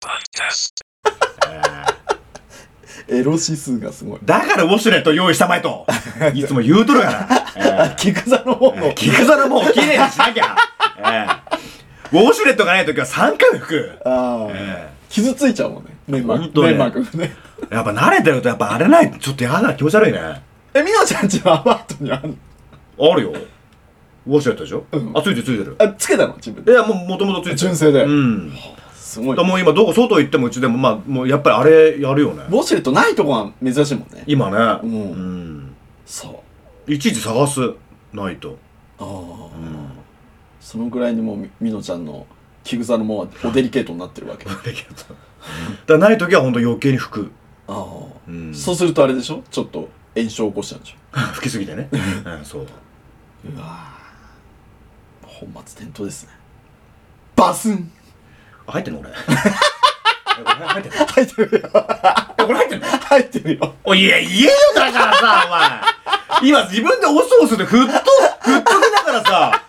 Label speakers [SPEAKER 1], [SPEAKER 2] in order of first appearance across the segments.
[SPEAKER 1] Podcast.
[SPEAKER 2] エロ指数がすごい。
[SPEAKER 3] だからウォシュレット用意したまえと、いつも言うとるから。
[SPEAKER 2] 菊座の方
[SPEAKER 3] えー
[SPEAKER 2] の。
[SPEAKER 3] 着飾も綺麗にしなきゃ。えーウォシュレットがないときは3回拭く。
[SPEAKER 2] ああ。
[SPEAKER 3] え
[SPEAKER 2] 傷ついちゃうもんね。粘
[SPEAKER 3] ほん
[SPEAKER 2] 膜。
[SPEAKER 3] とね
[SPEAKER 2] 粘膜がね。
[SPEAKER 3] ーやっぱ慣れてるとやっぱ荒れないとちょっとやだ、気持ち悪いね。あ
[SPEAKER 2] え、みのちゃんちのアパートにあん
[SPEAKER 3] るよ。ウォシュレットでしょ
[SPEAKER 2] うん
[SPEAKER 3] あ、ついてるついてる。
[SPEAKER 2] あ、つけたの自分
[SPEAKER 3] い
[SPEAKER 2] で。
[SPEAKER 3] や、もうもともとついてる。
[SPEAKER 2] 純正で
[SPEAKER 3] うん。
[SPEAKER 2] すごい。ウ
[SPEAKER 3] もう今どこ、外行ってもうちでも、まあ、もうやっぱりあれやるよね。
[SPEAKER 2] ォシュレットないとこは珍しいもんね。
[SPEAKER 3] 今ね。
[SPEAKER 2] うん
[SPEAKER 3] うん。
[SPEAKER 2] そう。
[SPEAKER 3] いちいち探す。ないと。
[SPEAKER 2] あ あ。そのぐらいにもうみのちゃんの菊座のもはおデリケートになってるわけ。あ
[SPEAKER 3] だけどだからないときは本当余計に拭く。
[SPEAKER 2] あ。
[SPEAKER 3] うん
[SPEAKER 2] そうするとあれでしょちょっと炎症起こしちゃうんでしょ
[SPEAKER 3] 吹きすぎてね。うん、そう。
[SPEAKER 2] うわー本末転倒ですね。バスン
[SPEAKER 3] あ入ってんの俺。え これ入ってんの
[SPEAKER 2] 入ってるよ。
[SPEAKER 3] えこれ入ってんの
[SPEAKER 2] 入ってるよ。
[SPEAKER 3] おい、いや、言えよ、だからさ、お前。今、自分で押す押すで、ふっと、ふっときながらさ、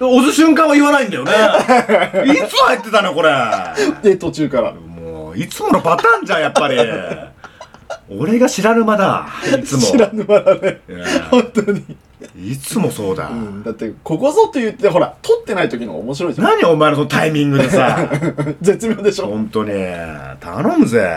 [SPEAKER 3] 押す瞬間は言わないんだよね。いつ入ってたの、これ。
[SPEAKER 2] で、途中から。
[SPEAKER 3] もう、いつものパターンじゃん、やっぱり。俺が知らぬ間だ、いつも。
[SPEAKER 2] 知らぬ間だね。
[SPEAKER 3] え
[SPEAKER 2] 本当に。
[SPEAKER 3] えいつもそうだ。
[SPEAKER 2] うん、だって、ここぞと言って、ほら、撮ってない時の方が面白いじゃん。
[SPEAKER 3] 何、お前のそのタイミングでさ、
[SPEAKER 2] 絶妙でしょ
[SPEAKER 3] 本当に、頼むぜ。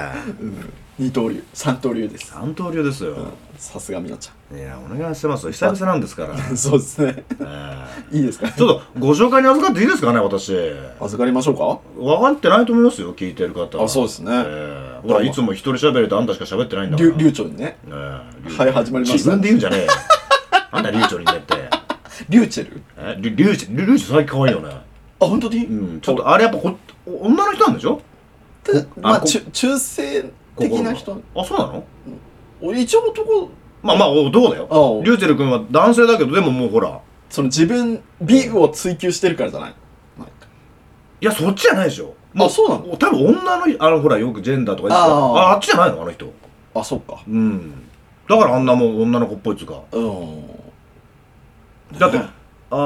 [SPEAKER 2] 二刀流、三刀流です。
[SPEAKER 3] 三刀流ですよ。
[SPEAKER 2] さすがみなち
[SPEAKER 3] いや、お願いしてますよ。久々なんですから。
[SPEAKER 2] ゃん。そうですね。
[SPEAKER 3] え
[SPEAKER 2] いいですか
[SPEAKER 3] えちょっとご紹介に預かっていいですかね、私。
[SPEAKER 2] 預かりましょうか
[SPEAKER 3] 分かってないと思いますよ、聞いてる方は。
[SPEAKER 2] あそうですね
[SPEAKER 3] ええほら、いつも一人喋るとあんたしか喋ってないんだか
[SPEAKER 2] 流
[SPEAKER 3] ら。
[SPEAKER 2] 流暢にね。
[SPEAKER 3] ええ流
[SPEAKER 2] はい、始まりまし
[SPEAKER 3] 自
[SPEAKER 2] た
[SPEAKER 3] 分。で言うんじゃねえよ。あんた流暢にねって。
[SPEAKER 2] リューチェル
[SPEAKER 3] えリュリュウジ、リュウジ最近可愛いよね。
[SPEAKER 2] あ、本当に
[SPEAKER 3] うん。ちょっと、あれやっぱこ、女の人なんでしょ
[SPEAKER 2] でまあ、
[SPEAKER 3] あこ
[SPEAKER 2] 中中性的な人。
[SPEAKER 3] あ、そうなの
[SPEAKER 2] 俺、一応男、
[SPEAKER 3] まあまあ、男だよ。
[SPEAKER 2] ああ
[SPEAKER 3] リュウジェル君は男性だけど、でももうほら。
[SPEAKER 2] その自分、美を追求してるからじゃないなんか
[SPEAKER 3] いや、そっちじゃないでしょ。
[SPEAKER 2] あそうな
[SPEAKER 3] の多分女の、あの、ほら、よくジェンダーとか言ってた
[SPEAKER 2] ああ
[SPEAKER 3] ああっちじゃないのあの人。
[SPEAKER 2] あ、そうか。
[SPEAKER 3] うん。だからあんなもん女の子っぽいっつうか。
[SPEAKER 2] うん。
[SPEAKER 3] だって、あ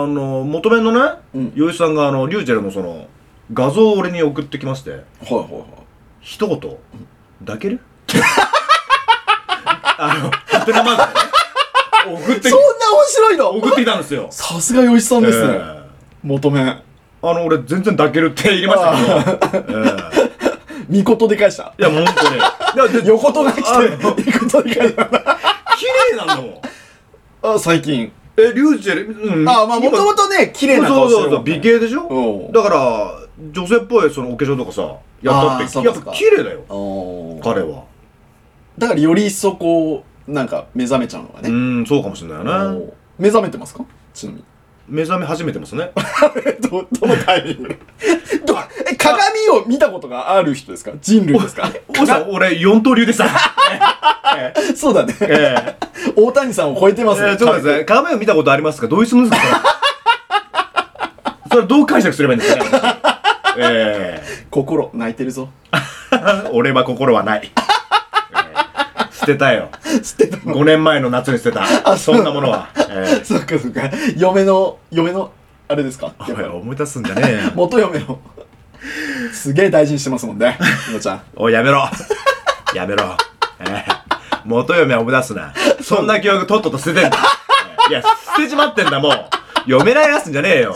[SPEAKER 3] の、元弁のね、
[SPEAKER 2] うん
[SPEAKER 3] 洋一さんが、あの、リューチェルのその、画像を俺に送ってきまして、
[SPEAKER 2] はいはいはい。
[SPEAKER 3] 一言、抱けるあの、勝手なまず、ね、送ってき
[SPEAKER 2] そん、な面白いの
[SPEAKER 3] 送ってきたんですよ。
[SPEAKER 2] さすが吉さんです
[SPEAKER 3] え
[SPEAKER 2] ね。求め。
[SPEAKER 3] えあの、俺全然抱けるって言いましたけど、え
[SPEAKER 2] みことで返した。
[SPEAKER 3] えいや、もう本当に。いや、で
[SPEAKER 2] 横とが来
[SPEAKER 3] あ
[SPEAKER 2] て、みことで返した。
[SPEAKER 3] 綺麗なんだもん。
[SPEAKER 2] あ、最近。
[SPEAKER 3] え、リューチェル、うん。
[SPEAKER 2] あ、まあ、もと
[SPEAKER 3] 今
[SPEAKER 2] もとね、綺麗な
[SPEAKER 3] そ
[SPEAKER 2] 顔
[SPEAKER 3] う
[SPEAKER 2] して
[SPEAKER 3] そう
[SPEAKER 2] る
[SPEAKER 3] そ
[SPEAKER 2] も
[SPEAKER 3] う、
[SPEAKER 2] んね。
[SPEAKER 3] 美形でしょ
[SPEAKER 2] うん
[SPEAKER 3] だから、女性っぽいそのお化粧とかさ、やった
[SPEAKER 2] あー
[SPEAKER 3] っ
[SPEAKER 2] そう
[SPEAKER 3] て、や
[SPEAKER 2] かそ
[SPEAKER 3] っ
[SPEAKER 2] うか
[SPEAKER 3] ぱ綺麗だよ、
[SPEAKER 2] おー
[SPEAKER 3] 彼は。
[SPEAKER 2] だからより一層こう、なんか目覚めちゃうのが
[SPEAKER 3] う
[SPEAKER 2] ね。
[SPEAKER 3] ーん、そうかもしれないよ
[SPEAKER 2] お
[SPEAKER 3] ね。
[SPEAKER 2] ー目覚めてますかちなみに。
[SPEAKER 3] 目覚め始めてますね。
[SPEAKER 2] ど、 どのタイミングどえ鏡を見たことがある人ですか人類 ですか
[SPEAKER 3] おさ、俺、四刀流 でさ。
[SPEAKER 2] そうだね。
[SPEAKER 3] ええ
[SPEAKER 2] 大谷さんを超えてます
[SPEAKER 3] え
[SPEAKER 2] ね
[SPEAKER 3] え。そうですね。鏡を見たことありますかどういう質問で すかそれそれどう解釈すればいい んですかね私え
[SPEAKER 2] 心、泣いてるぞ。
[SPEAKER 3] え俺は心はない。ええ捨てたよ。
[SPEAKER 2] 知ってた
[SPEAKER 3] 5年前の夏に捨てた。そんなものは。え
[SPEAKER 2] そっかそっか。嫁の、嫁の、あれですか
[SPEAKER 3] えおい思い出すんじゃねえよ。
[SPEAKER 2] 元嫁を。すげえ大事にしてますもんね、みのちゃん。
[SPEAKER 3] おいやめろ やめろ、ええ元嫁は思い出すなそんな記憶とっとと捨ててんだ、ええいや捨てちまってんだもう読めないやつんじゃねえよ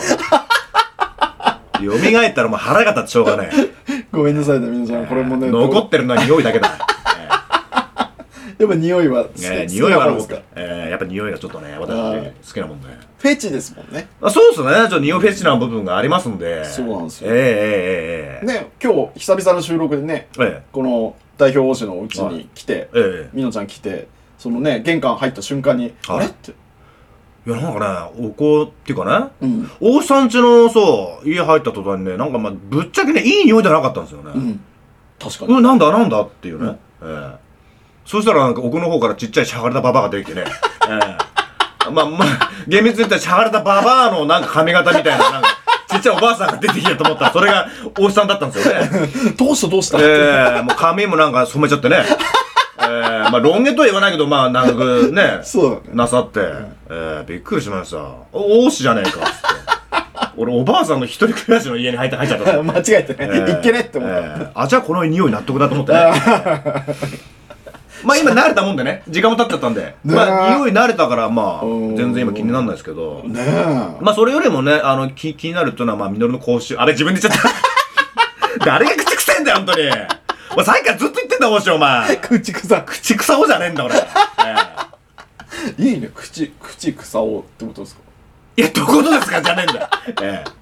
[SPEAKER 3] 蘇ったらもう腹が立ってしょうがない
[SPEAKER 2] ごめんなさいね、みのちゃん。これもね、
[SPEAKER 3] 残ってるのは匂いだけだ、
[SPEAKER 2] やっぱ匂いは好き、
[SPEAKER 3] ええええ
[SPEAKER 2] 好き
[SPEAKER 3] 匂い
[SPEAKER 2] な
[SPEAKER 3] は
[SPEAKER 2] 方
[SPEAKER 3] 残
[SPEAKER 2] で
[SPEAKER 3] っ
[SPEAKER 2] す
[SPEAKER 3] て
[SPEAKER 2] か
[SPEAKER 3] る、ええやっぱ匂いがちょっとね私
[SPEAKER 2] あ
[SPEAKER 3] ね
[SPEAKER 2] ー
[SPEAKER 3] 好きなもんね
[SPEAKER 2] フェチですもんね。
[SPEAKER 3] あそうっすねちょっと匂いフェチな部分がありますんで
[SPEAKER 2] そうなんですよ
[SPEAKER 3] ええええええ
[SPEAKER 2] ね、今日、久々の収録でね、
[SPEAKER 3] ええ
[SPEAKER 2] この代表王子のうちに来て、
[SPEAKER 3] ええ
[SPEAKER 2] みのちゃん来て、そのね、玄関入った瞬間に、
[SPEAKER 3] はい
[SPEAKER 2] あれって、
[SPEAKER 3] いや、なんかね、お香っていうかね、
[SPEAKER 2] うん
[SPEAKER 3] 王さん家のそう、家入った途端にね、なんかまあ、ぶっちゃけね、いい匂いじゃなかったんですよね。
[SPEAKER 2] うん確かに、
[SPEAKER 3] うん、なんだなんだっていうね。ええそしたらなんか奥の方からちっちゃいしゃがれたババアが出てきてね。ええまあまあ、厳密に言ったらしゃがれたババアのなんか髪型みたいな、なんかちっちゃいおばあさんが出てきたと思ったら、それがおっさんだったんですよね。
[SPEAKER 2] どうしたどうした、
[SPEAKER 3] ええもう髪もなんか染めちゃってね。ええまあロン毛とは言わないけど、まあ長くね、
[SPEAKER 2] そうだね
[SPEAKER 3] なさって、ええびっくりしました。お、王子じゃねえか、つって。 俺おばあさんの一人暮らしの家に入って入っちゃったんですよ。
[SPEAKER 2] 間違えてね、
[SPEAKER 3] えー
[SPEAKER 2] いっけねって思った、
[SPEAKER 3] えーあじゃあこの匂い納得だと思ってねまあ今慣れたもんでね時間も経っちゃったんで、まあ、匂い慣れたからまあ
[SPEAKER 2] うん
[SPEAKER 3] 全然今気にならないですけど
[SPEAKER 2] ねえ
[SPEAKER 3] まあそれよりもねあの気気になるっていうのはまあミノルの口臭あれ自分で言っちゃった 誰が口臭いんだよ本当にお前さっきからずっと言ってんだ口臭お前
[SPEAKER 2] 口臭
[SPEAKER 3] 口臭おうじゃねえ んだ俺、え
[SPEAKER 2] いいね口口臭おうってことですか
[SPEAKER 3] ーいやどういうことですかじゃねえんだよ、 えー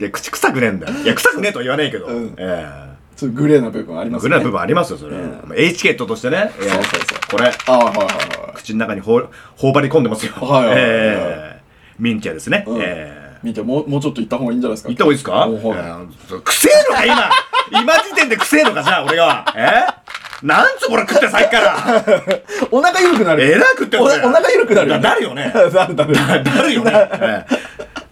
[SPEAKER 3] いや口臭くねえんだよいや臭くねえとは言わねえけど、
[SPEAKER 2] うん
[SPEAKER 3] えー
[SPEAKER 2] ちょっとグレーな部分あります
[SPEAKER 3] グ
[SPEAKER 2] ね
[SPEAKER 3] レーな部分ありますよそれ、
[SPEAKER 2] うん
[SPEAKER 3] まあエチケットとしてねいや
[SPEAKER 2] そうそうそう
[SPEAKER 3] これ
[SPEAKER 2] ああはいはいはい
[SPEAKER 3] 口の中にほう頬張り込んでますよ。
[SPEAKER 2] はいはいはい
[SPEAKER 3] えーミンティアですね。
[SPEAKER 2] うん
[SPEAKER 3] えー
[SPEAKER 2] 見てもうもうちょっと行った方がいいんじゃないですか
[SPEAKER 3] 行った方がいいですか、
[SPEAKER 2] おはい
[SPEAKER 3] えーくせえのか今今時点でくせえのかじゃあ俺が。えー、なんつこれ食ってさっき から。
[SPEAKER 2] お腹緩くなる
[SPEAKER 3] えらい食って
[SPEAKER 2] おお腹緩くなるよ
[SPEAKER 3] だ
[SPEAKER 2] ね
[SPEAKER 3] なるよ ね。
[SPEAKER 2] なるなる
[SPEAKER 3] だなるよね。えー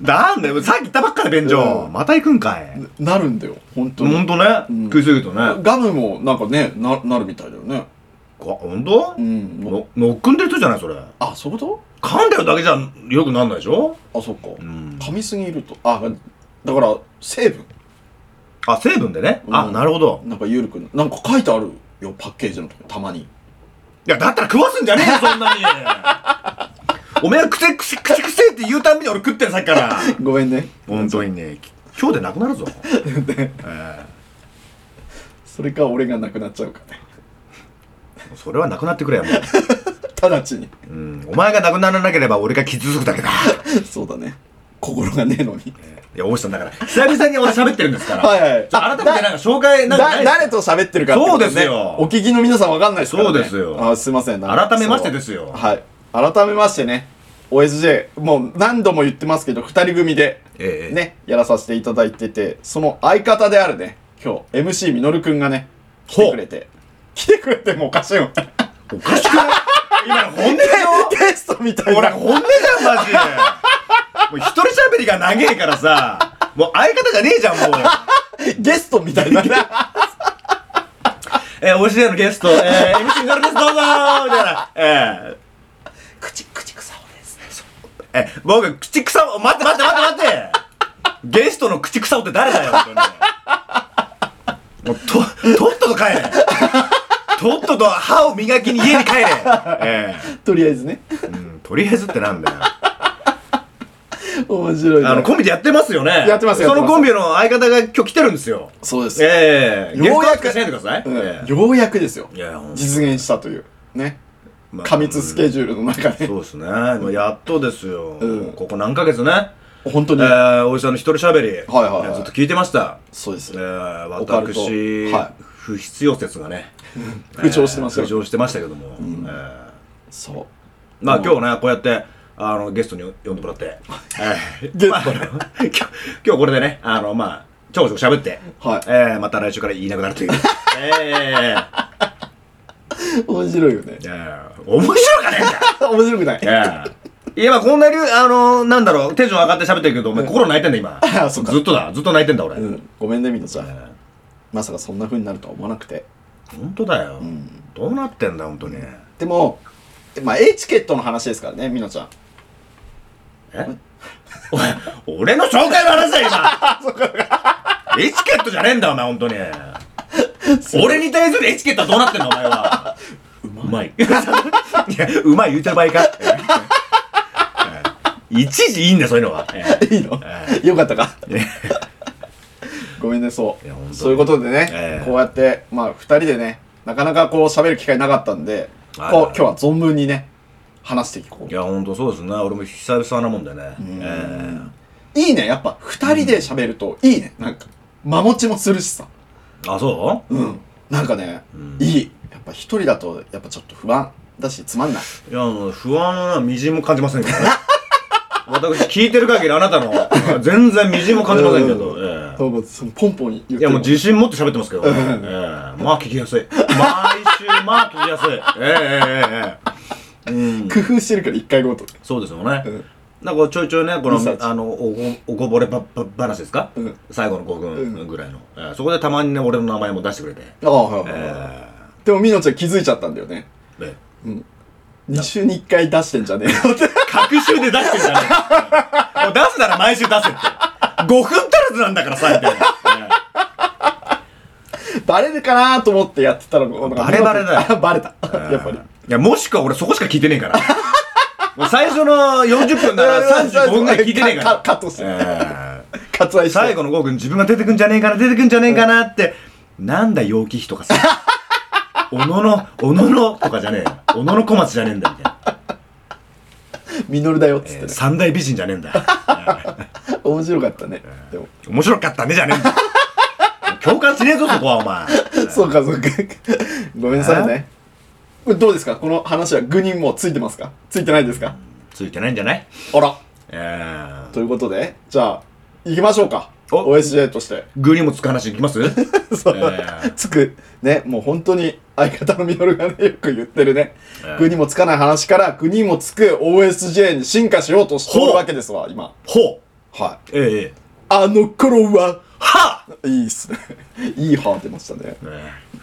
[SPEAKER 3] なんだよ、さっき言ったばっかで便所。また行くんかい。
[SPEAKER 2] なるんだよ本当
[SPEAKER 3] ほん
[SPEAKER 2] に
[SPEAKER 3] とね、食いすぎるとね。あ
[SPEAKER 2] ガムもなんかねななるみたいだよね
[SPEAKER 3] ほんと
[SPEAKER 2] うん
[SPEAKER 3] ののっくんでる人じゃないそれ。
[SPEAKER 2] あそういうこ
[SPEAKER 3] 噛んでるだけじゃよくなんないでしょ
[SPEAKER 2] とあそっか、
[SPEAKER 3] うん。
[SPEAKER 2] 噛みすぎるとあだから成分
[SPEAKER 3] あ、成分でね。あ、
[SPEAKER 2] うん
[SPEAKER 3] なるほど。
[SPEAKER 2] なんか緩くななんか書いてあるよパッケージのとこたまに
[SPEAKER 3] いや、だったら食わすんじゃねえ よ、そんなに。おめえはくせくせくせくせって言うたんびに俺食ってるさっきから。
[SPEAKER 2] ごめんね
[SPEAKER 3] 本当にね、き今日でなくなるぞ。え
[SPEAKER 2] それか俺がなくなっちゃうかね
[SPEAKER 3] えそれはなくなってくれよ、も
[SPEAKER 2] 直ちに
[SPEAKER 3] う。うん、お前がなくならなければ俺が傷つくだけだ。
[SPEAKER 2] そうだね心がねえのに
[SPEAKER 3] いや、大石さんだから、久々に俺喋ってるんですから。
[SPEAKER 2] はいはい
[SPEAKER 3] ちょ改めてなんか紹介なんかない
[SPEAKER 2] だ誰と喋ってるかってことね
[SPEAKER 3] そうですよ
[SPEAKER 2] お聞きの皆さんわかんないですから、ね、
[SPEAKER 3] そうですよ
[SPEAKER 2] あすいませんなんか
[SPEAKER 3] 改めましてですよ
[SPEAKER 2] そうはい改めましてね OSJ もう何度も言ってますけど2人組で
[SPEAKER 3] ええ
[SPEAKER 2] ね、やらさせていただいててその相方であるね今日 MC みのるくんがね来
[SPEAKER 3] ほう
[SPEAKER 2] てくれて来てくれてもおかしいよ
[SPEAKER 3] おかしくない今の本音だよ。
[SPEAKER 2] ゲストみたい
[SPEAKER 3] 俺
[SPEAKER 2] な
[SPEAKER 3] 本音じゃん、マジで。もう一人喋りが長えからさ、もう相方がねえじゃん、もう。
[SPEAKER 2] ゲストみたい な
[SPEAKER 3] えー、おいしいのゲスト、えー、MC のるです、どうぞーみたいな。え
[SPEAKER 2] 口口臭おです
[SPEAKER 3] ー、えー、僕、口臭を、待って待って待って待ってゲストの口臭って誰だよ、本当に。もう、と、とっとと帰れ。とっとと歯を磨きに家に帰れ。え
[SPEAKER 2] とりあえずね
[SPEAKER 3] ー、うん、とりあえずってなんだよ。
[SPEAKER 2] 面白いね
[SPEAKER 3] あの、コンビでやってますよね。
[SPEAKER 2] やってますやってま
[SPEAKER 3] そ
[SPEAKER 2] す
[SPEAKER 3] のコンビの相方が今日来てるんですよ。
[SPEAKER 2] そうです、
[SPEAKER 3] ええー、
[SPEAKER 2] ようやく
[SPEAKER 3] ゲスト扱いしないでください。
[SPEAKER 2] うん
[SPEAKER 3] えー
[SPEAKER 2] ようやくですよ
[SPEAKER 3] いや、ほんと
[SPEAKER 2] 実現したというね過密スケジュールの中で、
[SPEAKER 3] そうですね。もうやっとですよ。
[SPEAKER 2] うん
[SPEAKER 3] ここ何ヶ月ね。
[SPEAKER 2] 本当に、
[SPEAKER 3] えー、おじさんの一人喋り、
[SPEAKER 2] はいはいはい
[SPEAKER 3] ずっと聞いてました。
[SPEAKER 2] そうです
[SPEAKER 3] えー、
[SPEAKER 2] オカルト
[SPEAKER 3] 私、
[SPEAKER 2] は
[SPEAKER 3] 不必要説がね、
[SPEAKER 2] 浮上してますよ
[SPEAKER 3] 浮上してましたけども、えー
[SPEAKER 2] そう
[SPEAKER 3] まあ
[SPEAKER 2] うん
[SPEAKER 3] 今日ね、こうやって、あの、ゲストに呼んでもらって、えー
[SPEAKER 2] ゲスト
[SPEAKER 3] まああの今日、今日これでね、あの、まあ、ちょこちょこ喋って、
[SPEAKER 2] はい
[SPEAKER 3] えー、また来週から言いなくな るという。えー
[SPEAKER 2] 面白いよね
[SPEAKER 3] えー、面白かねえん だ
[SPEAKER 2] 面白くない
[SPEAKER 3] ええ。今こんなに、あの、なんだろう、テンション上がって喋ってるけど、お前心泣いてんだ今。
[SPEAKER 2] あ そっか
[SPEAKER 3] ずっとだ、ずっと泣いてんだ俺。
[SPEAKER 2] うん、ごめんねみのちゃん
[SPEAKER 3] え
[SPEAKER 2] まさかそんな風になるとは思わなくて
[SPEAKER 3] え本当だよ、
[SPEAKER 2] ん
[SPEAKER 3] どうなってんだ、本当に。
[SPEAKER 2] でもまあエチケットの話ですからねみのちゃん
[SPEAKER 3] えおい俺の紹介の話だ よ、今エチケットじゃねえんだ、お前、本当に。俺に対するエチケットはどうなってんだ、お前は。うま い。いや、うまい言うてる場合か。ええいちいちいいんだよ、そういうのは。ええ
[SPEAKER 2] いいの
[SPEAKER 3] え
[SPEAKER 2] よかったか
[SPEAKER 3] え
[SPEAKER 2] ごめんねそ
[SPEAKER 3] いや本当
[SPEAKER 2] う
[SPEAKER 3] に
[SPEAKER 2] そういうことでね、
[SPEAKER 3] ええ
[SPEAKER 2] こうやってまあ2人でねなかなかこう喋る機会なかったんでこう
[SPEAKER 3] はいはい
[SPEAKER 2] 今日は存分にね話していこ
[SPEAKER 3] いや、ほんとそうですね。俺も久々なもんでね。
[SPEAKER 2] ん
[SPEAKER 3] ええ
[SPEAKER 2] ういいねやっぱ2人で喋るといいねなんか間持ちもするしさ
[SPEAKER 3] あ、そ
[SPEAKER 2] うんなんかね、
[SPEAKER 3] うん
[SPEAKER 2] いいやっぱ1人だとやっぱちょっと不安だしつまんないう
[SPEAKER 3] いや、あの不安はみじんも感じませんけどね。 私聞いてる限りあなたの、全然みじんも感じませんけど。ええ
[SPEAKER 2] そうそのポンポン言って
[SPEAKER 3] いやもう
[SPEAKER 2] じ
[SPEAKER 3] 自信持って喋ってますけど。ええまあ聞きやすい。毎週、まあ聞きやすい。ええええええうん。
[SPEAKER 2] 工夫してるから一回ごと
[SPEAKER 3] そうですよね。
[SPEAKER 2] うん
[SPEAKER 3] なんかちょいちょいね、この
[SPEAKER 2] リサー、チ
[SPEAKER 3] あの、おごおこぼれば、ば、話ですか、
[SPEAKER 2] うん
[SPEAKER 3] 最後の5
[SPEAKER 2] う
[SPEAKER 3] 分ぐらいの、えーそこでたまにね、俺の名前も出してくれて。
[SPEAKER 2] ああはい
[SPEAKER 3] え
[SPEAKER 2] はいはい
[SPEAKER 3] ー
[SPEAKER 2] でもみのちゃん気づいちゃったんだよね
[SPEAKER 3] で
[SPEAKER 2] 2週に1回出してんじゃねえよって
[SPEAKER 3] 隔週で出してるじゃない もう出すなら毎週出せって。5分足らずなんだからさ、みたいな。
[SPEAKER 2] バレるかなと思ってやってたらもうなんか
[SPEAKER 3] バレバレだよ
[SPEAKER 2] あバレた
[SPEAKER 3] えー
[SPEAKER 2] やっぱり
[SPEAKER 3] い や、もしくは俺そこしか聞いてねえから。 もう最初の40分なら35分ぐらい聞いてねえ
[SPEAKER 2] カ
[SPEAKER 3] か
[SPEAKER 2] カットして
[SPEAKER 3] ら。 えー
[SPEAKER 2] 割愛して
[SPEAKER 3] 最後の5分自分が出てくんじゃねえかな出てくんじゃねえかなって、なんだ陽気比とかさ おののおののとかじゃねえよおのの小松じゃねえんだみた いな、
[SPEAKER 2] ミノルだよっつっ
[SPEAKER 3] え
[SPEAKER 2] て
[SPEAKER 3] ー
[SPEAKER 2] ね
[SPEAKER 3] 三大美人じゃねえんだ
[SPEAKER 2] 面白かったねでも
[SPEAKER 3] 面白かったねじゃねえんだ共感しねえぞそこはお前
[SPEAKER 2] そうかそうかごめんなさいねこれどうですかこの話は具にもうついてますかついてないですか
[SPEAKER 3] ついてないんじゃない
[SPEAKER 2] あら
[SPEAKER 3] えー
[SPEAKER 2] ということでじゃあ行きましょうか
[SPEAKER 3] お
[SPEAKER 2] OSJ として
[SPEAKER 3] 具にもつく話い きます
[SPEAKER 2] そう、
[SPEAKER 3] えー
[SPEAKER 2] つくねもう本当に相方のミノルがねよく言ってるね、
[SPEAKER 3] えー
[SPEAKER 2] 具にもつかない話から具にもつく OSJ に進化しようとしてるわけですわ今
[SPEAKER 3] ほう
[SPEAKER 2] はい
[SPEAKER 3] えーえ
[SPEAKER 2] あの頃は
[SPEAKER 3] ーはあ
[SPEAKER 2] いいっす ねいい歯出ましたね
[SPEAKER 3] えー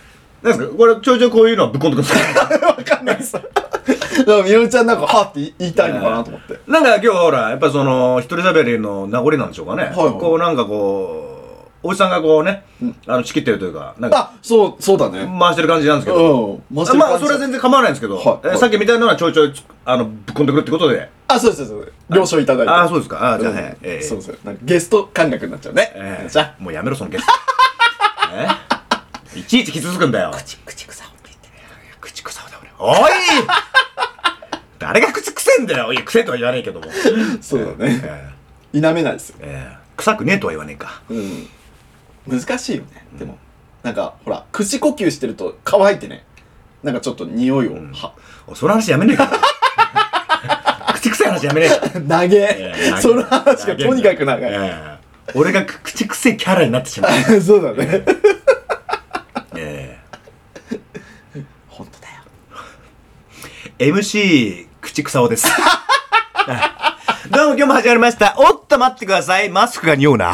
[SPEAKER 3] なんですかこれちょいちょいこういうのはぶっこんでください
[SPEAKER 2] わかんないっす だからみのりちゃんなんかはって言い言いたいのかなと思って、
[SPEAKER 3] なんか今日はほら、やっぱその、一人喋りの名残なんでしょうかね。
[SPEAKER 2] いはい
[SPEAKER 3] こうなんかこう、おじさんがこうね、あの、仕切ってるというか、なんか、
[SPEAKER 2] あそうそうだね、
[SPEAKER 3] 回してる感じなんですけど。
[SPEAKER 2] うん。マ
[SPEAKER 3] まあ、それは全然構わないんですけど、
[SPEAKER 2] はい
[SPEAKER 3] えーさっきみたいなのはちょいちょいつ、あの、ぶっ込んでくるってことで。
[SPEAKER 2] あ、そうです、そうです。了承いただいて。
[SPEAKER 3] ああ、そうですか。ああー、
[SPEAKER 2] うん
[SPEAKER 3] じゃあ、はい。えー
[SPEAKER 2] そうそう。なんかゲスト感覚になっちゃうね。
[SPEAKER 3] えー
[SPEAKER 2] じゃ
[SPEAKER 3] もうやめろ、そのゲスト。 えーいちいち傷つくんだよ。口、口臭って言って口臭だ、俺。おい 誰が口臭いんだよ。いや、臭いとは言わねえ けども。
[SPEAKER 2] あ、そうだね。
[SPEAKER 3] え
[SPEAKER 2] 否めないですよ
[SPEAKER 3] ー。えー臭くねえとは言わねえか。
[SPEAKER 2] うん。難しいよね。でも、なんか、ほら、口呼吸してると乾いてね。なんかちょっと匂いを、
[SPEAKER 3] ん
[SPEAKER 2] は、
[SPEAKER 3] おその話やめねえから。 口臭い話やめねえから。
[SPEAKER 2] 投げ。その話がとにかく
[SPEAKER 3] な
[SPEAKER 2] 長い。
[SPEAKER 3] 俺がく口臭いキャラになってしまう。
[SPEAKER 2] そうだね。
[SPEAKER 3] え
[SPEAKER 2] 本当だよ。
[SPEAKER 3] ー MC 口臭男です。 はいどうも今日も始まりました。おっと待ってください。マスクが匂うな。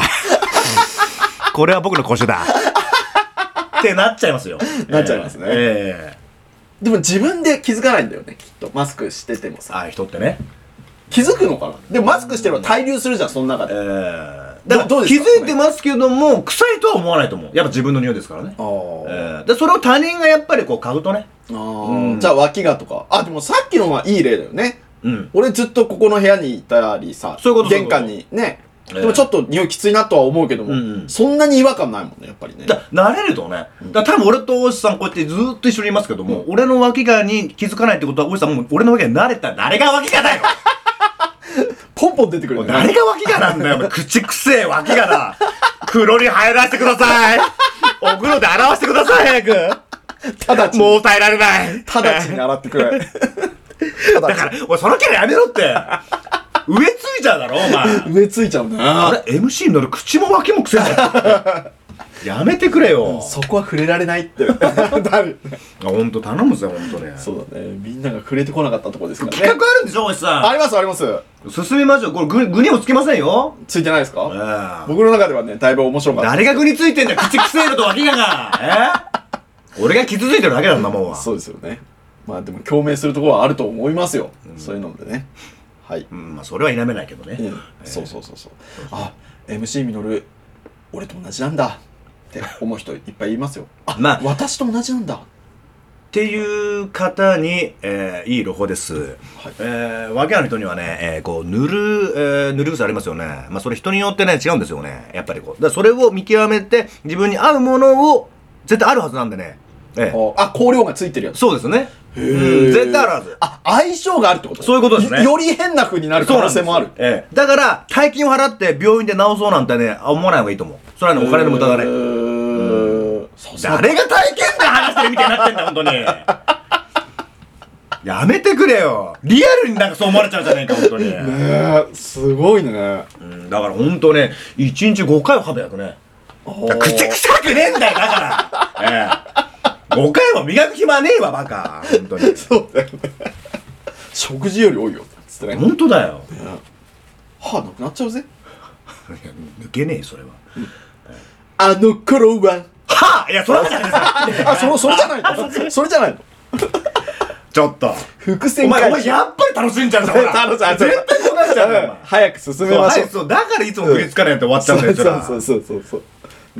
[SPEAKER 3] これは僕の故障だ。ってなっちゃいますよ。
[SPEAKER 2] なっちゃいますね
[SPEAKER 3] え
[SPEAKER 2] でも自分で気づかないんだよね、きっと。マスクしてても
[SPEAKER 3] ー
[SPEAKER 2] さ。
[SPEAKER 3] ああいう人ってね。
[SPEAKER 2] 気づくのかなでもマスクしてれば滞留するじゃん、その中
[SPEAKER 3] え
[SPEAKER 2] で。
[SPEAKER 3] ー
[SPEAKER 2] ど
[SPEAKER 3] だか
[SPEAKER 2] どう
[SPEAKER 3] ら
[SPEAKER 2] です
[SPEAKER 3] 気
[SPEAKER 2] か
[SPEAKER 3] づいてますけども、臭いとは思わないと思う。やっぱ自分の匂いですからね。え
[SPEAKER 2] あ
[SPEAKER 3] ーでそれを他人がやっぱりこう嗅ぐとね、
[SPEAKER 2] あ
[SPEAKER 3] う
[SPEAKER 2] ー。
[SPEAKER 3] ん
[SPEAKER 2] じゃあ脇がとか。あ、でもさっきのはいい例だよね。
[SPEAKER 3] うん、
[SPEAKER 2] 俺ずっとここの部屋にいたりさ、
[SPEAKER 3] そういうこと
[SPEAKER 2] 玄関にね、
[SPEAKER 3] ええ
[SPEAKER 2] でもちょっと匂いきついなとは思うけども、
[SPEAKER 3] うんうん
[SPEAKER 2] そんなに違和感ないもんね、やっぱりね。
[SPEAKER 3] だ慣れるとね、だ多分俺と大石さんこうやってずーっと一緒にいますけども、俺の脇がに気づかないってことは大石さんもう俺の脇が慣れた誰が脇がだよ
[SPEAKER 2] ポンポン出てくるよね。
[SPEAKER 3] 誰が脇がなんだよお前口くせえ脇がだ黒に入らせてくださいお風呂で洗わせてください早
[SPEAKER 2] 直ち
[SPEAKER 3] く
[SPEAKER 2] に
[SPEAKER 3] もう耐えられない
[SPEAKER 2] 直ちに洗ってくれ。
[SPEAKER 3] だ
[SPEAKER 2] 直
[SPEAKER 3] からおいそのキャラやめろって植えついちゃうだろお
[SPEAKER 2] ち
[SPEAKER 3] 前
[SPEAKER 2] に植えついちゃうんだ
[SPEAKER 3] あ
[SPEAKER 2] な。
[SPEAKER 3] れ MC になる口も脇もくせえだよ やめてくれよ
[SPEAKER 2] そこは触れられないって。なるよね
[SPEAKER 3] あほんと頼むぜほんとね
[SPEAKER 2] そうだね。みんなが触れてこなかったとこですから
[SPEAKER 3] 企画
[SPEAKER 2] ね。
[SPEAKER 3] あるんでしょおじさん
[SPEAKER 2] ありますあります。
[SPEAKER 3] 進みましょう。これ、具具にもつけませんよ。
[SPEAKER 2] ついてないですか
[SPEAKER 3] ええ
[SPEAKER 2] 僕の中ではね、だいぶ面白かっ
[SPEAKER 3] 誰が具についてんだよ口くせえのと脇がが。 ええ俺が傷ついてるだけなんだもん
[SPEAKER 2] た。
[SPEAKER 3] は。
[SPEAKER 2] そうですよね。まあでも共鳴するところはあると思いますよ。そういうのでね。はい。
[SPEAKER 3] うん、まあ、それは否めないけどね。
[SPEAKER 2] そうそうそうそうあ MC みのる俺と同じなんだって思う人いっぱいいますよあ、
[SPEAKER 3] まあ
[SPEAKER 2] 私と同じなんだ
[SPEAKER 3] っていう方に、えーいい朗報です。
[SPEAKER 2] はい
[SPEAKER 3] えー、わけある人にはね、えーこう、塗る、えー塗る癖ありますよね。まあ、それ人によってね、違うんですよね。やっぱりこう。だからそれを見極めて、自分に合うものを、絶対あるはずなんでね。ええ
[SPEAKER 2] あ香料がついてるやつ
[SPEAKER 3] そうですね。うん、絶対あるはず。
[SPEAKER 2] あ相性があるってこと
[SPEAKER 3] そういうことですね
[SPEAKER 2] よより変な風になる可能性もある
[SPEAKER 3] ええ、だから、大金を払って病院で治そうなんてね、思わない方がいいと思う。それはね、お金の無駄だ
[SPEAKER 2] へ
[SPEAKER 3] ね。
[SPEAKER 2] ーそうそう
[SPEAKER 3] 誰が体験で話してるみたいになってんだ、本当に。やめてくれよリアルになんかそう思われちゃうじゃないか、本当に。
[SPEAKER 2] ねえすごいね
[SPEAKER 3] うん、だからほんとね、1日5回は歯磨くね。
[SPEAKER 2] お
[SPEAKER 3] 口臭くねえんだよ、だから。 ええ。5回も磨く暇ねえわ、バカ。ほんと に。
[SPEAKER 2] そうだよね食事より多いよつってね
[SPEAKER 3] ほんとだよ。
[SPEAKER 2] 歯なくなっちゃうぜ
[SPEAKER 3] いや抜けねえよ、それは。
[SPEAKER 2] あの頃は
[SPEAKER 3] はあいや、それはじゃないです
[SPEAKER 2] あそれそれじゃないの それじゃないの
[SPEAKER 3] ちょっと。
[SPEAKER 2] 伏
[SPEAKER 3] お
[SPEAKER 2] 線
[SPEAKER 3] 前、お
[SPEAKER 2] 回
[SPEAKER 3] 前
[SPEAKER 2] 収
[SPEAKER 3] やっぱり 楽しんじゃうじゃん、ほら。
[SPEAKER 2] 楽しん
[SPEAKER 3] 絶対そうなっちゃうんだよ、お前。
[SPEAKER 2] 早く進めましょう
[SPEAKER 3] そうだからいつも食いつかないと終わっちゃうん
[SPEAKER 2] そ
[SPEAKER 3] だよ
[SPEAKER 2] うそうそうそうそう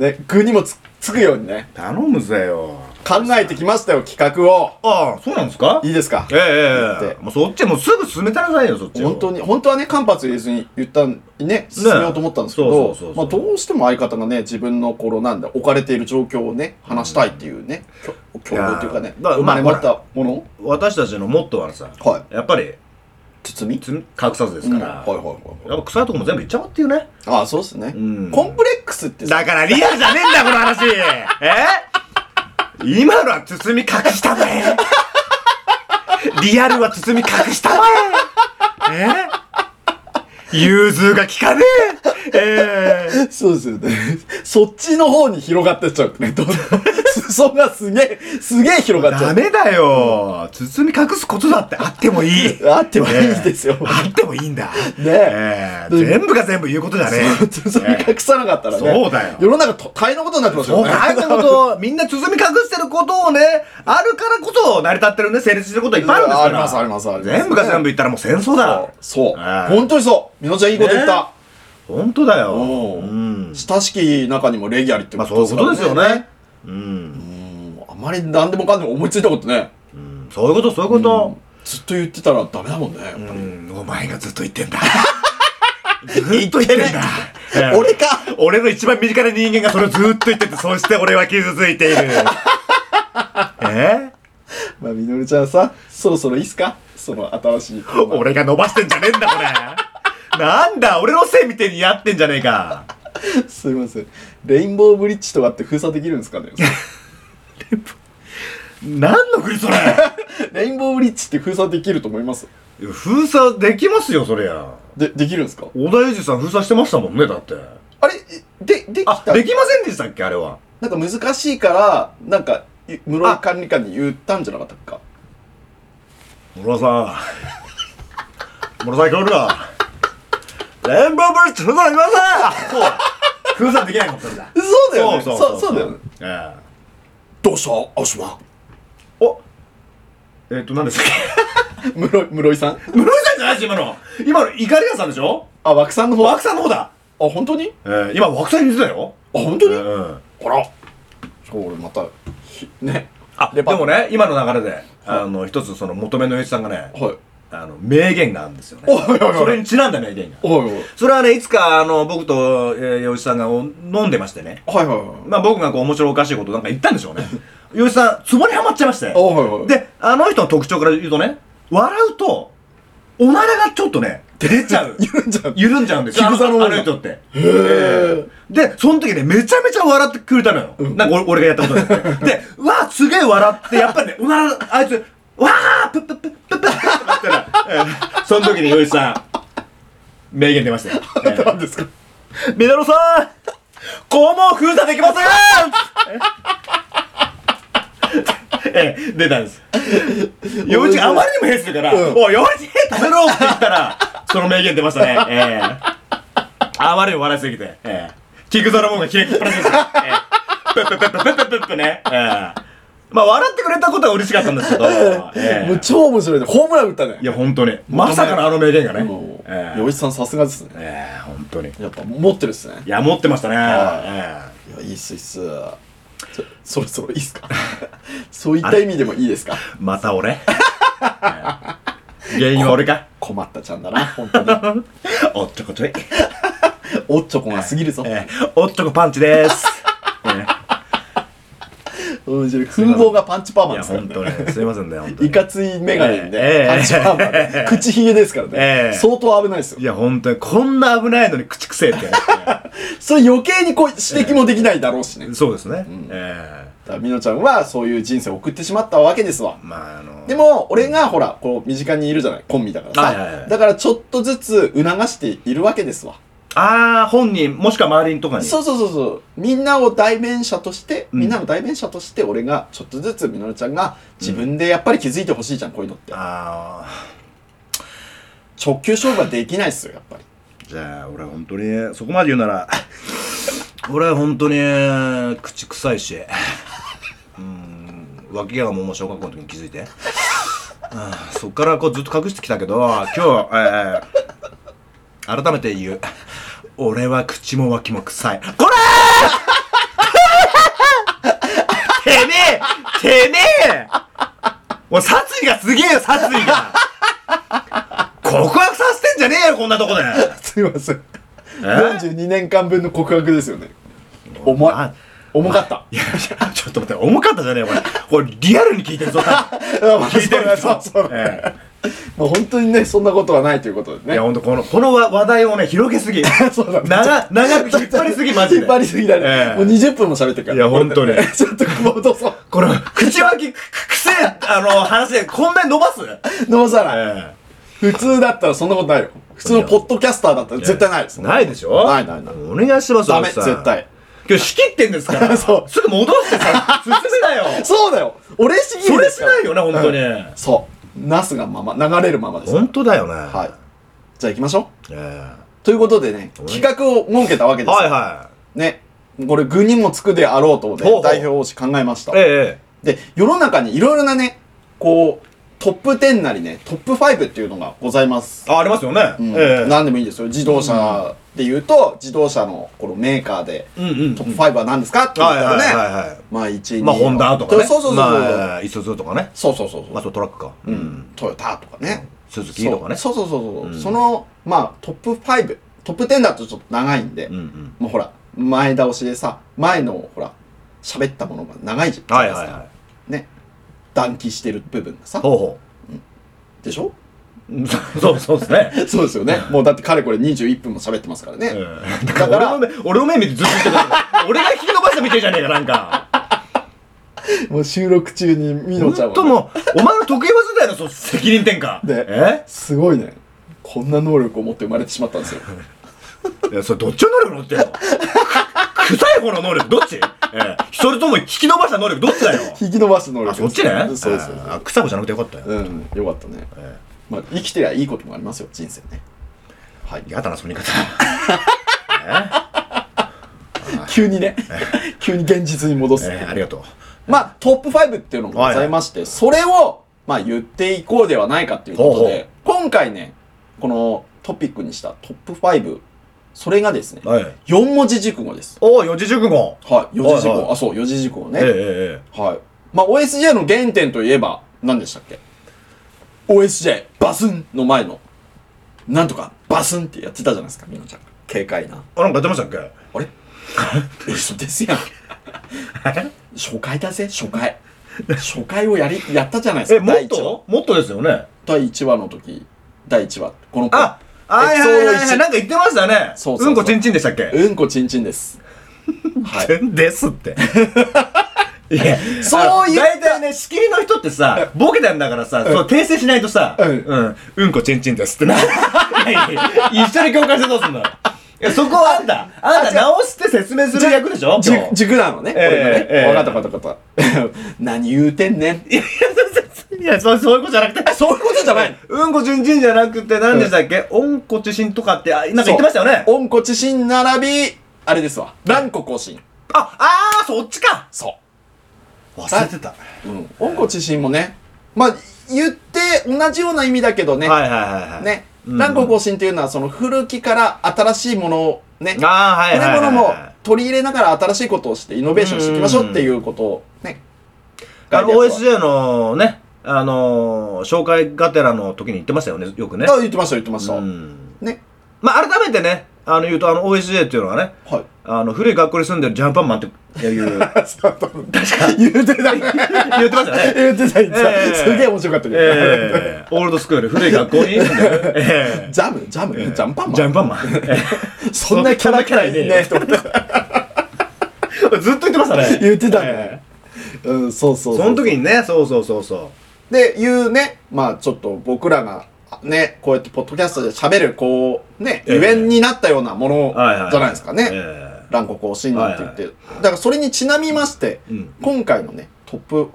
[SPEAKER 2] ね具にもつつくようにね
[SPEAKER 3] 頼むぜよ
[SPEAKER 2] 考えてきましたよ企画を
[SPEAKER 3] ああそうなんですか
[SPEAKER 2] いいですか
[SPEAKER 3] えええ
[SPEAKER 2] 言っ
[SPEAKER 3] え
[SPEAKER 2] て
[SPEAKER 3] もうそっちもうすぐ進めてなさいよそっちを
[SPEAKER 2] 本当に本当はね間髪入れずに言ったんね進めようと思ったんですけ
[SPEAKER 3] そう
[SPEAKER 2] ど
[SPEAKER 3] そうそうそう
[SPEAKER 2] まあどうしても相方がね自分の頃なんで置かれている状況をね話したいっていうね強
[SPEAKER 3] いや
[SPEAKER 2] 要
[SPEAKER 3] ー
[SPEAKER 2] というかね
[SPEAKER 3] だから
[SPEAKER 2] 生まれ
[SPEAKER 3] まあ
[SPEAKER 2] 持ったもの
[SPEAKER 3] 私たちのモットーはさ
[SPEAKER 2] は
[SPEAKER 3] やっぱり
[SPEAKER 2] 包み
[SPEAKER 3] つ隠さずです
[SPEAKER 2] う
[SPEAKER 3] か
[SPEAKER 2] んはい
[SPEAKER 3] ら、
[SPEAKER 2] はいはい
[SPEAKER 3] やっぱ臭いとこも全部いっちゃおうっていうね
[SPEAKER 2] ああそうですね
[SPEAKER 3] うん
[SPEAKER 2] コンプレックスってさ
[SPEAKER 3] だからリアルじゃねえんだよこの話 え今のは包み隠したまえ リアルは包み隠したまええ融通が効かねえええ
[SPEAKER 2] そうですよねそっちの方に広がってっちゃうねどんどん裾がすげえすげえ広がっちゃ
[SPEAKER 3] ダ
[SPEAKER 2] う
[SPEAKER 3] メだよ包み隠すことだって あってもいい
[SPEAKER 2] あってもいいですよ
[SPEAKER 3] ええあってもいいんだええ
[SPEAKER 2] で
[SPEAKER 3] 全部が全部言うことじゃねえ
[SPEAKER 2] 包み隠さなかったらね、
[SPEAKER 3] ええそうだよ
[SPEAKER 2] 世の中と大変なことになってますよ
[SPEAKER 3] そう
[SPEAKER 2] ね
[SPEAKER 3] かああいうことみんな包み隠してることをねあるからこそ成り立ってるね成立してることいっぱいあるんですから
[SPEAKER 2] ありますありますあります
[SPEAKER 3] 全部が全部言ったらもう戦争だ
[SPEAKER 2] そう。
[SPEAKER 3] ええ
[SPEAKER 2] 本当にそう。みのちゃんいいこと言った。
[SPEAKER 3] 本当だよ
[SPEAKER 2] おう
[SPEAKER 3] うん
[SPEAKER 2] 親しき中にも礼儀ありって
[SPEAKER 3] ま
[SPEAKER 2] こ
[SPEAKER 3] あ
[SPEAKER 2] と
[SPEAKER 3] そういうことですよ
[SPEAKER 2] から
[SPEAKER 3] ねう
[SPEAKER 2] うんん。あまり何でもかんでも思いついたことね。
[SPEAKER 3] うんそういうことそういうこと
[SPEAKER 2] ずっと言ってたらダメだもんね。
[SPEAKER 3] うんお前がずっと言ってんだずっと言ってんだええ
[SPEAKER 2] 俺か。
[SPEAKER 3] 俺の一番身近な人間がそれをずーっと言ってて、そして俺は傷ついている。え
[SPEAKER 2] まあ、みのりちゃんさ、そろそろいいっすかその新しい。
[SPEAKER 3] 俺が伸ばしてんじゃねえんだ、これ。なんだ、俺のせいみたいにやってんじゃねえか。
[SPEAKER 2] すいません。レインボーブリッジとかって封鎖できるんですかね
[SPEAKER 3] 何のふりそれ。
[SPEAKER 2] レインボーブリッジって封鎖できると思います
[SPEAKER 3] 封鎖できますよ、そりゃ。
[SPEAKER 2] で、できるんですか
[SPEAKER 3] 小田裕二さん封鎖してましたもんね、だって。
[SPEAKER 2] あれえで、でき
[SPEAKER 3] あ、
[SPEAKER 2] た
[SPEAKER 3] できませんでしたっけ、あれは。
[SPEAKER 2] なんか難しいから、なんか、い室井管理官に言ったんじゃなかったっけか
[SPEAKER 3] 村さ ん。村さん聞こえるかレインボーブリッジ封鎖できませんそうだ。封鎖できないかもしれない。
[SPEAKER 2] そうだよね。
[SPEAKER 3] そうそう
[SPEAKER 2] そうだよね。
[SPEAKER 3] ええ。
[SPEAKER 2] どうしたアシュマ
[SPEAKER 3] おえっ、と、何ですか
[SPEAKER 2] 室井室井さん
[SPEAKER 3] 室井さんじゃないです、今の今の、怒り屋さんでしょ
[SPEAKER 2] あ、枠さんの方あ、
[SPEAKER 3] 枠さんの方だ
[SPEAKER 2] 本当に
[SPEAKER 3] えー、今、枠さんに言ってたよ
[SPEAKER 2] あ、本当に、
[SPEAKER 3] うん。
[SPEAKER 2] あら。そう、俺また、ひね。
[SPEAKER 3] あ、で
[SPEAKER 2] レパ
[SPEAKER 3] もね、今の流れで、あの、一つ、その、求めのゆういちさんがね、
[SPEAKER 2] はい。
[SPEAKER 3] あの、名言があるんですよね。
[SPEAKER 2] おいおいおい
[SPEAKER 3] それにちなんだ名言が。
[SPEAKER 2] おいおい。はい
[SPEAKER 3] それはね、いつか、あの、僕と、えー、洋一さんがお飲んでましてね。
[SPEAKER 2] はいはい。
[SPEAKER 3] まあ、僕がこう、面白おかしいことなんか言ったんでしょうね。洋一さん、ツボにはまっちゃいまして。
[SPEAKER 2] あ、はいはい。、
[SPEAKER 3] で、あの人の特徴から言うとね、笑うと、おならがちょっとね、出ちゃう。
[SPEAKER 2] ゆるんじゃん。
[SPEAKER 3] 緩んじゃうんですよ。
[SPEAKER 2] 菊座の
[SPEAKER 3] あ
[SPEAKER 2] 女
[SPEAKER 3] の人って。
[SPEAKER 2] ー
[SPEAKER 3] で、その時ね、めちゃめちゃ笑ってくれたのよ。なんか俺俺がやったことだって。で、うわあ、すげえ笑って、やっぱりね、うわあ、あいつ、わあ、ぷっぷっぷっぷっぷっってなったら、えー その時に、よいさん、名言出ましたよ。え ー
[SPEAKER 2] 何ですか
[SPEAKER 3] メダロさん肛門封鎖できませんええ、出たんです。洋一があまりにも変するから、
[SPEAKER 2] うん
[SPEAKER 3] おい、洋一食べろって言ったら、その名言出ましたね。ええあまりにも笑いすぎて、ええ菊座の門が開きっぱなしです。ええプップップップップップップね。ええまあ、笑ってくれたことは嬉しかったんですけど、ええ
[SPEAKER 2] もう超面白いね。ホームラン打ったね
[SPEAKER 3] い。や、本当に。まさかのあの名言がね。
[SPEAKER 2] もう、
[SPEAKER 3] ええ
[SPEAKER 2] 洋一さんさすがですね。
[SPEAKER 3] ええ本当に。い
[SPEAKER 2] やっぱ持ってるっすね。
[SPEAKER 3] や、持ってましたね。ええ
[SPEAKER 2] いや、いいっす、いいっす。そそろそろいいっすか そういった意味でもいいですか
[SPEAKER 3] また俺原因は俺か
[SPEAKER 2] 困ったちゃんだな、 本当に。
[SPEAKER 3] おっちょこちょい、
[SPEAKER 2] おっちょこが過ぎるぞ。
[SPEAKER 3] えーおっちょこパンチです、えー
[SPEAKER 2] 面白い風貌がパンチパーマ
[SPEAKER 3] い
[SPEAKER 2] ンで
[SPEAKER 3] や、
[SPEAKER 2] すか
[SPEAKER 3] ほ
[SPEAKER 2] ら
[SPEAKER 3] ん
[SPEAKER 2] ね
[SPEAKER 3] とね、すいませんね、ほんと
[SPEAKER 2] い
[SPEAKER 3] に。
[SPEAKER 2] かついメガネにね、
[SPEAKER 3] ええ
[SPEAKER 2] パンチパーマで、口ひげですからね、
[SPEAKER 3] ええ
[SPEAKER 2] 相当危ないですよ
[SPEAKER 3] い。や、ほんとに、こんな危ないのに口くせえって。
[SPEAKER 2] それ余計にこう指摘もできないだろうしね。
[SPEAKER 3] そうですね。え
[SPEAKER 2] だからみのちゃんはそういう人生を送ってしまったわけですわ
[SPEAKER 3] え。。まあ、あの。
[SPEAKER 2] で、も、俺がほら、こう、身近にいるじゃない、コンビだからさ。
[SPEAKER 3] はいはいはい
[SPEAKER 2] だから、ちょっとずつ促しているわけですわ。
[SPEAKER 3] ああ、本人、もしくは周りとかに。
[SPEAKER 2] そうそうそうそう。みんなを代弁者として、
[SPEAKER 3] うん
[SPEAKER 2] みんなの代弁者として、俺が、ちょっとずつ、みのるちゃんが、自分でやっぱり気づいてほしいじゃん、こういうのって。
[SPEAKER 3] ああ、
[SPEAKER 2] 直球勝負はできないっすよ、やっ ぱり。
[SPEAKER 3] じゃあ、俺は本当に、そこまで言うなら、 俺は本当に、口臭いし、うーん、脇毛がもう小学校の時に気づいて、あーそっからこうずっと隠してきたけど、今日、えー、改めて言う、俺は口も脇も臭い。こらー てめえてめえもう殺意がすげえよ、殺意が告白させてんじゃねえよ、こんなとこで
[SPEAKER 2] すいません。
[SPEAKER 3] え
[SPEAKER 2] 42年間分の告白ですよね。重い
[SPEAKER 3] あ。
[SPEAKER 2] 重か った。
[SPEAKER 3] いやいや、ちょっと待って、重かったじゃねえよ、これ。これ、リアルに聞いてる ぞ、多分
[SPEAKER 2] まあ
[SPEAKER 3] 聞いてる
[SPEAKER 2] そ
[SPEAKER 3] ぞ
[SPEAKER 2] うそうそう。
[SPEAKER 3] え
[SPEAKER 2] まあ本当にね、そんなことはないということ
[SPEAKER 3] え
[SPEAKER 2] で
[SPEAKER 3] いや、
[SPEAKER 2] ね。
[SPEAKER 3] ほんと、この、この話題をね、広げすぎ。
[SPEAKER 2] そうだね
[SPEAKER 3] 長、長く引っ張りすぎ、マジで。
[SPEAKER 2] 引っ張りすぎだね。もう
[SPEAKER 3] ええ
[SPEAKER 2] 20分も喋ってるから。
[SPEAKER 3] いや本当に
[SPEAKER 2] ちょっと戻そう。
[SPEAKER 3] この、口脇く、くくせえ、あの、話で、こんなに伸ばす
[SPEAKER 2] ノーザラ。
[SPEAKER 3] え
[SPEAKER 2] 普通だったらそんなことないよ。普通のポッドキャスターだったら
[SPEAKER 3] え
[SPEAKER 2] 絶対ないです。
[SPEAKER 3] ないでしょ
[SPEAKER 2] ないないない。
[SPEAKER 3] お願いしますよ、
[SPEAKER 2] ダメ、
[SPEAKER 3] 奥さん
[SPEAKER 2] 絶対。。
[SPEAKER 3] 今日仕切ってんですか ら。
[SPEAKER 2] そう
[SPEAKER 3] すぐ戻してさ、進めな よ。
[SPEAKER 2] そうだよ俺主義
[SPEAKER 3] それ
[SPEAKER 2] で
[SPEAKER 3] し
[SPEAKER 2] すから
[SPEAKER 3] ないよね、ほんとに。
[SPEAKER 2] そう。ナスがまま、流れるままです。
[SPEAKER 3] ほ
[SPEAKER 2] はい。
[SPEAKER 3] んとだよね。
[SPEAKER 2] じゃあ行きましょう。
[SPEAKER 3] ええ
[SPEAKER 2] ということでね、
[SPEAKER 3] 俺
[SPEAKER 2] 企画を設けたわけですよ。
[SPEAKER 3] はいは
[SPEAKER 2] ね、これ具にもつくであろうとね
[SPEAKER 3] ほうほう
[SPEAKER 2] 代表推し考えました
[SPEAKER 3] い。。え
[SPEAKER 2] で、世の中にいろいろなね、こう、トップ10なりね、トップ5っていうのがございます。
[SPEAKER 3] え。あ、ありますよね。
[SPEAKER 2] うん
[SPEAKER 3] ええ。
[SPEAKER 2] 何でもいいですよ。自動車で言うと、自動車のこのメーカーで、
[SPEAKER 3] うんうんうん
[SPEAKER 2] トップ5は何ですかって言っ
[SPEAKER 3] はい
[SPEAKER 2] た
[SPEAKER 3] は
[SPEAKER 2] ら
[SPEAKER 3] い
[SPEAKER 2] ね、
[SPEAKER 3] はいはい。
[SPEAKER 2] まあ1位、
[SPEAKER 3] まあ、
[SPEAKER 2] 2位
[SPEAKER 3] ホンダとかね。
[SPEAKER 2] そうそうそうそう。
[SPEAKER 3] まあ、イソズとかね。
[SPEAKER 2] そうそうそうそう。
[SPEAKER 3] まあ、そうトラックか。
[SPEAKER 2] う。ん、トヨタとかね。
[SPEAKER 3] スズキとかね。
[SPEAKER 2] そうそうそうそう、
[SPEAKER 3] うん
[SPEAKER 2] その、まあトップ5、トップ10だとちょっと長いんで、
[SPEAKER 3] うんうん。
[SPEAKER 2] もうほら、前倒しでさ、前のほら、喋ったものが長いじゃな
[SPEAKER 3] はいい
[SPEAKER 2] ですか。
[SPEAKER 3] はいはい。
[SPEAKER 2] ね。断気してる部分がさ。
[SPEAKER 3] ほうほ
[SPEAKER 2] でしょ
[SPEAKER 3] う。そうそうです ね。
[SPEAKER 2] そうですよね。もうだってかれこれ21分も喋ってますからね。
[SPEAKER 3] うん
[SPEAKER 2] だ
[SPEAKER 3] だ
[SPEAKER 2] か
[SPEAKER 3] からら、俺の目、俺の目見てずっと言ってた。俺が引き伸ばしたみてえじゃねえか、なんか。
[SPEAKER 2] もう収録中にみ
[SPEAKER 3] ほ
[SPEAKER 2] の
[SPEAKER 3] ん
[SPEAKER 2] ちゃんはね、
[SPEAKER 3] ともう、お前の得意技だよな、そう責任転嫁。
[SPEAKER 2] で
[SPEAKER 3] え
[SPEAKER 2] すごいね。こんな能力を持って生まれてしまったんですよ。
[SPEAKER 3] いや、それどっちの能力持ってんの臭い方の能力、どっちええ。それとも引き伸ばした能力、どっちだよ。
[SPEAKER 2] 引き伸ばす能力
[SPEAKER 3] あ、そ
[SPEAKER 2] で
[SPEAKER 3] っ
[SPEAKER 2] す
[SPEAKER 3] ちね。
[SPEAKER 2] そうそう
[SPEAKER 3] あ、臭い方じゃなくてよかった
[SPEAKER 2] そう。
[SPEAKER 3] よ。
[SPEAKER 2] うん。よかったね。
[SPEAKER 3] え
[SPEAKER 2] まあ、生きてりゃいいこともありますよ、人生ね。はい
[SPEAKER 3] え。やだな、その言い方。
[SPEAKER 2] 急にね、急に現実に戻す。
[SPEAKER 3] ええ、ありがとう。
[SPEAKER 2] まあ、トップ5っていうのがございまして、それを、まあ、言っていこうではないかっていうことで、今回ね、このトピックにしたトップ5、それがですね、
[SPEAKER 3] はい。
[SPEAKER 2] 4文字熟語です。
[SPEAKER 3] おお、四字熟語。
[SPEAKER 2] はい、四字熟
[SPEAKER 3] はいは
[SPEAKER 2] 語。
[SPEAKER 3] い
[SPEAKER 2] あ、そう、四字熟語
[SPEAKER 3] えええ
[SPEAKER 2] ね。
[SPEAKER 3] ええ
[SPEAKER 2] はい。まあ、OSJ の原点といえば、何でしたっけ ?OSJ、バスンの前の、なんとか、バスンってやってたじゃないですか、みのちゃんが。軽快な。
[SPEAKER 3] え。あ、なんかやってましたっけ
[SPEAKER 2] あれ 嘘ですやん。初回だぜ、初回。初回をやり、やったじゃないです
[SPEAKER 3] え、
[SPEAKER 2] か。
[SPEAKER 3] も
[SPEAKER 2] 第
[SPEAKER 3] っ
[SPEAKER 2] 1話
[SPEAKER 3] ともっとですよね。
[SPEAKER 2] 第1話の時、第1話。この子。
[SPEAKER 3] あ、はいはいはいはい。なんか言ってましたね。
[SPEAKER 2] そうそうそう
[SPEAKER 3] うんこちんちんでしたっけ
[SPEAKER 2] うんこちんちんです。はい。
[SPEAKER 3] ですって。 いや、
[SPEAKER 2] そういった
[SPEAKER 3] あの大体ね、仕切りの人ってさ、ボケたんだからさ、そう、訂正しないとさ、
[SPEAKER 2] うん
[SPEAKER 3] うん、うんこちんちんですってな。 いやいや一緒に共感してどうすんのいや、そこはあんた、あんた直して説明する役でしょ
[SPEAKER 2] じゅ
[SPEAKER 3] 今日
[SPEAKER 2] 塾なのね。こ
[SPEAKER 3] ええ
[SPEAKER 2] れがね。
[SPEAKER 3] ええ
[SPEAKER 2] わかったわかったわかった。 何言うてんねん。
[SPEAKER 3] いや、そう、そういうことじゃなくて。
[SPEAKER 2] そういうことじゃない。
[SPEAKER 3] うんこちんちんじゃなくて、何でしたっけ、おんこちしんとかって、あなんか言ってましたよね。
[SPEAKER 2] おんこちしん並び、あれですわ。乱子更新。
[SPEAKER 3] あ、あー、そっちか
[SPEAKER 2] そ
[SPEAKER 3] 忘れてた。は
[SPEAKER 2] う。うん。おんこちしんもね。まあ、言って同じような意味だけどね。
[SPEAKER 3] いはいはいはい。
[SPEAKER 2] ね。
[SPEAKER 3] うん
[SPEAKER 2] 乱高更新っていうのは、その古きから新しいものをね、
[SPEAKER 3] ああ、はい
[SPEAKER 2] 古
[SPEAKER 3] はいい
[SPEAKER 2] もの
[SPEAKER 3] はい
[SPEAKER 2] も
[SPEAKER 3] はい。
[SPEAKER 2] 取り入れながら新しいことをしてイノベーションしていきましょうっていうことをね。
[SPEAKER 3] あの、
[SPEAKER 2] 概念とは
[SPEAKER 3] OSJ のね、あのー、紹介がてらの時に言ってましたよね、よくね。
[SPEAKER 2] あ言ってました、言ってました。
[SPEAKER 3] うん
[SPEAKER 2] ね。
[SPEAKER 3] まあ、改めてね、あの、言うと、あの、OSJ っていうのはね、
[SPEAKER 2] はい。
[SPEAKER 3] あの、古い学校に住んでるジャンパンマンっていう 言って
[SPEAKER 2] 確か言ってた。
[SPEAKER 3] ましたよね。
[SPEAKER 2] 言ってた、言って
[SPEAKER 3] ええ
[SPEAKER 2] た。すげえ面白かったけど。
[SPEAKER 3] えー、オールドスクール、古い学校に住んでる。え
[SPEAKER 2] ジャムジャムジ
[SPEAKER 3] ー
[SPEAKER 2] ャンパンマン
[SPEAKER 3] ジャンパンマン。
[SPEAKER 2] そんなキャラクターいねえ
[SPEAKER 3] そ ずっと 言ってましたね。
[SPEAKER 2] 言ってた
[SPEAKER 3] え
[SPEAKER 2] ね。うん、そうそう
[SPEAKER 3] ー。
[SPEAKER 2] うう
[SPEAKER 3] その時にね、そうそうそうそ
[SPEAKER 2] で、いうね、まあちょっと僕らが、ね、こうやってポッドキャストで喋る、こう、ね、
[SPEAKER 3] ええ
[SPEAKER 2] ゆえんになったようなもの
[SPEAKER 3] はいはい
[SPEAKER 2] じゃないですか
[SPEAKER 3] う。
[SPEAKER 2] ね。
[SPEAKER 3] え
[SPEAKER 2] 乱国を信念って言って。だからそれにちなみまして、
[SPEAKER 3] ーうん。
[SPEAKER 2] 今回のね、トップ5、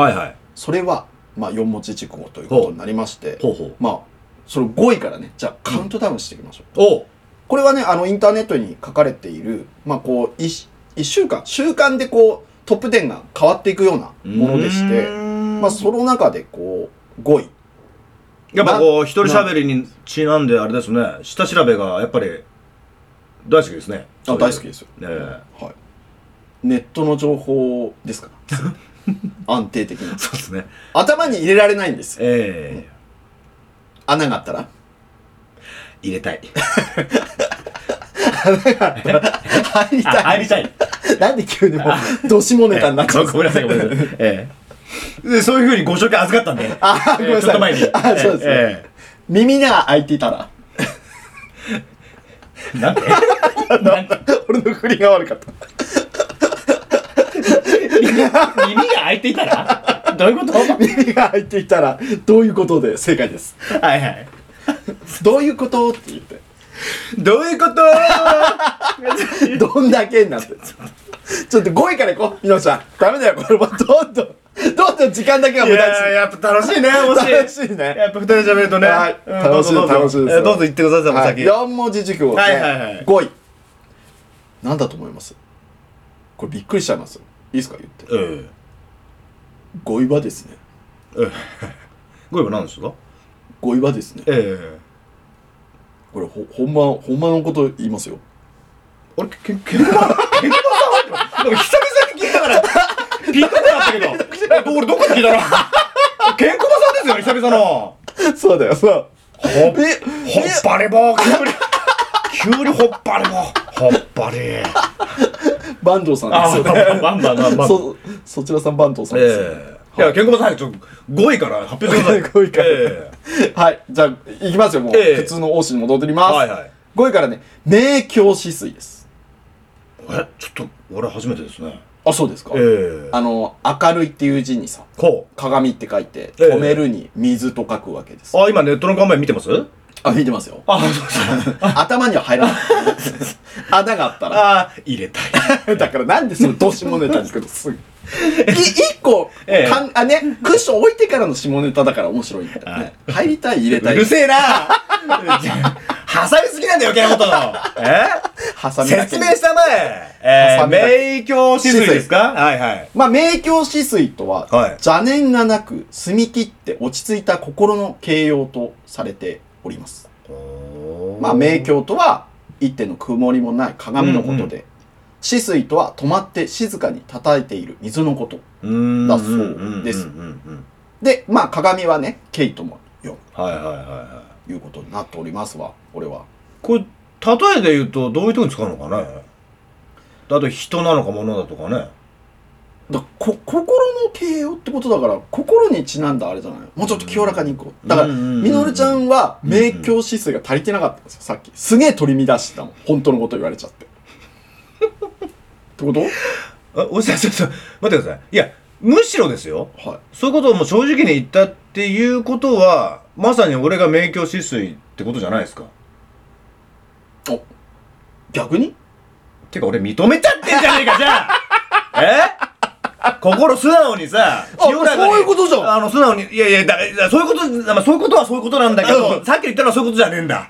[SPEAKER 3] はいはい。
[SPEAKER 2] それは、まあ4文字熟語ということになりまして、
[SPEAKER 3] ほうほう。
[SPEAKER 2] まあ、それ5位からね、じゃあカウントダウンしていきましょう。
[SPEAKER 3] おう
[SPEAKER 2] これはね、あの、インターネットに書かれている、まあ、こう、一一週間、週間でこう、トップ10が変わっていくようなものでして、ま
[SPEAKER 3] ま
[SPEAKER 2] あ、その中でこう、5位。
[SPEAKER 3] やっぱこう、一人喋りにちなんであれですね、下調べがやっぱり大好きですね。
[SPEAKER 2] あ、大好きですよ。
[SPEAKER 3] ねえ
[SPEAKER 2] はい。ネットの情報ですから。 安定的に。
[SPEAKER 3] そうですね。
[SPEAKER 2] 頭に入れられないんですよ。
[SPEAKER 3] え
[SPEAKER 2] 穴があったら。
[SPEAKER 3] え入れたい。
[SPEAKER 2] 入り
[SPEAKER 3] あ、
[SPEAKER 2] た
[SPEAKER 3] 入
[SPEAKER 2] い。
[SPEAKER 3] りたい。
[SPEAKER 2] なんで急にもう、どしもネタになっちゃう。
[SPEAKER 3] ごめんなさい、ごめんなさい。ええでそういうふうにご紹介預かったんで。
[SPEAKER 2] あ、ごめんな
[SPEAKER 3] ちょ
[SPEAKER 2] さ
[SPEAKER 3] っと前
[SPEAKER 2] い
[SPEAKER 3] に。。
[SPEAKER 2] あ、そうですね。
[SPEAKER 3] え
[SPEAKER 2] 耳が開いていたら。
[SPEAKER 3] えなんて なんて
[SPEAKER 2] 俺の振りが悪かった。
[SPEAKER 3] 耳が開いていたらどういうことは
[SPEAKER 2] 耳が開いていたら、どういうことで正解です。
[SPEAKER 3] いはい。
[SPEAKER 2] どういうことって言って。
[SPEAKER 3] どういうこと
[SPEAKER 2] どんだけになってる。ちょっと5位からいこう、みのちゃん。ダメだよ、これもうどんどん、どんどん時間だけが
[SPEAKER 3] い
[SPEAKER 2] 無駄に
[SPEAKER 3] ややっぱ楽しいね、面白い。
[SPEAKER 2] 楽しいね。
[SPEAKER 3] やっぱ二人で喋るとね、
[SPEAKER 2] はい
[SPEAKER 3] うん
[SPEAKER 2] 楽しい
[SPEAKER 3] どうぞどう
[SPEAKER 2] 楽し
[SPEAKER 3] ぞ
[SPEAKER 2] いですよ
[SPEAKER 3] えどうぞ言ってください、
[SPEAKER 2] はい、
[SPEAKER 3] お先。
[SPEAKER 2] 4文字熟語、ね
[SPEAKER 3] はいはいはい
[SPEAKER 2] 5位。なんだと思いますこれびっくりしちゃいますよ。いいですか言って。
[SPEAKER 3] うん。
[SPEAKER 2] 語彙はですね。
[SPEAKER 3] ごいは何ですか
[SPEAKER 2] 語彙はですね。
[SPEAKER 3] ええ。
[SPEAKER 2] これほ、ほんま、ほんまのこと言います よ。
[SPEAKER 3] あれ、け、け、けんこさん入ってますなんか久々に聞いたから、ピンとこなかったけど、 え俺どこで聞いたのけんこばさんですよね、久々の。
[SPEAKER 2] そうだよ、そう。
[SPEAKER 3] ほっ、
[SPEAKER 2] え、
[SPEAKER 3] ほっぱれぼ急に、急にほっぱれぼほっぱれ。
[SPEAKER 2] バンドさんですよね。
[SPEAKER 3] バンバンバンバ ン。
[SPEAKER 2] そそちらさん番頭さんですよね、
[SPEAKER 3] ええ。いや、けんこばさん、ちょっと5位から発表してくだ さい。
[SPEAKER 2] 5位から
[SPEAKER 3] え
[SPEAKER 2] はいじゃあいきますよもう、
[SPEAKER 3] ええ
[SPEAKER 2] 普通の王子に戻ってりま
[SPEAKER 3] え。
[SPEAKER 2] す、
[SPEAKER 3] はいはい。
[SPEAKER 2] 5位からね明鏡止水です
[SPEAKER 3] え、ちょっと、俺初めてですね。
[SPEAKER 2] あそうですか、
[SPEAKER 3] ええ。
[SPEAKER 2] あの明るいっていう字にさ
[SPEAKER 3] こ
[SPEAKER 2] 鏡って書いて
[SPEAKER 3] ええ
[SPEAKER 2] 止めるに水と書くわけです、
[SPEAKER 3] う。あ、今ネットの画面見てます
[SPEAKER 2] あ見てますよ
[SPEAKER 3] あ、そうそう。
[SPEAKER 2] 頭には入らない穴があったら
[SPEAKER 3] あ、入れたい。
[SPEAKER 2] だからなんでそのど下ネタにするのすぐい一個、
[SPEAKER 3] ええ
[SPEAKER 2] かんあね、クッション置いてからの下ネタだから面白いんだよね。入りたい入れた
[SPEAKER 3] う
[SPEAKER 2] い
[SPEAKER 3] るせえな挟みすぎなんだよ、ケンコと。 え
[SPEAKER 2] 挟みだけ
[SPEAKER 3] 説明したまえ。え
[SPEAKER 2] 挟みだ
[SPEAKER 3] ー、明鏡止水ですかはいはい。
[SPEAKER 2] まあ、明鏡止水とは、
[SPEAKER 3] はい
[SPEAKER 2] 邪念がなく、澄み切って落ち着いた心の形容とされております。まあ、明鏡とは、一点の曇りもない鏡のことで、止水とは止まって静かに叩いている水のこと。
[SPEAKER 3] 鏡
[SPEAKER 2] だそうですで、まあ、鏡はね、ケイともよ、
[SPEAKER 3] はいはいはいは
[SPEAKER 2] い
[SPEAKER 3] い。
[SPEAKER 2] うことになっておりますわ、俺は。
[SPEAKER 3] これ、例えで言うと、どういうとこに使うのかねだと人なのか物だとかね。
[SPEAKER 2] だこ心の形容ってことだから、心にちなんだあれじゃないもうちょっと清らかにいこう。だから、み
[SPEAKER 3] み
[SPEAKER 2] のるちゃんは
[SPEAKER 3] うんうん
[SPEAKER 2] 明鏡指数が足りてなかったんですよ、さっき。すげえ取り乱してたもん。本当のこと言われちゃって。ってこと
[SPEAKER 3] あ、おじさん、ちょっと、待ってください。いや、むしろですよ。
[SPEAKER 2] はい。
[SPEAKER 3] そういうことをもう正直に言ったっていうことは、まさに俺が明鏡止水ってことじゃないですか。
[SPEAKER 2] 逆に
[SPEAKER 3] てか俺認めちゃってんじゃねえか、じゃあえ心素直にさ、
[SPEAKER 2] そういうことじゃん
[SPEAKER 3] あの、素直に、いやいや、だだそういうこと、まあ、そういうことはそういうことなんだけ
[SPEAKER 2] う
[SPEAKER 3] ど、
[SPEAKER 2] ん
[SPEAKER 3] さっき言ったのはそういうことじゃねえんだ。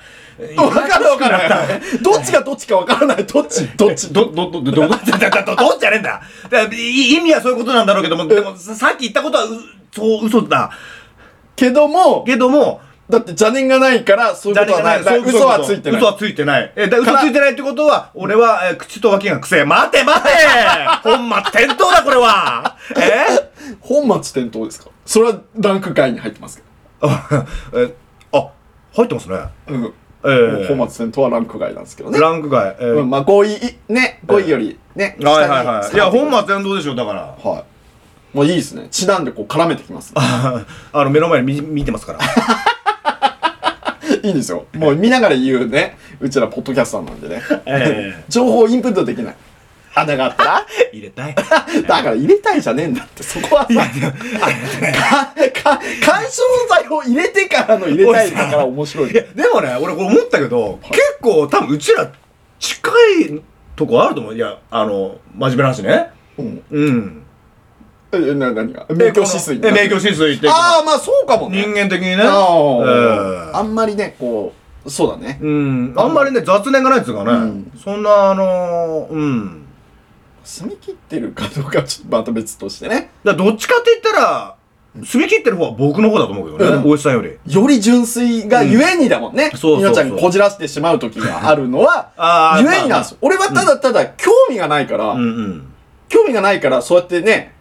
[SPEAKER 2] わかるわかる。 どっちがどっちかわからない。どっちどっち
[SPEAKER 3] ど、ど、ど、ど、ど、ど、ど、ど、どうじゃねえんだ。だからい意味はそういうことなんだろうけども、でも、ささっき言ったことは、う、そう、嘘だ。
[SPEAKER 2] けども、
[SPEAKER 3] けども、
[SPEAKER 2] だって邪念がないから、そういうことはない。だから嘘はついてない
[SPEAKER 3] 嘘。はついてない。え、だ嘘
[SPEAKER 2] から
[SPEAKER 3] ついてないってことは、俺は、えー口と脇が癖。待て待て本末転倒だ、これはえ
[SPEAKER 2] 本末転倒ですかそれはランク外に入ってますけ
[SPEAKER 3] あ、えあ入ってますね。
[SPEAKER 2] ど。うん。
[SPEAKER 3] え
[SPEAKER 2] 本末戦とはランク外なんですけどね。
[SPEAKER 3] ランク外。ええ
[SPEAKER 2] うんまあ5位い、ね、5位よりね、下に
[SPEAKER 3] はいはいはい。いや、
[SPEAKER 2] 下がって
[SPEAKER 3] 本末転倒でしょ、だから。
[SPEAKER 2] はい。もういいですね。血なんでこう絡めてき ます、
[SPEAKER 3] あの、目の前に見見てますから。
[SPEAKER 2] いいんですよ。もう見ながら言うね、うちらポッドキャスターなんでね。
[SPEAKER 3] ええ
[SPEAKER 2] 情報をインプットできない。穴があった ら
[SPEAKER 3] 入れたい。
[SPEAKER 2] だから入れたいじゃねえんだって、そこはさ、か、か、干渉剤を入れてからの入れたいだから面白い
[SPEAKER 3] い。や、でもね、俺これ思ったけど、結構多分うちら近いとこあると思う。いや、あの、真面目な話ね。
[SPEAKER 2] うん。
[SPEAKER 3] うん。
[SPEAKER 2] え、な、何が免許指数
[SPEAKER 3] えこのえ免許指数って。
[SPEAKER 2] ああ、まあそうかもね。
[SPEAKER 3] 人間的にね。
[SPEAKER 2] あ
[SPEAKER 3] え
[SPEAKER 2] あ。あんまりね、こう、そうだね
[SPEAKER 3] え。うん。あんまりね、雑念がないっつうかね。
[SPEAKER 2] うん
[SPEAKER 3] そんな、あのーうん。
[SPEAKER 2] 澄み切ってるかどうかはちょっとまた別としてね。
[SPEAKER 3] だからどっちかって言ったら、澄み切ってる方は僕の方だと思うけどね。
[SPEAKER 2] うん
[SPEAKER 3] おじさんより。
[SPEAKER 2] より純粋がゆえにだもんね。
[SPEAKER 3] んそうそうそう、
[SPEAKER 2] みのちゃんがこじらせてしまう時があるのは
[SPEAKER 3] ああ
[SPEAKER 2] ゆえになんですよ。俺はただただ興味がないから、
[SPEAKER 3] うんうん。
[SPEAKER 2] 興味がないから、そうやってね、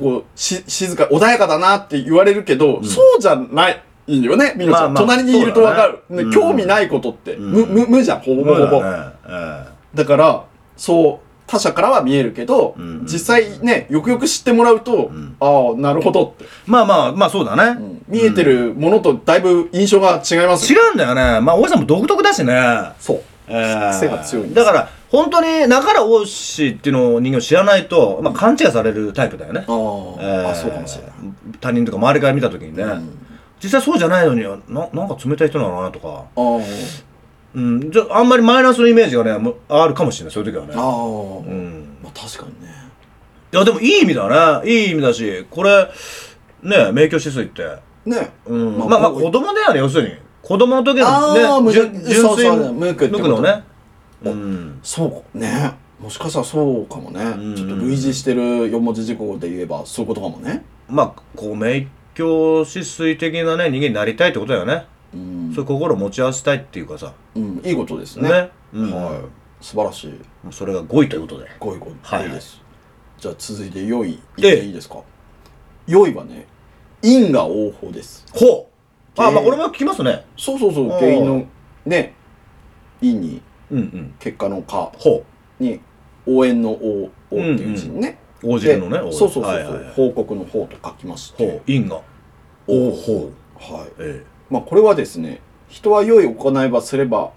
[SPEAKER 2] こう、し、静か、穏やかだなって言われるけど、そうじゃない。いいよね、みのちゃん。
[SPEAKER 3] まあまあ
[SPEAKER 2] 隣にいるとわかる、
[SPEAKER 3] そうだね
[SPEAKER 2] ね興味ないことって、
[SPEAKER 3] ん
[SPEAKER 2] 無、無、無じゃん、ほぼほぼ。
[SPEAKER 3] そうだね。ええ
[SPEAKER 2] だから、そう、他者からは見えるけど、
[SPEAKER 3] うん
[SPEAKER 2] 実際ね、よくよく知ってもらうと、
[SPEAKER 3] ん
[SPEAKER 2] ああ、なるほどって、
[SPEAKER 3] まあまあ、まあそうだね。
[SPEAKER 2] 見えてるものとだいぶ印象が違います
[SPEAKER 3] 違
[SPEAKER 2] よ。
[SPEAKER 3] うんだよね。まあ、大井さんも独特だしね。
[SPEAKER 2] そう。
[SPEAKER 3] えー
[SPEAKER 2] 癖が強いんです
[SPEAKER 3] だから、本当に中原大志っていうのを人間を知らないと、まあ、勘違いされるタイプだよね。
[SPEAKER 2] あ
[SPEAKER 3] え
[SPEAKER 2] ー、
[SPEAKER 3] ー
[SPEAKER 2] あ、そうかもしれない。。
[SPEAKER 3] 他人とか周りから見た時にね、実際そうじゃないのに、ななんか冷たい人なのかなとか、
[SPEAKER 2] あー
[SPEAKER 3] うん、じゃああんまりマイナスのイメージがね、もうあるかもしれない、そういう時はね。
[SPEAKER 2] あ
[SPEAKER 3] う
[SPEAKER 2] ー、
[SPEAKER 3] ん。
[SPEAKER 2] まあ確かにね。
[SPEAKER 3] いや、でもいい意味だね。いい意味だし、これ、ね、名教指数って。
[SPEAKER 2] ね。
[SPEAKER 3] うん。
[SPEAKER 2] まあ
[SPEAKER 3] まあまあ、
[SPEAKER 2] こう
[SPEAKER 3] 子供だよね、要するに。子供の時
[SPEAKER 2] あー
[SPEAKER 3] の
[SPEAKER 2] 無
[SPEAKER 3] ね、
[SPEAKER 2] 純
[SPEAKER 3] 純
[SPEAKER 2] そう
[SPEAKER 3] 純粋
[SPEAKER 2] そう無垢ってこと
[SPEAKER 3] 無垢のね。
[SPEAKER 2] お
[SPEAKER 3] うん。
[SPEAKER 2] そうね。もしかしたらそうかもね。
[SPEAKER 3] ん
[SPEAKER 2] ちょっと類似してる四文字熟語で言えば、そういうことかもね。
[SPEAKER 3] まあ、こう、名教止水的なね、人間になりたいってことだよね。
[SPEAKER 2] うん。
[SPEAKER 3] そういう心を持ち合わせたいっていうかさ。
[SPEAKER 2] うん、いいことですね。
[SPEAKER 3] ね。うん。
[SPEAKER 2] はい。素晴らしい。
[SPEAKER 3] それが5位ということで。
[SPEAKER 2] ごいごい。
[SPEAKER 3] はい
[SPEAKER 2] です。じゃあ続いて良い。いっ
[SPEAKER 3] ええ
[SPEAKER 2] ていいですか良いはね、因果応報です。
[SPEAKER 3] ほうあ、
[SPEAKER 2] 原因
[SPEAKER 3] まあ、これも聞きますね。
[SPEAKER 2] そうそうそう、
[SPEAKER 3] あー
[SPEAKER 2] 原因の、ね、因に、
[SPEAKER 3] うんうん。
[SPEAKER 2] 結果の果
[SPEAKER 3] ほ
[SPEAKER 2] に、応援の応、応っていう字にね。
[SPEAKER 3] う。応じ
[SPEAKER 2] で
[SPEAKER 3] るのね。応じ
[SPEAKER 2] そうそうそうそう、
[SPEAKER 3] はいはいはい
[SPEAKER 2] 報告の方と書きまし
[SPEAKER 3] ほう
[SPEAKER 2] て。。
[SPEAKER 3] 因果。応報。
[SPEAKER 2] はい。
[SPEAKER 3] え
[SPEAKER 2] まあ、これはですね人は良い行いばすれば、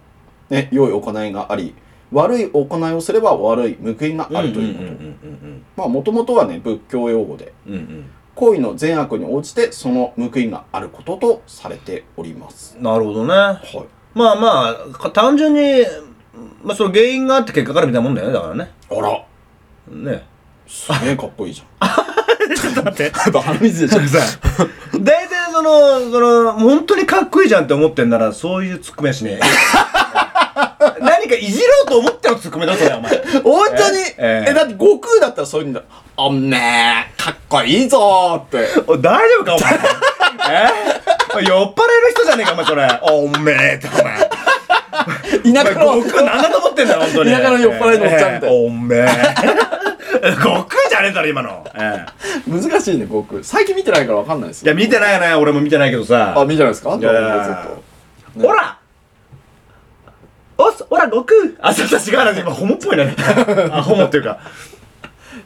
[SPEAKER 2] ね、良い行いがあり悪い行いをすれば悪い報いが
[SPEAKER 3] え。
[SPEAKER 2] あるということ、
[SPEAKER 3] うんうんうん
[SPEAKER 2] まあもともとはね仏教用語で
[SPEAKER 3] うんうん。うん
[SPEAKER 2] 行為の善悪に応じてその報いがあることとされております
[SPEAKER 3] うん。なるほどね。
[SPEAKER 2] はい
[SPEAKER 3] まあまあか、単純に、まあその原因があって結果からみたいなもんだよね、だからね。
[SPEAKER 2] あら
[SPEAKER 3] ね。
[SPEAKER 2] すげえかっこいいじゃん ちょっと待って鼻水でちょっと
[SPEAKER 3] 大体その、その、本当にかっこいいじゃんって思ってんなら、そういうツッコミはしねえ。 何かいじろうと思ってのツッコミだ、それ、お前。
[SPEAKER 2] 本当に
[SPEAKER 3] ええ
[SPEAKER 2] えだって悟空だったらそういうんだ「おめえかっこいいぞ」って
[SPEAKER 3] お大丈夫か、お前。えお前酔っ払える人じゃねえか、お前、それ。おめえって、お前。
[SPEAKER 2] 田舎の
[SPEAKER 3] お前悟空なんだと思ってんだよ、本当に。
[SPEAKER 2] 田舎の酔っ払いのおっちゃんみたいな
[SPEAKER 3] ええおめえ。悟空じゃねえ だろ、今の。ええ
[SPEAKER 2] 難しいね悟空最近見てないからわかんないです
[SPEAKER 3] いや、見てないよね、俺も見てないけどさ。
[SPEAKER 2] あ、見じゃないですか
[SPEAKER 3] いやいやいや
[SPEAKER 2] ずっと
[SPEAKER 3] オラおす、オラ悟空あ、そうそう、違うな、今、ホモっぽいな。あ、ホモっていうか。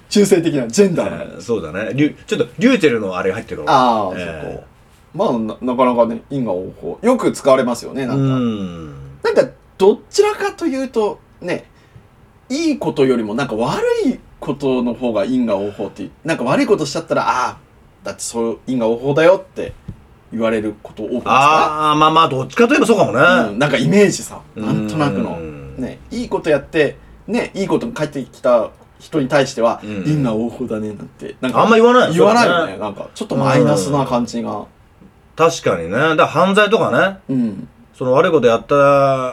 [SPEAKER 2] 中性的なジェンダーな、
[SPEAKER 3] そうだね。リュちょっと、リューチェルのあれが入ってるから。
[SPEAKER 2] ああ、
[SPEAKER 3] ええ
[SPEAKER 2] そこまあななかなかね因果応報よく使われますよねなん
[SPEAKER 3] う
[SPEAKER 2] か、
[SPEAKER 3] ん。
[SPEAKER 2] なんかどちらかというとねいいことよりもなんか悪いことの方が因果応報っていうなんか悪いことしちゃったらああだってそう因果応報だよって言われること多くないですか
[SPEAKER 3] ああ、まあまあ、どっちかといえばそうかも
[SPEAKER 2] う
[SPEAKER 3] ね。
[SPEAKER 2] ん、なんかイメージさ
[SPEAKER 3] うん
[SPEAKER 2] なんとなくの、ね、いいことやってねいいことが返ってきた人に対しては、
[SPEAKER 3] うん
[SPEAKER 2] 因果応報だねなんてなんか
[SPEAKER 3] あんま言わないよね
[SPEAKER 2] 言わないよ
[SPEAKER 3] そうだ
[SPEAKER 2] ね
[SPEAKER 3] ね
[SPEAKER 2] なんかちょっとマイナスな感じが
[SPEAKER 3] 確かにね。だから犯罪とかね、
[SPEAKER 2] うん
[SPEAKER 3] その悪いことやった、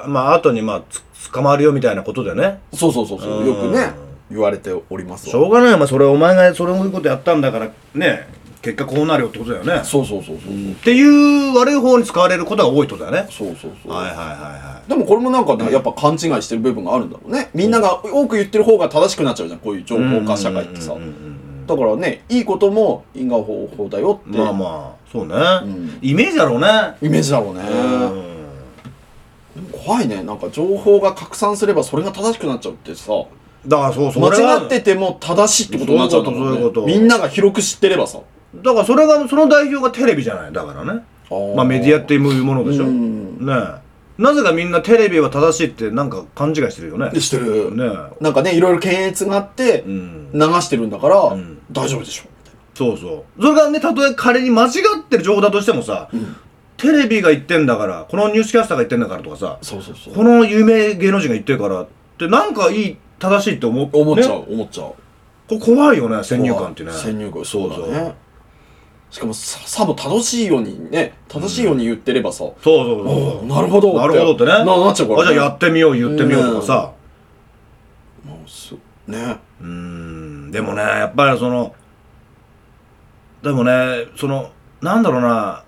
[SPEAKER 3] まあ、後に、まあ、つ捕まるよみたいなことでね。
[SPEAKER 2] そうそうそうそううんよくね言われております
[SPEAKER 3] し
[SPEAKER 2] わ
[SPEAKER 3] ょうがないよ、まあ、それ、お前が、それをいうことやったんだから、ね、結果こうなるよってことだよね。
[SPEAKER 2] そうそうそうそう
[SPEAKER 3] っていう悪い方に使われることが多いってことだよね。
[SPEAKER 2] そうそうそう、
[SPEAKER 3] はいはいはいはい。
[SPEAKER 2] でもこれもなんかねやっぱ勘違いしてる部分があるんだろうねみんなが多く言ってる方が正しくなっちゃうじゃんこういう情報化社会ってさ
[SPEAKER 3] うんうんうん
[SPEAKER 2] だからねいいことも因果応報だよっ
[SPEAKER 3] うん
[SPEAKER 2] て、
[SPEAKER 3] まあまあ、そうね、
[SPEAKER 2] うん
[SPEAKER 3] イメージだろうね。
[SPEAKER 2] イメージだろうね、
[SPEAKER 3] うん
[SPEAKER 2] こ怖いねなんか情報が拡散すればそれが正しくなっちゃうってさ
[SPEAKER 3] だからそう、それ
[SPEAKER 2] 間
[SPEAKER 3] は
[SPEAKER 2] 違ってても正しいってことになっちゃうと
[SPEAKER 3] そういうことそういうこと
[SPEAKER 2] みんなが広く知ってればさ
[SPEAKER 3] だからそれが、その代表がテレビじゃない。だからね。まあメディアっていうものでしょ。
[SPEAKER 2] う
[SPEAKER 3] ね
[SPEAKER 2] ん
[SPEAKER 3] え。なぜかみんなテレビは正しいってなんか勘違いしてるよね。ね
[SPEAKER 2] してる
[SPEAKER 3] え。
[SPEAKER 2] なんかねいろいろ検閲があって
[SPEAKER 3] うん
[SPEAKER 2] 流。してるんだから、
[SPEAKER 3] ん
[SPEAKER 2] 大丈夫でしょみたいな
[SPEAKER 3] そうそう。それがね、たとえ仮に間違ってる情報だとしてもさ、テレビが言ってんだから、このニュースキャスターが言ってんだからとかさ、
[SPEAKER 2] そうそうそ
[SPEAKER 3] この有名芸能人が言ってるからって、なんかいい、正しいって思
[SPEAKER 2] 思っちゃう、
[SPEAKER 3] ね
[SPEAKER 2] 思っちゃう
[SPEAKER 3] これ怖いよね、先入観ってね。
[SPEAKER 2] 先入観そうだね
[SPEAKER 3] そうそう
[SPEAKER 2] しかもささも正しいようにね正しいように言ってればさ、
[SPEAKER 3] そうそう
[SPEAKER 2] お
[SPEAKER 3] そう
[SPEAKER 2] なるほど
[SPEAKER 3] う。なるほどってね。
[SPEAKER 2] ななっちゃうから、ね、
[SPEAKER 3] あ、じゃあやってみよう、言ってみようとかさ。
[SPEAKER 2] もうそうね
[SPEAKER 3] うーんでもねやっぱりそのでもねそのなんだろうな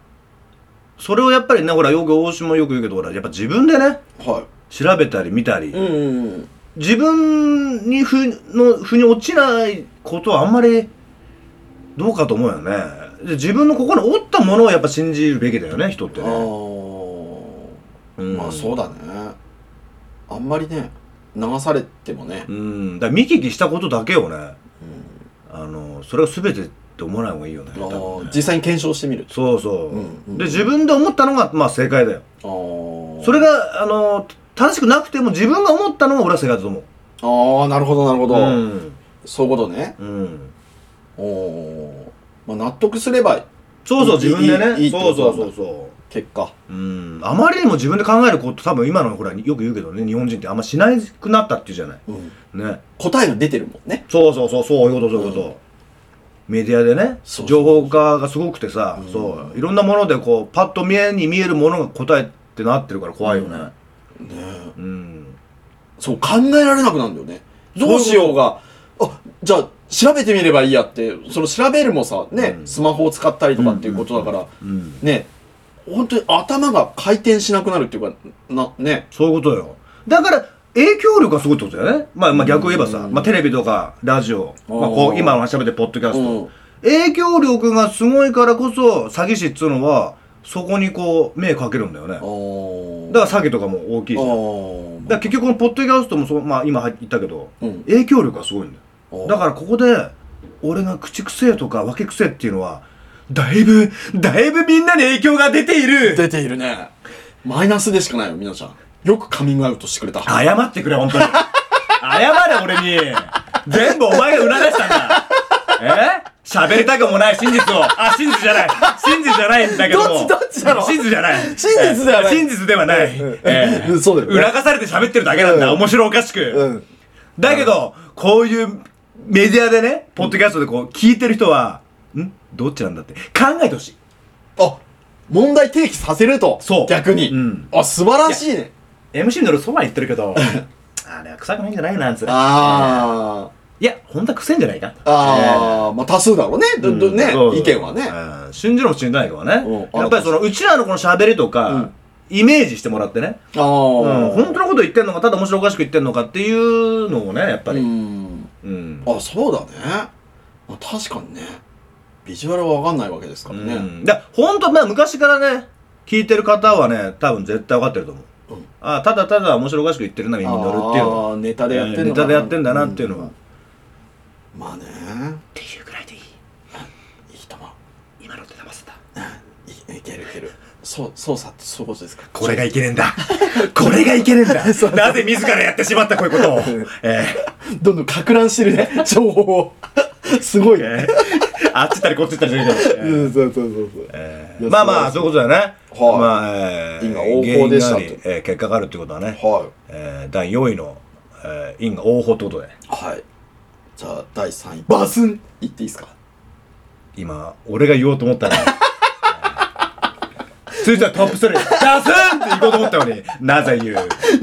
[SPEAKER 3] それをやっぱりねほらよく大島もよく言うけどほらやっぱ自分でね
[SPEAKER 2] は
[SPEAKER 3] 調べたり見たり、
[SPEAKER 2] いうんうんうん
[SPEAKER 3] 自分にふの腑に落ちないことはあんまりどうかと思うよねで自分の心に折ったものをやっぱ信じるべきだよね人って
[SPEAKER 2] あ
[SPEAKER 3] ね、
[SPEAKER 2] ー
[SPEAKER 3] うん、
[SPEAKER 2] まあそうだねあんまりね流されてもね、
[SPEAKER 3] うんだから見聞きしたことだけをね
[SPEAKER 2] うん
[SPEAKER 3] あのそれが全てって思わない方がいいよね
[SPEAKER 2] あ
[SPEAKER 3] 多分ね
[SPEAKER 2] ー実際に検証してみる
[SPEAKER 3] そうそう、
[SPEAKER 2] うんうん
[SPEAKER 3] で自分で思ったのがまあ正解だよ
[SPEAKER 2] あー
[SPEAKER 3] それがあの正しくなくても自分が思ったのが俺は正解だと思う
[SPEAKER 2] ああなるほどなるほど、
[SPEAKER 3] うん、
[SPEAKER 2] そういうことね
[SPEAKER 3] うん、
[SPEAKER 2] おーまあ、納得すれば
[SPEAKER 3] そうそう自分で
[SPEAKER 2] い
[SPEAKER 3] ね
[SPEAKER 2] いいいって
[SPEAKER 3] そ
[SPEAKER 2] こ
[SPEAKER 3] うそ
[SPEAKER 2] と
[SPEAKER 3] う
[SPEAKER 2] なんだ
[SPEAKER 3] そうそ
[SPEAKER 2] 結果
[SPEAKER 3] ううんあまりにも自分で考えること多分今のほらよく言うけどね日本人ってあんましなくなったっていうじゃない
[SPEAKER 2] うん
[SPEAKER 3] ね
[SPEAKER 2] 答えが出てるもんね。
[SPEAKER 3] そうそうそうそういうことそういうこと、
[SPEAKER 2] うん
[SPEAKER 3] メディアでね
[SPEAKER 2] そうそう
[SPEAKER 3] 情報化がすごくてさ、
[SPEAKER 2] うん
[SPEAKER 3] そういろんなものでこうパッと見えに見えるものが答えってなってるから怖いよね
[SPEAKER 2] ね
[SPEAKER 3] うん、
[SPEAKER 2] そう考えられなくなるんだよね。どうしようが、あ、じゃあ調べてみればいいやって、その調べるもさ、ね、
[SPEAKER 3] うん
[SPEAKER 2] スマホを使ったりとかっていうことだから、
[SPEAKER 3] うん、
[SPEAKER 2] ね、本当に頭が回転しなくなるっていうか、な、ね。
[SPEAKER 3] そういうことよ。だから、影響力がすごいってことだよね。まあ、まあ逆を言えばさ、
[SPEAKER 2] うん
[SPEAKER 3] まあテレビとか、ラジオ、まあ
[SPEAKER 2] あ
[SPEAKER 3] こう、
[SPEAKER 2] ー
[SPEAKER 3] 今の話しゃべって、ポッドキャスト、
[SPEAKER 2] うん
[SPEAKER 3] 影響力がすごいからこそ、詐欺師っつうのは、そこにこう、目かけるんだよね。だか
[SPEAKER 2] ー
[SPEAKER 3] ら詐欺とかも大きいし。
[SPEAKER 2] あ
[SPEAKER 3] だか
[SPEAKER 2] ー
[SPEAKER 3] ら結局、このポッドキャストもそう、まあ今言ったけど、
[SPEAKER 2] うん
[SPEAKER 3] 影響力がすごいんだよ。
[SPEAKER 2] あー
[SPEAKER 3] だからここで、俺が口癖とか、分け癖っていうのは、だいぶ、だいぶみんなに影響が出ている
[SPEAKER 2] 出ているね。マイナスでしかないよ、みなちゃん。よくカミングアウトしてくれた。
[SPEAKER 3] 謝ってくれ、本当に。謝れ、俺に。全部お前が促したんだ。え喋りたくもない真実を。あ、真実じゃない。真実じゃないんだけども。
[SPEAKER 2] どっちどっちだろう
[SPEAKER 3] 真実じゃない。
[SPEAKER 2] 真実ではない
[SPEAKER 3] え真実ではない。
[SPEAKER 2] うん
[SPEAKER 3] ええ
[SPEAKER 2] うんそうだよね
[SPEAKER 3] 促されて喋ってるだけなんだ。
[SPEAKER 2] うん
[SPEAKER 3] 面白おかしく。
[SPEAKER 2] うん。
[SPEAKER 3] だけど、こういうメディアでね、ポッドキャストでこう聞いてる人は、んどっちなんだって考えてほしい。
[SPEAKER 2] あ、問題提起させると。
[SPEAKER 3] そう
[SPEAKER 2] 逆に。
[SPEAKER 3] うん
[SPEAKER 2] あ、素晴らしいね。
[SPEAKER 3] MC の俺そばに言ってるけど、あれは臭くないんじゃないなんつって。
[SPEAKER 2] ああ。
[SPEAKER 3] いや、ほんとは臭いんじゃないか。
[SPEAKER 2] ああ、まあ多数だろうね。どどね、
[SPEAKER 3] そうそう
[SPEAKER 2] 意見はね。
[SPEAKER 3] うん信じるも信じないかはね。
[SPEAKER 2] うん
[SPEAKER 3] やっぱりその、うちらのこの喋りとか、
[SPEAKER 2] うん
[SPEAKER 3] イメージしてもらってね、
[SPEAKER 2] ああ、
[SPEAKER 3] うん、
[SPEAKER 2] 本
[SPEAKER 3] 本当のこと言ってんのか、ただ面白おかしく言ってんのかっていうのをね、やっぱり。
[SPEAKER 2] うん。
[SPEAKER 3] うん。
[SPEAKER 2] あ、そうだね。まあ、確かにね。ビジュアルはわかんないわけですか
[SPEAKER 3] う
[SPEAKER 2] らね。
[SPEAKER 3] ん。だ本当まあ昔からね、聞いてる方はね、多分絶対分かってると思う。
[SPEAKER 2] うん
[SPEAKER 3] あただただ面白おかしく言ってるな、みんな乗るっていうのは。
[SPEAKER 2] ああ、ネタでやってんのかな
[SPEAKER 3] ネタでやってんだなっていうのは。
[SPEAKER 2] ん
[SPEAKER 3] っ
[SPEAKER 2] まあね、
[SPEAKER 3] ていうぐらいでいい。
[SPEAKER 2] いいと思う。
[SPEAKER 3] 今のって騙せた。
[SPEAKER 2] いいけるいける。そう、操作ってそういうことですか。
[SPEAKER 3] これがいけねえんだ。これがいけねえんだ。なぜ自らやってしまったこういう ことを。ええ
[SPEAKER 2] どんどんか乱してる ね、情報を。 すごいね。
[SPEAKER 3] えー あっち行ったりこっち行ったりするけど。えー
[SPEAKER 2] うん、そうそうそうそう。
[SPEAKER 3] え
[SPEAKER 2] いや
[SPEAKER 3] ーまあまあ、そういうことだよね。
[SPEAKER 2] はい
[SPEAKER 3] まあ、えー
[SPEAKER 2] 因果応報でしたと
[SPEAKER 3] 原因がありえー結果があるってことはね、
[SPEAKER 2] はい。
[SPEAKER 3] えー第4位の、えー因果応報ってことで、
[SPEAKER 2] はい。じゃあ、第3位。バスンいっていいですか
[SPEAKER 3] 今、俺が言おうと 思ったのに。えー続いてはトップ3。ダスンって言こうと思ったのに、なぜ言う。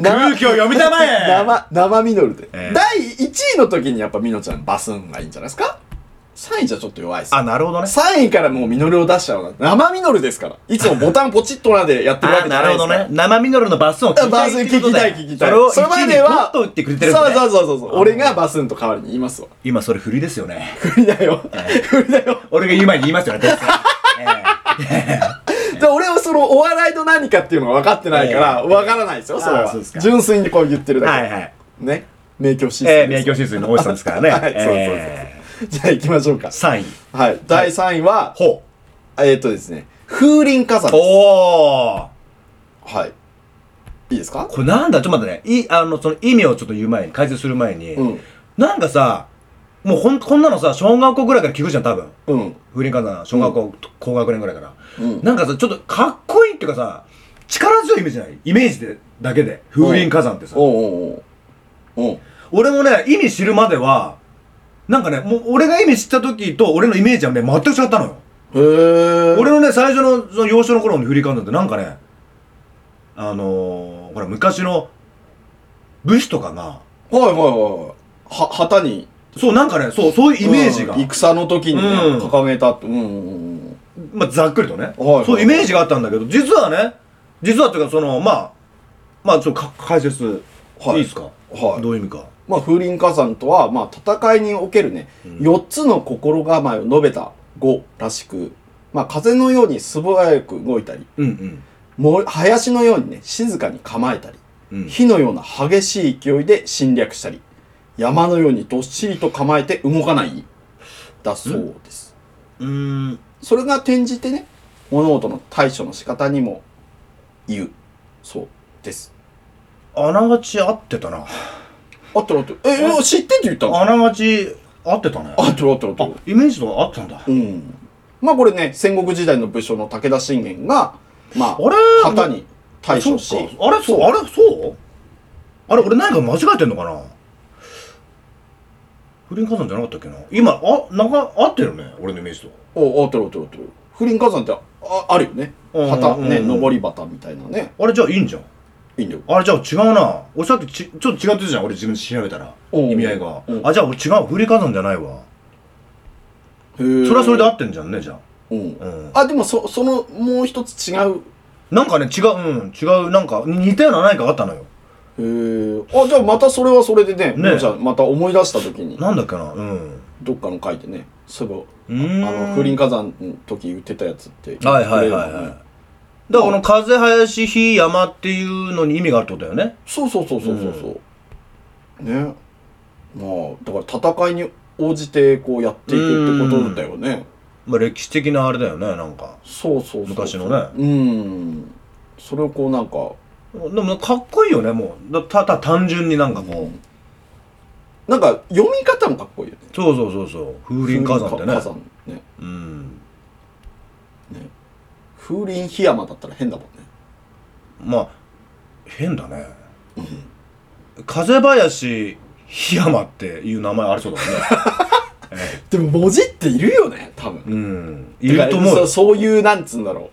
[SPEAKER 3] 空気を読みたまえ
[SPEAKER 2] 生、生ミノルで。
[SPEAKER 3] ええ
[SPEAKER 2] 第1位の時にやっぱミノちゃんバスンがいいんじゃないですか ?3 位じゃちょっと弱いです。
[SPEAKER 3] あ、なるほどね。
[SPEAKER 2] 3位からもうミノルを出しちゃうな。生ミノルですから。いつもボタンポチッとなんでやってるわ
[SPEAKER 3] あ
[SPEAKER 2] けじゃ
[SPEAKER 3] な
[SPEAKER 2] な
[SPEAKER 3] る
[SPEAKER 2] い
[SPEAKER 3] ほ
[SPEAKER 2] です
[SPEAKER 3] ど
[SPEAKER 2] から。
[SPEAKER 3] ね。生ミノルのバスンを聞
[SPEAKER 2] あバスン聞きたい聞きたい。
[SPEAKER 3] それを1位にポッと打ってくれてるん
[SPEAKER 2] そう
[SPEAKER 3] だ
[SPEAKER 2] そう
[SPEAKER 3] ね。
[SPEAKER 2] そうそう。俺がバスンと代わりに言いますわ。
[SPEAKER 3] 今それ振りですよね。
[SPEAKER 2] 不利だよ。不利だよ。
[SPEAKER 3] 俺が言う前に言いますよね。
[SPEAKER 2] じゃあ俺はそのお笑いと何かっていうのが分かってないから、
[SPEAKER 3] ええ
[SPEAKER 2] 分からないですよ、それ
[SPEAKER 3] ああ
[SPEAKER 2] は
[SPEAKER 3] そうです。か
[SPEAKER 2] 純粋にこう言ってるだけ。
[SPEAKER 3] はいはい。
[SPEAKER 2] ね。名教システム
[SPEAKER 3] えー、
[SPEAKER 2] で
[SPEAKER 3] 宮
[SPEAKER 2] す。
[SPEAKER 3] 城水の大石さんですからね。
[SPEAKER 2] はいそうそうそう
[SPEAKER 3] え
[SPEAKER 2] じゃあ行きましょうか
[SPEAKER 3] ー、。3位。
[SPEAKER 2] はい。第3位は、
[SPEAKER 3] ほ
[SPEAKER 2] えっとですね、風林火山
[SPEAKER 3] う。
[SPEAKER 2] です。
[SPEAKER 3] おー。
[SPEAKER 2] はい。いいですか
[SPEAKER 3] これなんだちょっと待ってね。い、あの、その意味をちょっと言う前に、解説する前に。
[SPEAKER 2] うん。
[SPEAKER 3] なんかさ、もうほん、こんなのさ、小学校ぐらいから聞くじゃん、多分。
[SPEAKER 2] うん。
[SPEAKER 3] 風林火山、小学校、高学年ぐらいから。
[SPEAKER 2] うん。
[SPEAKER 3] なんかさ、ちょっとかっこいいっていうかさ、力強いイメージないイメージで、だけで。風林火山ってさ。
[SPEAKER 2] おうおうおうおう
[SPEAKER 3] 俺もね、意味知るまでは、なんかね、もう俺が意味知った時と俺のイメージはね、全く違ったのよ。
[SPEAKER 2] へー。
[SPEAKER 3] 俺のね、最初の、その幼少の頃の振り感なんってなんかね、あのー、ほら、昔の武士とかが、
[SPEAKER 2] はいはいはい。は、旗に。
[SPEAKER 3] そう、なんかね、そう、そういうイメージが、
[SPEAKER 2] うん戦の時にね
[SPEAKER 3] うん
[SPEAKER 2] 掲げたって。うんうん
[SPEAKER 3] まあ、ざっくりとね、
[SPEAKER 2] はいはい
[SPEAKER 3] そういうイメージがあったんだけど、実はね、実はっていうか、その、まあ、まあ、ちょっとか解説、
[SPEAKER 2] はい
[SPEAKER 3] い、いですか、
[SPEAKER 2] うん。はい。
[SPEAKER 3] どういう意味か。
[SPEAKER 2] まあ、風林火山とは、まあ、戦いにおけるね、
[SPEAKER 3] うん
[SPEAKER 2] 4つの心構えを述べた語らしく、まあ、風のように素早く動いたり、
[SPEAKER 3] うんうん。
[SPEAKER 2] も林のようにね、静かに構えたり、
[SPEAKER 3] うん、
[SPEAKER 2] 火のような激しい勢いで侵略したり、山のようにどっしりと構えて動かない、だそうです。
[SPEAKER 3] うーん。
[SPEAKER 2] それが転じてね、物事の対処の仕方にも言う、そうです。
[SPEAKER 3] あながち合ってたな。
[SPEAKER 2] あったらあったら。え、え知ってって言ったの
[SPEAKER 3] あながち合ってたね。
[SPEAKER 2] あったらあったらあった
[SPEAKER 3] あ
[SPEAKER 2] ら。
[SPEAKER 3] イメージと合ってたんだ。あ
[SPEAKER 2] うん。まあこれね、戦国時代の武将の武田信玄が、ま
[SPEAKER 3] れ
[SPEAKER 2] あ、旗に対処し
[SPEAKER 3] そ、うかあれそうあれそうあれ俺何か間違えてんのかな不倫火山じゃなかったっけな今あなんか合ってるね俺のイメージと
[SPEAKER 2] おおとろとろとろ。不倫火山ってああるよね。
[SPEAKER 3] うん
[SPEAKER 2] 旗、ね、
[SPEAKER 3] うん
[SPEAKER 2] 登り旗みたいなね。
[SPEAKER 3] あれじゃあいいんじゃん
[SPEAKER 2] いいんだよ。
[SPEAKER 3] あれじゃあ違うな俺さっきちちょっと違ってたじゃん俺自分で調べたら
[SPEAKER 2] おう
[SPEAKER 3] 意味合いが
[SPEAKER 2] うん
[SPEAKER 3] あじゃあ俺違う不倫火山じゃないわ
[SPEAKER 2] それ
[SPEAKER 3] それはそれで合ってんじゃんねじゃ
[SPEAKER 2] うん
[SPEAKER 3] あ、。うん、
[SPEAKER 2] あ、でもそ、その、もう一つ違う。
[SPEAKER 3] なんかね違ううん違うなんか似たような何かあったのよ
[SPEAKER 2] へーあ、じゃあまたそれはそれでね、
[SPEAKER 3] ね
[SPEAKER 2] もうじゃあまた思い出した時に、
[SPEAKER 3] なんだっけなうん
[SPEAKER 2] どっかの書いてね、そういえば
[SPEAKER 3] うーん
[SPEAKER 2] あの、風林火山の時言ってたやつって。
[SPEAKER 3] はいはいはいはい。だからこの風林火山っていうのに意味があるってことだよね。
[SPEAKER 2] そうそうそうそうそうそう、ねまあだから戦いに応じてこうやっていくってことだよね、
[SPEAKER 3] まあ歴史的なあれだよね、なんか。
[SPEAKER 2] そうそうそう
[SPEAKER 3] 昔のね
[SPEAKER 2] うんそれをこうなんか
[SPEAKER 3] でもかっこいいよね、もう。だただ単純になんかこう。
[SPEAKER 2] なんか読み方もかっこいいよね
[SPEAKER 3] そうそうそうそう。風林火山って
[SPEAKER 2] 風
[SPEAKER 3] ね。
[SPEAKER 2] 林火山ね
[SPEAKER 3] うん。
[SPEAKER 2] 風林火山だったら変だもんね
[SPEAKER 3] まあ、変だね。風林火山っていう名前ありそうだもんね。
[SPEAKER 2] でも文字っているよね多分
[SPEAKER 3] うん。いると思う
[SPEAKER 2] そう
[SPEAKER 3] よ。
[SPEAKER 2] そういうなんつうんだろ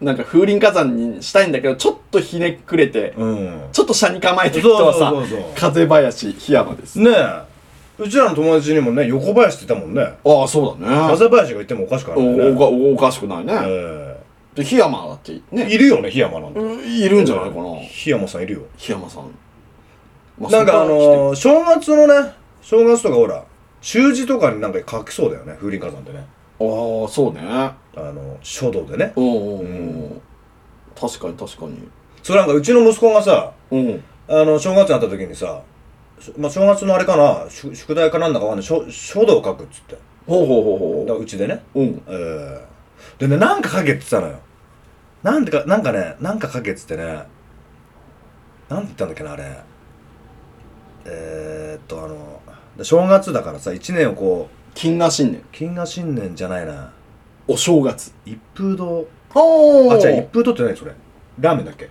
[SPEAKER 2] うなんか風林火山にしたいんだけどちょっとひねくれて、
[SPEAKER 3] うん。
[SPEAKER 2] ちょっと車に構えて
[SPEAKER 3] そう
[SPEAKER 2] る人
[SPEAKER 3] そ
[SPEAKER 2] は
[SPEAKER 3] う
[SPEAKER 2] さ
[SPEAKER 3] そうそ
[SPEAKER 2] 風林火山です
[SPEAKER 3] う。ねえ。うちらの友達にもね、横林って言ったもんね。
[SPEAKER 2] ああそうだね
[SPEAKER 3] 風林が言ってもおかしくないよね。
[SPEAKER 2] おおかおかしくないね、
[SPEAKER 3] え
[SPEAKER 2] で檜山だって
[SPEAKER 3] え
[SPEAKER 2] ね
[SPEAKER 3] いるよね、檜山なんて。
[SPEAKER 2] いいるんじゃないかな檜
[SPEAKER 3] 檜山さんいるよ。
[SPEAKER 2] 山さん、ま
[SPEAKER 3] なんかあ
[SPEAKER 2] そこは
[SPEAKER 3] のー、正月のね、正月とかほら、習字とかになんか書きそうだよね、風林火山ってね。
[SPEAKER 2] ああそうね
[SPEAKER 3] あの、書道でね。
[SPEAKER 2] うんうんうん確かに確かに
[SPEAKER 3] それなんかうちの息子がさ、
[SPEAKER 2] うん
[SPEAKER 3] あの、正月になった時にさ、しまあ、正月のあれかな、宿宿題かなんだかわかんない、書書道を書くっつって。だか
[SPEAKER 2] ほうほうほう
[SPEAKER 3] ら
[SPEAKER 2] ほ
[SPEAKER 3] うちでね。
[SPEAKER 2] ううん
[SPEAKER 3] ええでね、なんか書けって言ってたのよ。なんでか、なんかね、なんか書けって言ってね、なんて言ったんだっけな、あれ。えー、っと、あの、正月だからさ、一年をこう、
[SPEAKER 2] 金河新年
[SPEAKER 3] 金河新年じゃないな。
[SPEAKER 2] お正月
[SPEAKER 3] 一風堂。
[SPEAKER 2] お
[SPEAKER 3] あ、じゃ一風堂って何それ。ラーメンだっけ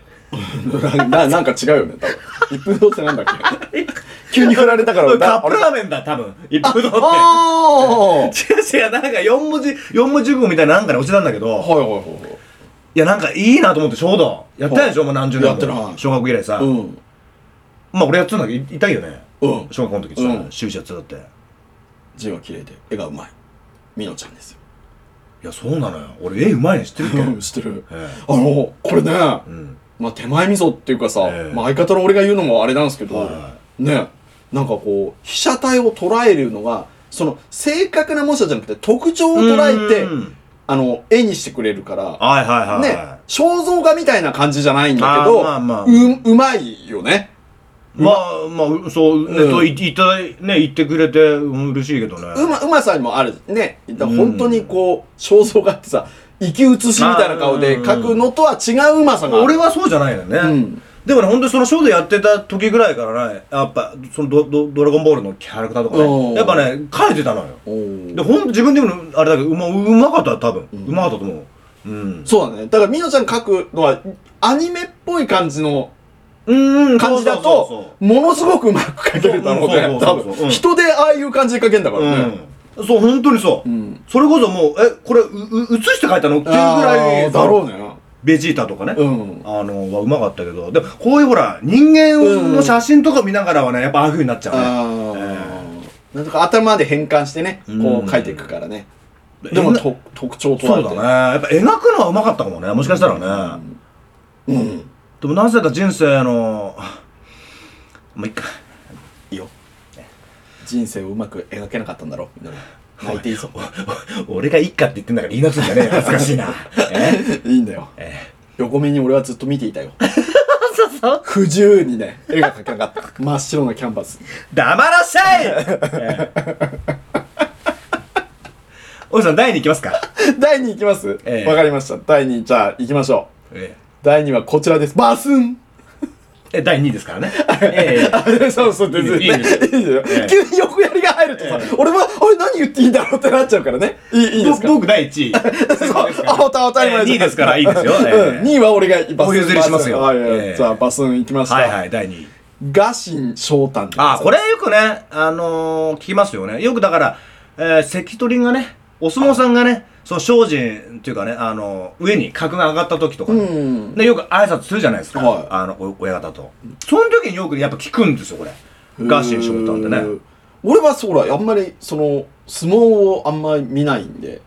[SPEAKER 2] なななんか違うよね多分一風堂ってなんだっ け急に振られたから
[SPEAKER 3] カップ
[SPEAKER 2] あれ
[SPEAKER 3] ラーメンだ、多分。一風堂っ
[SPEAKER 2] あー
[SPEAKER 3] て。 違う違う、なんか4文字、四文字語みたいななんかに落ちたんだ
[SPEAKER 2] はい
[SPEAKER 3] けど、
[SPEAKER 2] はいはい
[SPEAKER 3] いや、なんかいいなと思って、衝動。やったでしょ、もう何十年も
[SPEAKER 2] やってない
[SPEAKER 3] 小学以来さ。
[SPEAKER 2] はいうん
[SPEAKER 3] まあ俺やってたんだけど、い痛いよね。
[SPEAKER 2] うん
[SPEAKER 3] 小学校の時さ、
[SPEAKER 2] うん
[SPEAKER 3] 就職だって。い
[SPEAKER 2] 字は綺麗で絵がうまいみのちゃんですよ
[SPEAKER 3] や、そうなのよ。俺、絵うまいの知ってるっけ
[SPEAKER 2] うん知ってる
[SPEAKER 3] え
[SPEAKER 2] あのこれね
[SPEAKER 3] えうん。
[SPEAKER 2] まあ、手前味噌っていうかさ、
[SPEAKER 3] ええ
[SPEAKER 2] まあ、相方の俺が言うのもあれなんですけど、
[SPEAKER 3] は
[SPEAKER 2] ねなんかこう被写体を捉えるのがその正確な文字じゃなくて特徴を捉えて
[SPEAKER 3] うん
[SPEAKER 2] あの、絵にしてくれるから、
[SPEAKER 3] はいはいはい。
[SPEAKER 2] ね、肖像画みたいな感じじゃないんだけど、
[SPEAKER 3] まあまあまあ
[SPEAKER 2] う、うまいよね。
[SPEAKER 3] まあ、まあ、そう、ね、
[SPEAKER 2] うん
[SPEAKER 3] そういいただい、ね、言ってくれて、うん嬉しいけどね。
[SPEAKER 2] うま、うまさにもある。ね。だから本当にこう、肖像画ってさ、生き写しみたいな顔で描くのとは違ううまさがある。
[SPEAKER 3] 俺はそうじゃないのね、
[SPEAKER 2] うん
[SPEAKER 3] でもね本当にそのショーでやってた時ぐらいからねやっぱそのドドドラゴンボールのキャラクターとか
[SPEAKER 2] おー
[SPEAKER 3] ねやっぱね書いてたのよ
[SPEAKER 2] おー
[SPEAKER 3] でほんと自分で言うのあれだけどうまうまかった多分、うまかったと思ううん
[SPEAKER 2] そうだね。だから、みのちゃん描くのは、アニメっぽい感じの
[SPEAKER 3] うん
[SPEAKER 2] 感じだと、ものすごくうまく描けるだろうね。
[SPEAKER 3] そう
[SPEAKER 2] 多
[SPEAKER 3] そうそうそうう
[SPEAKER 2] 分。
[SPEAKER 3] ん
[SPEAKER 2] 人でああいう感じで描けんだか
[SPEAKER 3] う
[SPEAKER 2] らね。
[SPEAKER 3] んそう本当にそう、
[SPEAKER 2] うん
[SPEAKER 3] それこそもうえこれうう写して書いたのっていうぐら
[SPEAKER 2] あー
[SPEAKER 3] い
[SPEAKER 2] だろうね。
[SPEAKER 3] ベジータとかね、
[SPEAKER 2] うん。
[SPEAKER 3] あのはうまかったけどでもこういうほら人間の写真とか見ながらはねやっぱああいう風になっちゃうね、
[SPEAKER 2] ああ。なんとか頭で変換してね、こ
[SPEAKER 3] うん
[SPEAKER 2] う描いていくからね。でも、と特徴と
[SPEAKER 3] そう
[SPEAKER 2] あ
[SPEAKER 3] だ
[SPEAKER 2] る
[SPEAKER 3] ね。やっぱ描くのはうまかったかもね。もしかしたらね。
[SPEAKER 2] うん。
[SPEAKER 3] でもなぜか人生の、もう一回。
[SPEAKER 2] いいよ人生をうまく描けなかったんだろみのり泣いていいぞ
[SPEAKER 3] お俺が一家って言ってんだから言いなすんじゃねえよ。恥ずかしいな。え
[SPEAKER 2] いいんだよ
[SPEAKER 3] え
[SPEAKER 2] 横目に俺はずっと見ていたよ不自由にね絵が描けなか った真っ白なキャンバス
[SPEAKER 3] 黙らっしゃい、ええ おじさん、第2行きま すか。
[SPEAKER 2] 第2いきますわ、
[SPEAKER 3] ええ
[SPEAKER 2] かりました第2じゃあ行きましょ
[SPEAKER 3] え
[SPEAKER 2] う第2はこちらですバスン
[SPEAKER 3] え第2ですからね。え え
[SPEAKER 2] そうそう全然
[SPEAKER 3] いいね
[SPEAKER 2] いいよ
[SPEAKER 3] ええ
[SPEAKER 2] 急に横やりが入るとさ、俺はあれ何言っていいんだろうってなっちゃうからねいいいいです
[SPEAKER 3] 僕
[SPEAKER 2] か
[SPEAKER 3] 僕第1位。
[SPEAKER 2] あ、当た当たり前
[SPEAKER 3] 2位ですから、いいですよ。え
[SPEAKER 2] うん、2
[SPEAKER 3] え
[SPEAKER 2] 位は俺がバスン
[SPEAKER 3] お譲りしますよ
[SPEAKER 2] バスンはいはい
[SPEAKER 3] ええ
[SPEAKER 2] じゃあバスン行きました、
[SPEAKER 3] はいはい、第2位。
[SPEAKER 2] ガシン翔太って
[SPEAKER 3] あ、これよくね、あのー、聞きますよね。よくだから、えー、関取がね、お相撲さんがね、その精進っていうかね、あのー、上に格が上がった時とか、ね
[SPEAKER 2] うん
[SPEAKER 3] で、よく挨拶するじゃないですか、
[SPEAKER 2] はい
[SPEAKER 3] あの、お親方と。その時によくやっぱ聞くんですよ、これ。ガーシー翔太ってね。
[SPEAKER 2] 俺はそうらあんまりその相撲をあんまり見ないんで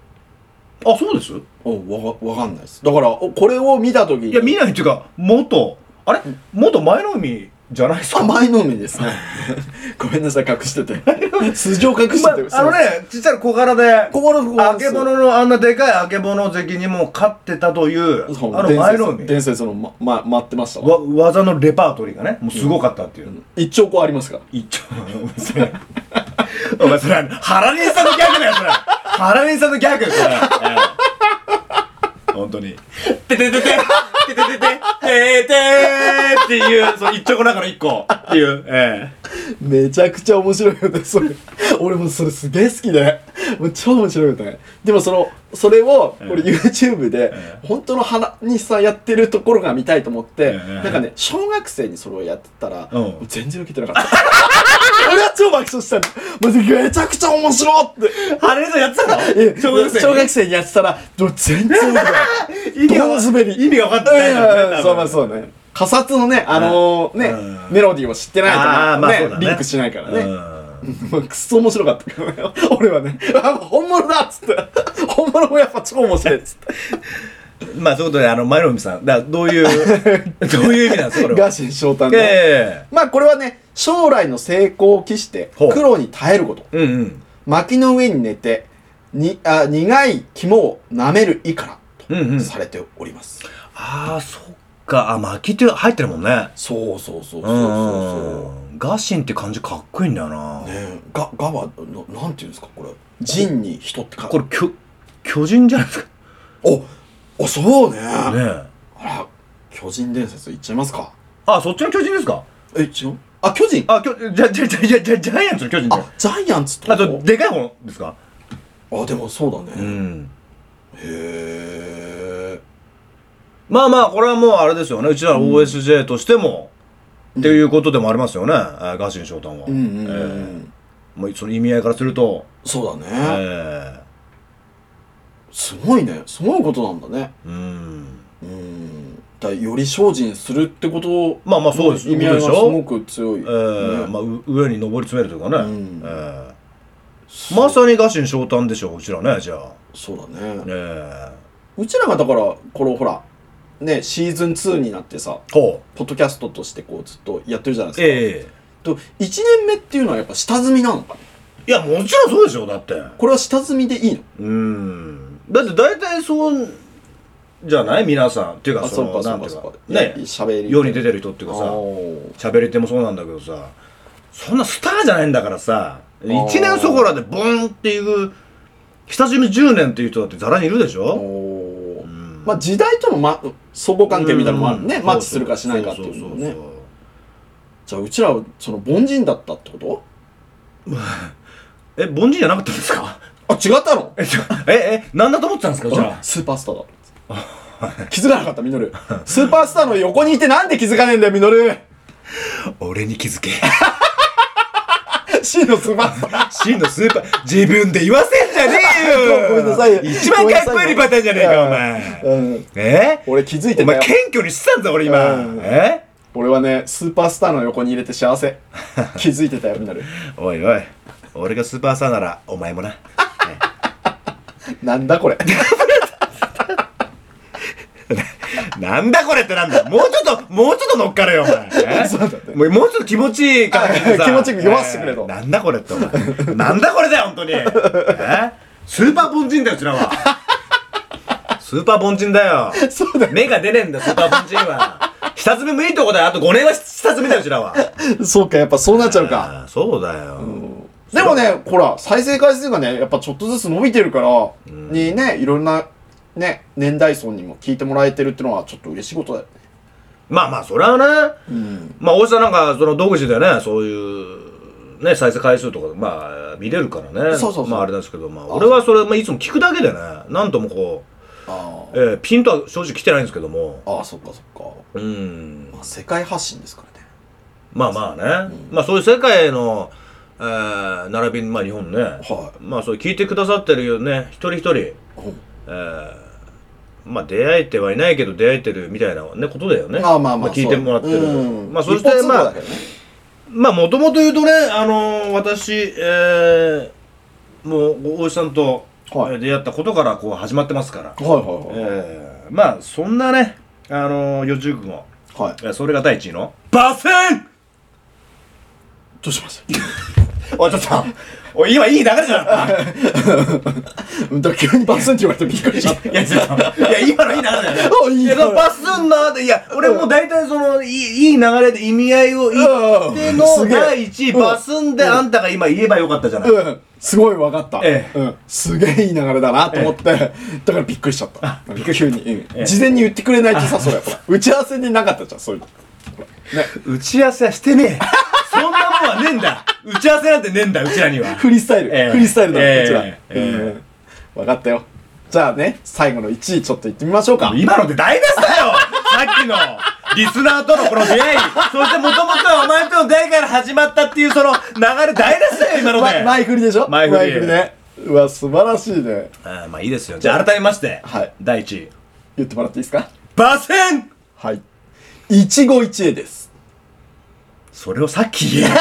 [SPEAKER 3] あ、そうですい
[SPEAKER 2] うんわかわかんないですだからおこれを見た時に
[SPEAKER 3] や、見ないっていうか、元、あれ元前の海じゃないですか
[SPEAKER 2] あ前のめですね ごめんなさい隠して て素性隠してて、
[SPEAKER 3] まああのね、ちっちゃい小柄で、
[SPEAKER 2] ここのここ
[SPEAKER 3] あけぼののあんなでかいあけぼの関にも勝ってたという、
[SPEAKER 2] そう
[SPEAKER 3] あの前の
[SPEAKER 2] 伝。
[SPEAKER 3] 海
[SPEAKER 2] 説伝説の、まま、待ってましたわ
[SPEAKER 3] わ技のレパートリーがねもうすごかったっていう、
[SPEAKER 2] 一兆個ありますから
[SPEAKER 3] 一丁お前それ お前それ原西さんのギャグだよそれ原西さんのギャグそれ、本当に「ててててててててててて」っていうその一丁こだから一個っていうえ
[SPEAKER 2] めちゃくちゃ面白いよねそれ 俺もそれすげえ好きでもう超面白いよねでもそのそれを
[SPEAKER 3] ん
[SPEAKER 2] 俺 YouTube で
[SPEAKER 3] う
[SPEAKER 2] 本当の原西さんやってるところが見たいと思って
[SPEAKER 3] うん
[SPEAKER 2] なんかね小学生にそれをやってたら
[SPEAKER 3] うん
[SPEAKER 2] もう全然受けてなかった 俺は超爆笑したのもうめちゃくちゃ面白って
[SPEAKER 3] え原西さんやって
[SPEAKER 2] え
[SPEAKER 3] たの 小学生
[SPEAKER 2] 小学生にやってたらもう全然受けてなかった
[SPEAKER 3] 意味が
[SPEAKER 2] どう滑り
[SPEAKER 3] 意味が分かって
[SPEAKER 2] い
[SPEAKER 3] な
[SPEAKER 2] や
[SPEAKER 3] い
[SPEAKER 2] い
[SPEAKER 3] からね
[SPEAKER 2] やいやそうまあ
[SPEAKER 3] う
[SPEAKER 2] そうね。仮札のね、あのー、ね
[SPEAKER 3] う、ん
[SPEAKER 2] メロディーを知ってないと
[SPEAKER 3] ああまあそう
[SPEAKER 2] ね
[SPEAKER 3] だね
[SPEAKER 2] リンクしないからね。
[SPEAKER 3] ん
[SPEAKER 2] まあ、くっそ面白かったけどね。俺はね、あ本物だっつって。本物もやっぱ超面白いっつって。
[SPEAKER 3] まあそういうことであの前の海さんだからどうい うどういう意味なんですかこれ
[SPEAKER 2] ガー
[SPEAKER 3] は
[SPEAKER 2] シン翔太ね。
[SPEAKER 3] え
[SPEAKER 2] まあこれはね、将来の成功を期して、
[SPEAKER 3] ほう
[SPEAKER 2] 苦労に耐えること。
[SPEAKER 3] えうんうん
[SPEAKER 2] 薪の上に寝て、にあ苦い肝を舐める意から
[SPEAKER 3] うんうん
[SPEAKER 2] とされております。
[SPEAKER 3] ああそっかあ薪って入ってるもんね
[SPEAKER 2] そうそうそうそうそう
[SPEAKER 3] う
[SPEAKER 2] そ
[SPEAKER 3] んガシンって感じかっこいいんだよな、
[SPEAKER 2] う。ねが、がは、ななんていうんですか、これ。人に人って書
[SPEAKER 3] これ巨巨人じゃないですか
[SPEAKER 2] お、お、そうね。
[SPEAKER 3] ね
[SPEAKER 2] あ
[SPEAKER 3] え
[SPEAKER 2] ら、巨人伝説いっちゃいますか。
[SPEAKER 3] あそっちの巨人ですか
[SPEAKER 2] え、違うあ、巨人
[SPEAKER 3] あきょじゃじゃじゃじゃじゃジャイアンツの巨人じゃん
[SPEAKER 2] あ、ジャイアンツって
[SPEAKER 3] あ
[SPEAKER 2] こと
[SPEAKER 3] とでかい方ですか
[SPEAKER 2] あ、でもそうだ
[SPEAKER 3] う
[SPEAKER 2] ね。
[SPEAKER 3] ん
[SPEAKER 2] へ
[SPEAKER 3] まあまあこれはもうあれですよねうちら OSJ としても、っていうことでもありますよね、あガシン翔太は、
[SPEAKER 2] え。うんうんう
[SPEAKER 3] え
[SPEAKER 2] ん。
[SPEAKER 3] えもうその意味合いからすると
[SPEAKER 2] そうだ
[SPEAKER 3] え
[SPEAKER 2] ね。
[SPEAKER 3] え
[SPEAKER 2] すごいね。すごいことなんだね。
[SPEAKER 3] うん
[SPEAKER 2] うん。だより精進するってこと
[SPEAKER 3] まあまあそうです
[SPEAKER 2] 意味合いがす
[SPEAKER 3] そうでしょ
[SPEAKER 2] ごく強い。
[SPEAKER 3] え
[SPEAKER 2] ね
[SPEAKER 3] ーまあ、う上に上り詰めるというかね、
[SPEAKER 2] うん
[SPEAKER 3] えーまさに臥薪嘗胆でしょううちらねじゃあ、
[SPEAKER 2] そうだね。
[SPEAKER 3] えー、
[SPEAKER 2] うちらがだから、これほら、ね、シーズン2になってさ、
[SPEAKER 3] ほう
[SPEAKER 2] ポッドキャストとしてこうずっとやってるじゃないですか。
[SPEAKER 3] え
[SPEAKER 2] と1年目っていうのはやっぱ下積みなのかね
[SPEAKER 3] えいやもちろんそうでしょうだって
[SPEAKER 2] これは下積みでいいの
[SPEAKER 3] うんだって大体そうじゃない皆さんっていうか
[SPEAKER 2] あ
[SPEAKER 3] そ
[SPEAKER 2] そう
[SPEAKER 3] の
[SPEAKER 2] か
[SPEAKER 3] な
[SPEAKER 2] そ
[SPEAKER 3] ん
[SPEAKER 2] うか
[SPEAKER 3] てい
[SPEAKER 2] そううか
[SPEAKER 3] かね
[SPEAKER 2] 喋り
[SPEAKER 3] 世に出てる人っていうかさ
[SPEAKER 2] お
[SPEAKER 3] 喋り手もそうなんだけどさそんなスターじゃないんだからさ
[SPEAKER 2] ー
[SPEAKER 3] 1年そこらでボンっていう親しみ10年っていう人だってざらにいるでし
[SPEAKER 2] ー
[SPEAKER 3] ょ、
[SPEAKER 2] おー
[SPEAKER 3] うん
[SPEAKER 2] まあ時代との、ま、相互関係みたいなのもあるね、
[SPEAKER 3] うん
[SPEAKER 2] マッチするかしないかっていうのもね
[SPEAKER 3] そうそうそうそう
[SPEAKER 2] じゃあうちらはその凡人だったってこと
[SPEAKER 3] え凡人じゃなかったんです か
[SPEAKER 2] あ違ったの
[SPEAKER 3] えちょええ何だと思ってたんですかじゃあ
[SPEAKER 2] スーパースターだった気づかなかったミノルスーパースターの横にいてなんで気づかねえんだよミノ ル
[SPEAKER 3] 俺に気づけ
[SPEAKER 2] 真のスーパースター
[SPEAKER 3] 真のスーパー自分で言わせんじゃねえよ
[SPEAKER 2] ごめんなさいよ
[SPEAKER 3] 一番かっこいいパターンじゃねえかお前
[SPEAKER 2] うん
[SPEAKER 3] え
[SPEAKER 2] 俺気づいて
[SPEAKER 3] お
[SPEAKER 2] た
[SPEAKER 3] 前
[SPEAKER 2] よ
[SPEAKER 3] 謙虚にしてたんだ俺今、
[SPEAKER 2] うん
[SPEAKER 3] え
[SPEAKER 2] 俺はねスーパースターの横に入れて幸 せ気づいてたよミノル
[SPEAKER 3] おいおい俺がスーパーサーならお前もな
[SPEAKER 2] なんだこれ
[SPEAKER 3] なんだこれってなんだもうちょっともうちょっと乗っかれよお前 え
[SPEAKER 2] そうだね
[SPEAKER 3] もうもうちょっと気持ちいい感じで さ
[SPEAKER 2] 気持ちよく読ませてくれと
[SPEAKER 3] えーなんだこれってお前なんだこれだよ本当にえスーパー凡人だようち らはスーパー凡人だよ
[SPEAKER 2] そうだ
[SPEAKER 3] 目が出ねえんだスーパー凡人は下積みもいいとこだよあと5年は下積みだようちらは
[SPEAKER 2] そうかやっぱそうなっちゃうか
[SPEAKER 3] あーそうだよ、
[SPEAKER 2] でもねほら再生回数がねやっぱちょっとずつ伸びてるから、にねいろんなね年代層にも聞いてもらえてるってのはちょっと嬉しいことだよね
[SPEAKER 3] まあまあそれはね
[SPEAKER 2] うん
[SPEAKER 3] まあ大下なんかその独自でねそういうね再生回数とかまあ見れるから
[SPEAKER 2] そ
[SPEAKER 3] ね
[SPEAKER 2] うそうそう
[SPEAKER 3] まああれなんですけどまあ俺はそれ、まあ、いつも聞くだけでねなんともこ
[SPEAKER 2] あ
[SPEAKER 3] う、えーピンとは正直来てないんですけども
[SPEAKER 2] あああそっかそっか、
[SPEAKER 3] うん
[SPEAKER 2] まあ、世界発信ですからね
[SPEAKER 3] まあまあね、まあそういう世界の、えー並びにまあ日本ね、
[SPEAKER 2] は
[SPEAKER 3] まあそう聞いてくださってるよね一人一人、え
[SPEAKER 2] うん
[SPEAKER 3] ーまあ出会えてはいないけど出会えてるみたいな、ね、ことだよね
[SPEAKER 2] まあまあまあ
[SPEAKER 3] 聞いてもらってる、
[SPEAKER 2] うん
[SPEAKER 3] まあそして
[SPEAKER 2] 一方通
[SPEAKER 3] ま
[SPEAKER 2] 行
[SPEAKER 3] あ
[SPEAKER 2] だけどね
[SPEAKER 3] まあもともと言うとね、あのー私、えーもう大石さんと
[SPEAKER 2] はい
[SPEAKER 3] えー出会ったことからこう始まってますから、
[SPEAKER 2] はいはいはい、
[SPEAKER 3] えーまあそんなね、あのー、四十九号、
[SPEAKER 2] はい
[SPEAKER 3] えーそれが第一位のバセン
[SPEAKER 2] どうしました
[SPEAKER 3] おいちょっとおい今いい流れじゃなかっ
[SPEAKER 2] うんだから 急にバツンって言われてびっくりしちゃった
[SPEAKER 3] たいやちょっといや今のいい流れだよね
[SPEAKER 2] あいい
[SPEAKER 3] い
[SPEAKER 2] 流
[SPEAKER 3] や
[SPEAKER 2] れ
[SPEAKER 3] そのバスンなーっていや俺もう大体そのいいいい流れで意味合いを言って
[SPEAKER 2] う
[SPEAKER 3] の
[SPEAKER 2] んすげえ
[SPEAKER 3] 第一位バスンであんたが今言えばよかったじゃない、
[SPEAKER 2] うん、すごい分かった、
[SPEAKER 3] ええ
[SPEAKER 2] うん、すげえいい流れだなと思って、だからびっくりしちゃったびっくり急に、うん
[SPEAKER 3] え
[SPEAKER 2] 事前に言ってくれないとさそれほら打ち合わせになかったじゃんそういうの
[SPEAKER 3] 打ち合わせはしてねえ そんなもんはねえんだ打ち合わせなんてねえんだうちらには
[SPEAKER 2] フリースタイル、
[SPEAKER 3] ええ
[SPEAKER 2] フリースタイルだ、
[SPEAKER 3] ええ
[SPEAKER 2] こちら、
[SPEAKER 3] ええ
[SPEAKER 2] うん分かったよじゃあね最後の1位ちょっといってみましょうか
[SPEAKER 3] 今ので台無しだよさっきのリスナーとのこの出会いそしてもともとはお前との出会いから始まったっていうその流れ台無しだよ今ので、
[SPEAKER 2] ま前振りでしょ
[SPEAKER 3] 前振り
[SPEAKER 2] ねうわ素晴らしいね
[SPEAKER 3] あーまあいいですよじゃあ改めまして、
[SPEAKER 2] はい
[SPEAKER 3] 第一位
[SPEAKER 2] 言ってもらっていいですか
[SPEAKER 3] バセン
[SPEAKER 2] はい一期一会です
[SPEAKER 3] それをさっき言え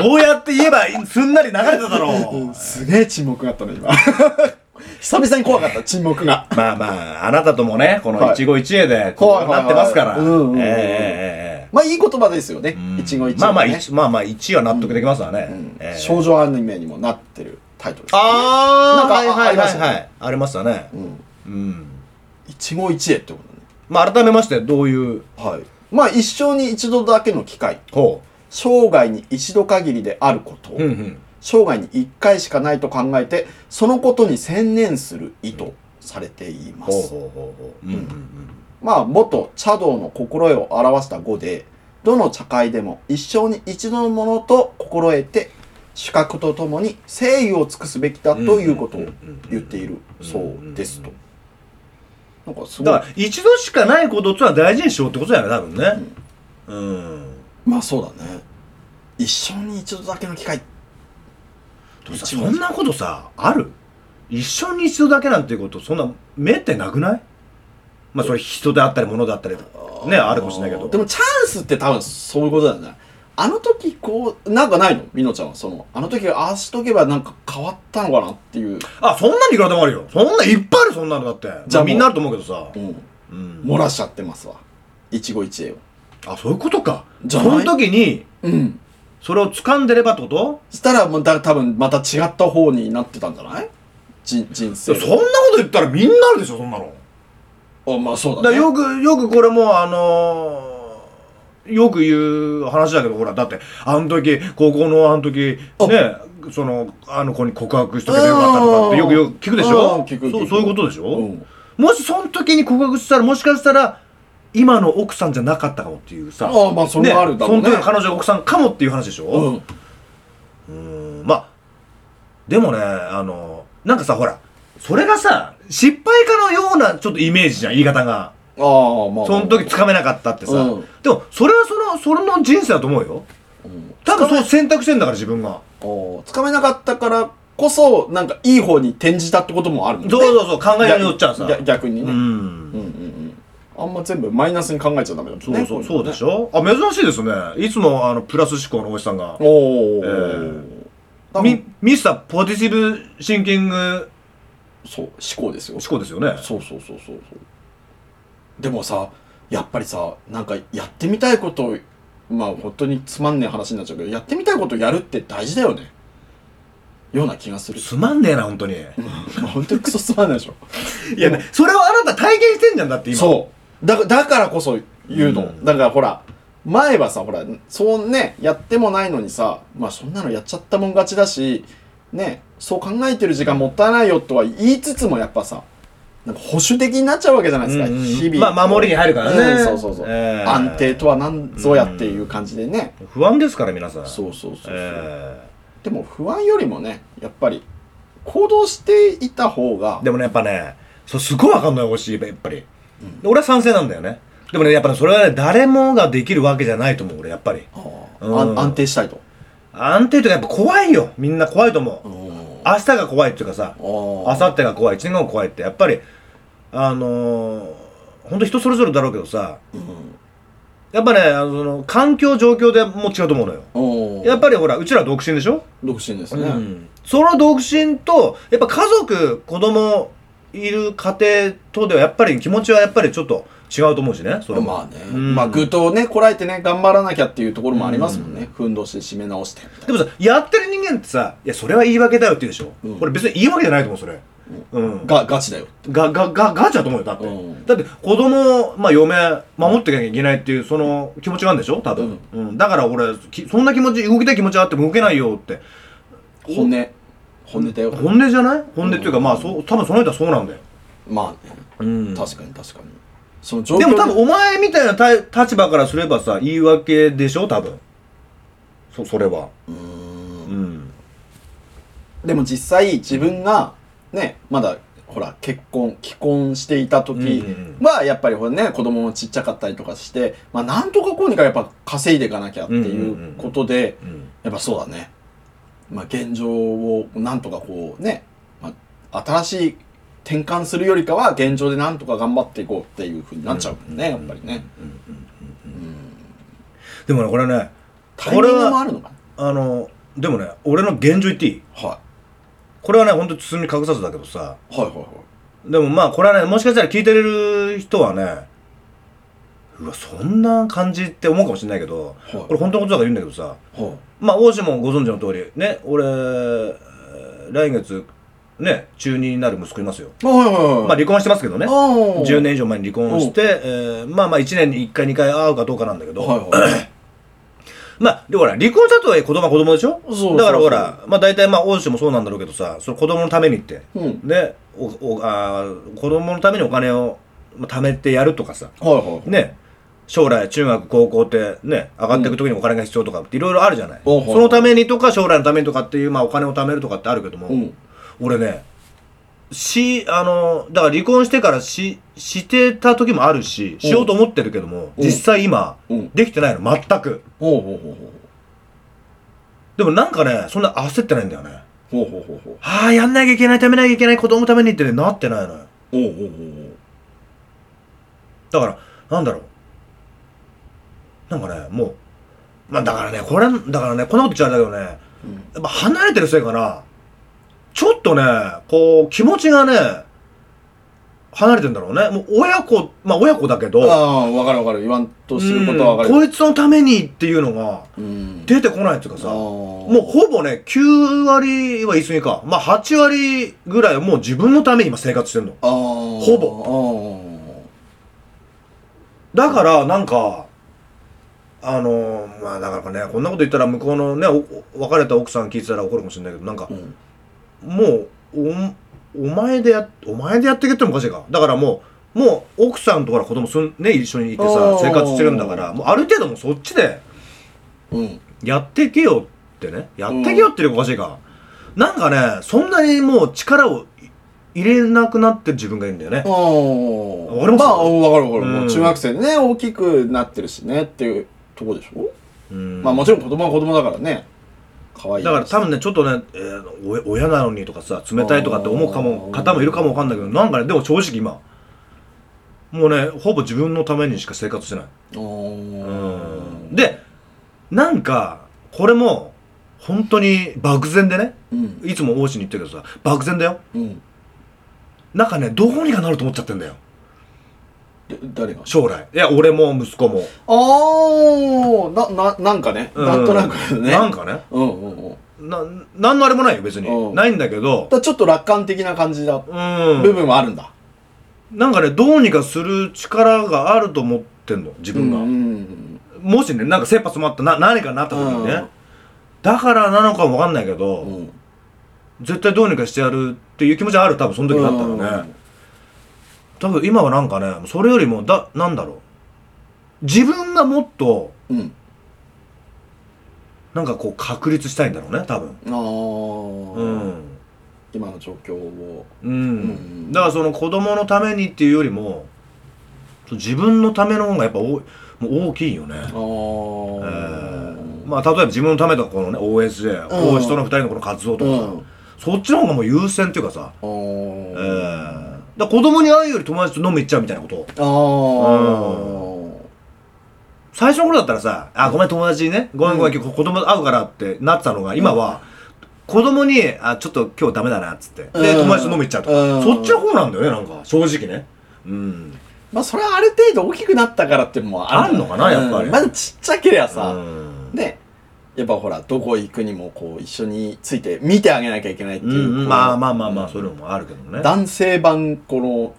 [SPEAKER 3] そうやって言えばすんなり流れただろう
[SPEAKER 2] すげえ沈黙があったの今 久々に怖かった沈黙が
[SPEAKER 3] まあまああなたともねこの
[SPEAKER 2] はい
[SPEAKER 3] 一期一会でこうなってますから
[SPEAKER 2] はいはいはいうんうんうん
[SPEAKER 3] ええええええ
[SPEAKER 2] まあいい言葉ですよね。一期一会、ね。
[SPEAKER 3] まあまあ、一まあまあ、1位は納得できますわね。ええ
[SPEAKER 2] 少女アニメにもなってるタイトルです、ね。
[SPEAKER 3] あー、
[SPEAKER 2] なんかあ
[SPEAKER 3] はいはい
[SPEAKER 2] ありま
[SPEAKER 3] は
[SPEAKER 2] し
[SPEAKER 3] い、
[SPEAKER 2] たね
[SPEAKER 3] はい。ありましたね。
[SPEAKER 2] ん
[SPEAKER 3] うん。
[SPEAKER 2] 一期一会ってこ
[SPEAKER 3] まあ、改めまして、どういう、
[SPEAKER 2] とね。はい。まあ一生に一度だけの機会。
[SPEAKER 3] ほ
[SPEAKER 2] 生涯に一度限りであること。
[SPEAKER 3] う。うんうん。
[SPEAKER 2] 生涯に一回しかないと考えて、そのことに専念する意図されていま
[SPEAKER 3] ほう
[SPEAKER 2] す。
[SPEAKER 3] ほうほうほう。うんうんうん。
[SPEAKER 2] まあ元茶道の心得を表した語で、どの茶会でも一生に一度のものと心得て、主格とともに誠意を尽くすべきだということを言っているそうですと。なんかすご
[SPEAKER 3] だか
[SPEAKER 2] い
[SPEAKER 3] ら、一度しかないことってのは大事にしようってことだよね、多分ね。うん。
[SPEAKER 2] まあそうだね。一生に一度だけの機会。
[SPEAKER 3] でもさ
[SPEAKER 2] 一
[SPEAKER 3] そ
[SPEAKER 2] 番
[SPEAKER 3] んなことさ、ある一生に一度だけなんていうこと、そんな、目ってなくないまあ、それ人であったり、物であったり、ね、あるかもしれないけど。
[SPEAKER 2] でもチャンスって多分そういうことだよね。あの時こう、なんかないのみのちゃんは。その、あの時ああしとけばなんか変わったのかなっていう。
[SPEAKER 3] あ、そんなんいくらでもあるよ。そんなんいっぱいある、そんなのだって。じ
[SPEAKER 2] じ
[SPEAKER 3] ゃ
[SPEAKER 2] ゃ
[SPEAKER 3] あ
[SPEAKER 2] あ
[SPEAKER 3] みんなあると思うけどさ
[SPEAKER 2] う。ん。
[SPEAKER 3] うん。
[SPEAKER 2] 漏らしちゃってますわ。一期一会を。
[SPEAKER 3] あ、そういうことか。
[SPEAKER 2] じ
[SPEAKER 3] そ
[SPEAKER 2] ゃない
[SPEAKER 3] の時に、
[SPEAKER 2] うん。
[SPEAKER 3] それを掴んでればってこと
[SPEAKER 2] したらもうだ多分また違った方になってたんじゃない人人
[SPEAKER 3] そ
[SPEAKER 2] 生
[SPEAKER 3] んなこと言ったらみんなあるでしょ、そんなの。
[SPEAKER 2] あまあそうだ
[SPEAKER 3] だか
[SPEAKER 2] ね
[SPEAKER 3] らよく、よくこれもうあのーよく言う話だけど、ほら、だって、あの時、高校のあの時、ね、その、あの子に告白しとけばよかったとかってよくよく聞くでし
[SPEAKER 2] うん
[SPEAKER 3] ょ
[SPEAKER 2] 聞く
[SPEAKER 3] そ
[SPEAKER 2] 聞
[SPEAKER 3] う
[SPEAKER 2] く
[SPEAKER 3] そういうことでしょ、
[SPEAKER 2] うん
[SPEAKER 3] もしその時に告白したら、もしかしたら、今の奥さんじゃなかったかもっていうさ。
[SPEAKER 2] ああまあそれもあるだろうね
[SPEAKER 3] その時の彼女が奥さんかもっていう話でしょ
[SPEAKER 2] うん
[SPEAKER 3] うんまあでもねあのなんかさほらそれがさ失敗かのようなちょっとイメージじゃん言い方が
[SPEAKER 2] ああまあ
[SPEAKER 3] その時つかめなかったってさ、
[SPEAKER 2] うん
[SPEAKER 3] でもそれはそのそれの人生だと思うよ
[SPEAKER 2] うん
[SPEAKER 3] 多分そう選択してんだから自分が
[SPEAKER 2] おーつかめなかったからこそなんかいい方に転じたってこともあるもん
[SPEAKER 3] そうそうそう考えによっちゃうさ
[SPEAKER 2] 逆逆に
[SPEAKER 3] う
[SPEAKER 2] ね、
[SPEAKER 3] ん
[SPEAKER 2] うん、うんうんあんま全部マイナスに考えちゃダメだもんね
[SPEAKER 3] そうそうそうでし
[SPEAKER 2] ょ
[SPEAKER 3] ょあ珍しいですねいつもあのプラス思考のおじさんが
[SPEAKER 2] おお、多分
[SPEAKER 3] ミミスターポジティブシンキング
[SPEAKER 2] そう思考ですよ
[SPEAKER 3] 思考ですよね
[SPEAKER 2] そうそうそうそうそうでもさやっぱりさなんかやってみたいことをまあ本当につまんねえ話になっちゃうけどやってみたいことをやるって大事だよねような気がする
[SPEAKER 3] すまんねえな本当に
[SPEAKER 2] 本当にクソつまんないでしょ
[SPEAKER 3] いやねそれをあなた体験してんじゃんだって今
[SPEAKER 2] そうだだからこそ言うの、
[SPEAKER 3] うん
[SPEAKER 2] だからほら前はさほらそうねやってもないのにさまあそんなのやっちゃったもん勝ちだしねそう考えてる時間もったいないよとは言いつつもやっぱさなんか保守的になっちゃうわけじゃないですか、
[SPEAKER 3] うんうん
[SPEAKER 2] 日々
[SPEAKER 3] まあ守りに入るからね
[SPEAKER 2] うんそうそうそう、
[SPEAKER 3] えー
[SPEAKER 2] 安定とは何ぞやっていう感じでね、
[SPEAKER 3] 不安ですから皆さん
[SPEAKER 2] そうそうそうそう、
[SPEAKER 3] え
[SPEAKER 2] でも不安よりもねやっぱり行動していた方が
[SPEAKER 3] ーでもねやっぱねそうすごいわかんないおいしいやっぱり、俺は賛成なんだよねでもねやっぱねそれはね誰もができるわけじゃないと思う俺やっぱり
[SPEAKER 2] あー
[SPEAKER 3] うん
[SPEAKER 2] あ安定したいと。
[SPEAKER 3] 安定というかやっぱ怖いよみんな怖いと思う、明日が怖いっていうかさ
[SPEAKER 2] あ
[SPEAKER 3] 明後日が怖い1年後が怖いってやっぱりあのー、ほんと人それぞれだろうけどさやっぱねあのその環境状況でも違うと思うのよやっぱりほらうちら独身でしょ
[SPEAKER 2] 独身ですね。
[SPEAKER 3] その独身とやっぱ家族子供いる家庭とではやっぱり気持ちはやっぱりちょっと違うと思うしねそれも
[SPEAKER 2] まあね、
[SPEAKER 3] うん
[SPEAKER 2] まあぐっとねこらえてね頑張らなきゃっていうところもありますもんね、ふんどし締め直して
[SPEAKER 3] でもさやってる人間ってさ「いやそれは言い訳だよ」って言うでしょ、
[SPEAKER 2] うん
[SPEAKER 3] これ別に言い訳じゃないと思うそれうん、
[SPEAKER 2] がガチだよ
[SPEAKER 3] がががガチだと思うよだって、
[SPEAKER 2] うん
[SPEAKER 3] だって子供まあ嫁守っていかなきゃいけないっていうその気持ちがあるんでしょ多分、うんだから俺きそんな気持ち動きたい気持ちがあっても動けないよって
[SPEAKER 2] 本音本音だよ、
[SPEAKER 3] 本音じゃない本音っていうか、まあそう多分その人はそうなんだよ、
[SPEAKER 2] まあね
[SPEAKER 3] うん、
[SPEAKER 2] 確かに確かにその状況
[SPEAKER 3] でも多分お前みたいなた立場からすればさ言い訳でしょ多分そそれは
[SPEAKER 2] うー
[SPEAKER 3] うんん
[SPEAKER 2] でも実際自分がねまだほら結婚既婚していた時はやっぱりほらね子供もちっちゃかったりとかしてまあなんとかこうにかやっぱ稼いでいかなきゃっていうことで、
[SPEAKER 3] うん
[SPEAKER 2] やっぱそうだね。まあ、現状をなんとかこうね、まあ、新しい転換するよりかは現状でなんとか頑張っていこうっていうふうになっちゃうもんね、やっぱりね。
[SPEAKER 3] でもねこれね
[SPEAKER 2] タイミングもあるのか
[SPEAKER 3] あのでもね俺の現状言っていい
[SPEAKER 2] なは
[SPEAKER 3] これはね本当に包み隠さずだけどさ
[SPEAKER 2] い。はいはいはい。
[SPEAKER 3] でもまあこれはねもしかしたら聞いてる人はねうわそんな感じって思うかもしれないけど、
[SPEAKER 2] はい
[SPEAKER 3] これ本当のことだから言うんだけどさ
[SPEAKER 2] は
[SPEAKER 3] まあ王子もご存知の通りね俺えー来月ね中2になる息子いますよ
[SPEAKER 2] い。はいはいはい。
[SPEAKER 3] まあ離婚はしてますけどね
[SPEAKER 2] あ
[SPEAKER 3] 10。年以上前に離婚して、えーまあまあ1年に1回2回会うかどうかなんだけど、
[SPEAKER 2] はいはい。
[SPEAKER 3] まあでほら離婚したとはいえ子供は子供でしょ
[SPEAKER 2] そうそうそう
[SPEAKER 3] だからほらまあ大体まあ王子もそうなんだろうけどさその子供のためにって
[SPEAKER 2] うん。
[SPEAKER 3] ねおおあー子供のためにお金をまあ貯めてやるとかさ
[SPEAKER 2] はいはい。
[SPEAKER 3] ね将来中学高校ってね上がっていく時にお金が必要とかっていろいろあるじゃない、
[SPEAKER 2] うん
[SPEAKER 3] そのためにとか将来のためにとかっていうまあお金を貯めるとかってあるけども、
[SPEAKER 2] うん。
[SPEAKER 3] 俺ねしあのだから離婚してからししてた時もあるししようと思ってるけども、
[SPEAKER 2] うん
[SPEAKER 3] 実際今、
[SPEAKER 2] うん
[SPEAKER 3] できてないの全く
[SPEAKER 2] ほうほうほう
[SPEAKER 3] でもなんかねそんな焦ってないんだよね
[SPEAKER 2] ほう。ほうほうほうほう。
[SPEAKER 3] ああやんなきゃいけないためなきゃいけない子供のためにってねなってないのよ
[SPEAKER 2] ほうほうほう
[SPEAKER 3] だからなんだろうなんかねもうまあだからねこれだからねこんなこと言っちゃうんだけどねや
[SPEAKER 2] うん
[SPEAKER 3] っぱ離れてるせいかなちょっとねこう気持ちがね離れてんだろうね。もう親子、まあ親子だけど、
[SPEAKER 2] ああ、わかるわかる。言わんとすることはわか
[SPEAKER 3] う
[SPEAKER 2] る。
[SPEAKER 3] んこいつのためにっていうのが
[SPEAKER 2] うん。
[SPEAKER 3] 出てこないっていうかさ、も
[SPEAKER 2] も
[SPEAKER 3] うほぼね、9割は言い過ぎか。まあ8割ぐらいはもう自分のために今生活してんの。
[SPEAKER 2] ああ
[SPEAKER 3] ほ
[SPEAKER 2] ぼ
[SPEAKER 3] だからなんかあのーまあだからねこんなこと言ったら向こうのねおお別れた奥さん聞いてたら怒るかもしれないけどなんか
[SPEAKER 2] うん
[SPEAKER 3] もうおお前でやお前でやってけってもおかしいかだからもうもう奥さんとほら子供すんね一緒にいてさ
[SPEAKER 2] おー
[SPEAKER 3] 生活してるんだからもうある程度もうそっちで
[SPEAKER 2] うん
[SPEAKER 3] やってけよってねやってけよっていうのがおかしいかなんかねそんなにもう力を入れなくなってる自分がいるんだよね
[SPEAKER 2] ああ
[SPEAKER 3] わかりま
[SPEAKER 2] ま
[SPEAKER 3] す
[SPEAKER 2] あわかるわかる、もううん中学生でね大きくなってるしねっていうとこでしょ、
[SPEAKER 3] うん
[SPEAKER 2] まあもちろん子供は子供だからね可愛い
[SPEAKER 3] だから多分ねちょっとね、えーお親なのにとかさ冷たいとかって思うかも
[SPEAKER 2] あー
[SPEAKER 3] 方もいるかもわかんないけどなんかねでも正直今もうねほぼ自分のためにしか生活してない、
[SPEAKER 2] あー
[SPEAKER 3] でなんかこれも本当に漠然でね
[SPEAKER 2] うん
[SPEAKER 3] いつも王子に言ってるけどさ漠然だよ
[SPEAKER 2] うん
[SPEAKER 3] なんかねどうにかなると思っちゃってんだよ
[SPEAKER 2] で誰が
[SPEAKER 3] 将来いや俺も息子も、
[SPEAKER 2] ああなななんかね、
[SPEAKER 3] うん
[SPEAKER 2] なんとなくね
[SPEAKER 3] なんかね
[SPEAKER 2] うんうんうんだ
[SPEAKER 3] ななんのあれもないよ別
[SPEAKER 2] う
[SPEAKER 3] に
[SPEAKER 2] ん
[SPEAKER 3] ないんだけど
[SPEAKER 2] からちょっと楽観的な感じだ、
[SPEAKER 3] うん
[SPEAKER 2] 部分はあるんだ
[SPEAKER 3] なんかねどうにかする力があると思ってんの自分が、
[SPEAKER 2] うんうん
[SPEAKER 3] もしねなんか切羽詰まったな何かなった時にね、
[SPEAKER 2] うん
[SPEAKER 3] だからなのかもわかんないけ
[SPEAKER 2] う
[SPEAKER 3] ど、
[SPEAKER 2] んうん
[SPEAKER 3] 絶対どうにかしてやるっていう気持ちはある多分その時だったらね、多分今はなんかねそれよりもだなんだろう自分がもっと
[SPEAKER 2] うん
[SPEAKER 3] なんかこう確立したいんだろうね多分
[SPEAKER 2] あー
[SPEAKER 3] うん
[SPEAKER 2] 今の状況を
[SPEAKER 3] うん、
[SPEAKER 2] ん
[SPEAKER 3] だからその子供のためにっていうよりもそう自分のための方がやっぱ多いもう大きいよね、え
[SPEAKER 2] あ
[SPEAKER 3] ーまあ例えば自分のためとかこのね OSJ、
[SPEAKER 2] うん
[SPEAKER 3] 人の二人のこの活動とかさ、
[SPEAKER 2] うん
[SPEAKER 3] そっちの方がもう優先っていうか
[SPEAKER 2] あ
[SPEAKER 3] さ、え
[SPEAKER 2] ー
[SPEAKER 3] ー、だから子供に会うより友達と飲み行っちゃうみたいなこと
[SPEAKER 2] あー
[SPEAKER 3] 最初の頃だったらさ「あごめん友達にねごめんごめん、今日子供と会うから」ってなってたのが今は、子供に「あちょっと今日ダメだな」っつってで、
[SPEAKER 2] うん
[SPEAKER 3] 友達と飲み行っちゃうとか、
[SPEAKER 2] うん
[SPEAKER 3] そっちの方なんだよねなんか正直ねうん
[SPEAKER 2] まあそれはある程度大きくなったからってのもある
[SPEAKER 3] あんのかなやっぱり
[SPEAKER 2] うんまだちっちゃけりゃ
[SPEAKER 3] う
[SPEAKER 2] さ
[SPEAKER 3] ん
[SPEAKER 2] ねやっぱほらどこ行くにもこう一緒について見てあげなきゃいけないって
[SPEAKER 3] う
[SPEAKER 2] いうんこう
[SPEAKER 3] まあまあまあまあそういうのもあるけどね
[SPEAKER 2] 男性版こ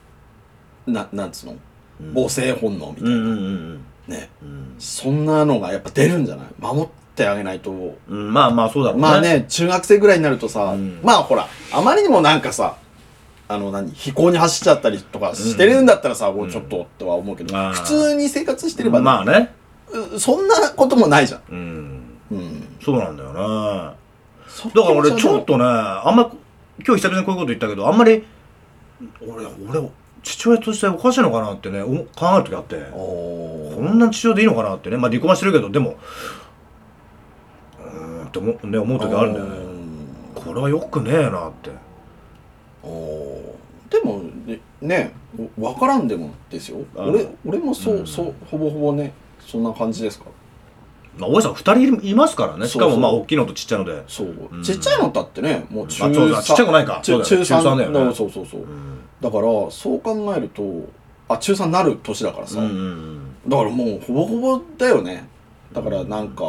[SPEAKER 2] のななんつうの
[SPEAKER 3] うん
[SPEAKER 2] 母性本能みたい
[SPEAKER 3] うん
[SPEAKER 2] な
[SPEAKER 3] うんうん
[SPEAKER 2] ね
[SPEAKER 3] うん
[SPEAKER 2] そんなのがやっぱ出るんじゃない守ってあげないと
[SPEAKER 3] うんまあまあそうだろうね
[SPEAKER 2] まあね、中学生ぐらいになるとさ、
[SPEAKER 3] うん
[SPEAKER 2] まあほら、あまりにもなんかさ、あの何、飛行に走っちゃったりとかしてるんだったらさ、もうちょっととは思うけど、
[SPEAKER 3] あー
[SPEAKER 2] 普通に生活してれば、
[SPEAKER 3] まあね
[SPEAKER 2] うそんなこともないじゃん。
[SPEAKER 3] うん
[SPEAKER 2] うん。
[SPEAKER 3] そうなんだよな
[SPEAKER 2] そ
[SPEAKER 3] だから俺ちょっ
[SPEAKER 2] と、
[SPEAKER 3] とねあんま今日久々にこういうこと言ったけどあんまり俺俺父親としておかしいのかなってねお考える時あって
[SPEAKER 2] お
[SPEAKER 3] こ
[SPEAKER 2] ー
[SPEAKER 3] んな父親でいいのかなってねまあ離婚はしてるけどでもうーんって思,、ね、思う時あるんだよねこれはよくねえなって
[SPEAKER 2] おーおーでも、ねね、わからんでもですよ。
[SPEAKER 3] あー
[SPEAKER 2] 俺、俺もそう、
[SPEAKER 3] うん
[SPEAKER 2] そう、ほぼほぼね、そんな感じですから。
[SPEAKER 3] まあ大家さん2人いますからねし
[SPEAKER 2] そ
[SPEAKER 3] か
[SPEAKER 2] う
[SPEAKER 3] も
[SPEAKER 2] そう
[SPEAKER 3] まあ大きいのとちっちゃいので
[SPEAKER 2] そう、
[SPEAKER 3] うん
[SPEAKER 2] ちっちゃいのだってね、もう中
[SPEAKER 3] まあそうだちっちゃくないかそう
[SPEAKER 2] 中
[SPEAKER 3] だ
[SPEAKER 2] 中
[SPEAKER 3] よね中3
[SPEAKER 2] 3
[SPEAKER 3] だよね
[SPEAKER 2] そうそうそう。
[SPEAKER 3] うん
[SPEAKER 2] だからそう考えるとあ中3になる年だからさ、
[SPEAKER 3] うんうん
[SPEAKER 2] だからもうほぼほぼだよねだからなんか、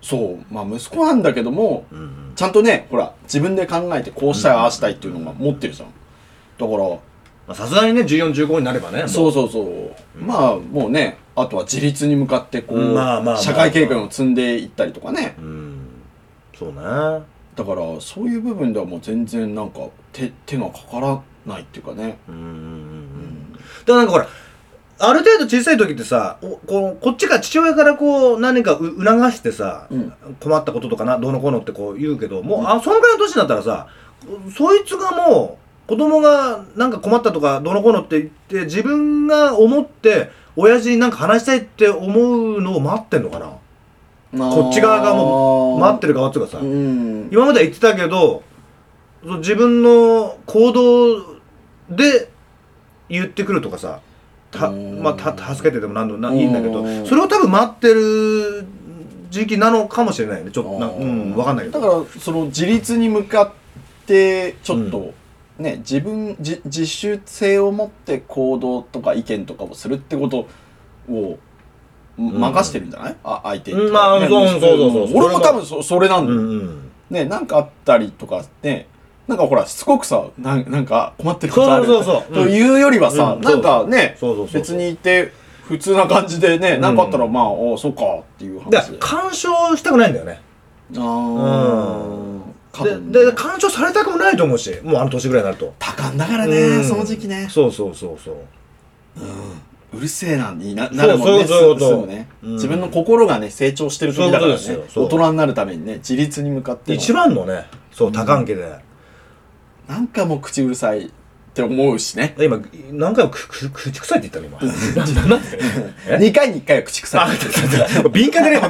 [SPEAKER 2] そうまあ息子なんだけども
[SPEAKER 3] うんうん
[SPEAKER 2] ちゃんとねほら自分で考えてこうしたい、ああしたいっていうのが持ってるじゃんだから
[SPEAKER 3] まあさすがにね1415になればねもう
[SPEAKER 2] そうそうそうまあもうねあとは自立に向かってこう、
[SPEAKER 3] うんまあまあまあ
[SPEAKER 2] 社会経験を積んでいったりとかね
[SPEAKER 3] うんそうね
[SPEAKER 2] だからそういう部分ではもう全然なんか手手がかからないっていうかね、
[SPEAKER 3] うんうんうん
[SPEAKER 2] う
[SPEAKER 3] うん
[SPEAKER 2] ん
[SPEAKER 3] だからなんかほらある程度小さい時ってさおこうこっちが父親からこう何かう促してさ、
[SPEAKER 2] うん
[SPEAKER 3] 困ったこととかなどうのこうのってこう言うけどもう、あそのぐらいの年になったらさそいつがもう子供がなんか困ったとかどうのこうのって言って自分が思って親父になんか話したいって思うのを待ってんのかなこっち側が
[SPEAKER 2] も
[SPEAKER 3] 待ってる側っていうかさ、
[SPEAKER 2] うん、
[SPEAKER 3] 今までは言ってたけどそう自分の行動で言ってくるとかさた、
[SPEAKER 2] うん
[SPEAKER 3] まあ、た助けてでも何でもないいんだけど
[SPEAKER 2] うん
[SPEAKER 3] それを多分待ってる時期なのかもしれないよねちょっとなうん分かんないけ
[SPEAKER 2] だ
[SPEAKER 3] ど
[SPEAKER 2] からその自立に向かってちょっとね、自分じ自主性を持って行動とか意見とかをするってことを
[SPEAKER 3] ん
[SPEAKER 2] 任してるんじゃない、あ相手に、
[SPEAKER 3] うんまあ
[SPEAKER 2] ね
[SPEAKER 3] そうそうそうそう
[SPEAKER 2] 俺も多分そそれなんだよ、
[SPEAKER 3] うん。
[SPEAKER 2] ねなんかあったりとかねなんかほらしつこくさなんなんか困ってることあ
[SPEAKER 3] そう
[SPEAKER 2] る
[SPEAKER 3] そうそう。
[SPEAKER 2] というよりはさ、
[SPEAKER 3] うん
[SPEAKER 2] なんかね
[SPEAKER 3] そうそうそう。
[SPEAKER 2] 別にいて普通な感じでねなんかあったらまあ、おそうかっていう
[SPEAKER 3] だ
[SPEAKER 2] 話
[SPEAKER 3] から
[SPEAKER 2] で
[SPEAKER 3] 干渉したくないんだよね。
[SPEAKER 2] あー多分ね
[SPEAKER 3] で、で、干渉されたくもないと思うし、もうあの年ぐらいになると。
[SPEAKER 2] 多感だからね、
[SPEAKER 3] うん
[SPEAKER 2] その時期ね
[SPEAKER 3] そうそうそうそう。
[SPEAKER 2] うるせえなにななるもんね
[SPEAKER 3] そうそういうこと
[SPEAKER 2] すすぐね、
[SPEAKER 3] うん
[SPEAKER 2] 自分の心がね成長してる時だからね
[SPEAKER 3] そういうことですよ
[SPEAKER 2] 大
[SPEAKER 3] そう
[SPEAKER 2] 人になるためにね自立に向かっての
[SPEAKER 3] 一番のね、そう、多感期で。
[SPEAKER 2] なんかもう口うるさいって思うしね
[SPEAKER 3] 今、何回もく、く、口臭いって言ったの今。ななんでえ
[SPEAKER 2] 2回に1回は口臭
[SPEAKER 3] あ
[SPEAKER 2] い、
[SPEAKER 3] 敏感でね、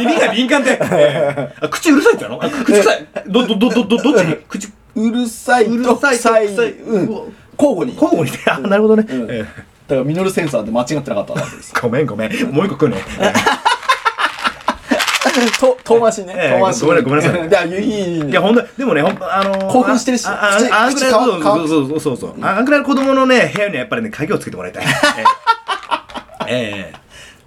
[SPEAKER 3] 耳が敏 感で。あ口うるさいって言ったのあ口臭い。ど、ど、ど、ど、ど、どっちに口、
[SPEAKER 2] うるさいと臭いうん、
[SPEAKER 3] う
[SPEAKER 2] 交
[SPEAKER 3] わ
[SPEAKER 2] 互に
[SPEAKER 3] 交互にね。あ、なるほどね。
[SPEAKER 2] うん
[SPEAKER 3] え
[SPEAKER 2] だからミノルセンサーで間違ってなかったわけです
[SPEAKER 3] ごめんごめん。もう一個 来るね。
[SPEAKER 2] と遠回しね
[SPEAKER 3] ええ
[SPEAKER 2] 遠回し
[SPEAKER 3] ごめんごめんなさい
[SPEAKER 2] い やいいいい
[SPEAKER 3] いや、ほんと、でもね、ほんと、あのー、
[SPEAKER 2] 興奮してるし
[SPEAKER 3] ああ
[SPEAKER 2] 口
[SPEAKER 3] ああんくら
[SPEAKER 2] 口
[SPEAKER 3] い
[SPEAKER 2] 乾
[SPEAKER 3] そ
[SPEAKER 2] く
[SPEAKER 3] うそうそうそうそう。ああんくらいの子供のね、部屋にはやっぱりね、鍵をつけてもらいたい。えええ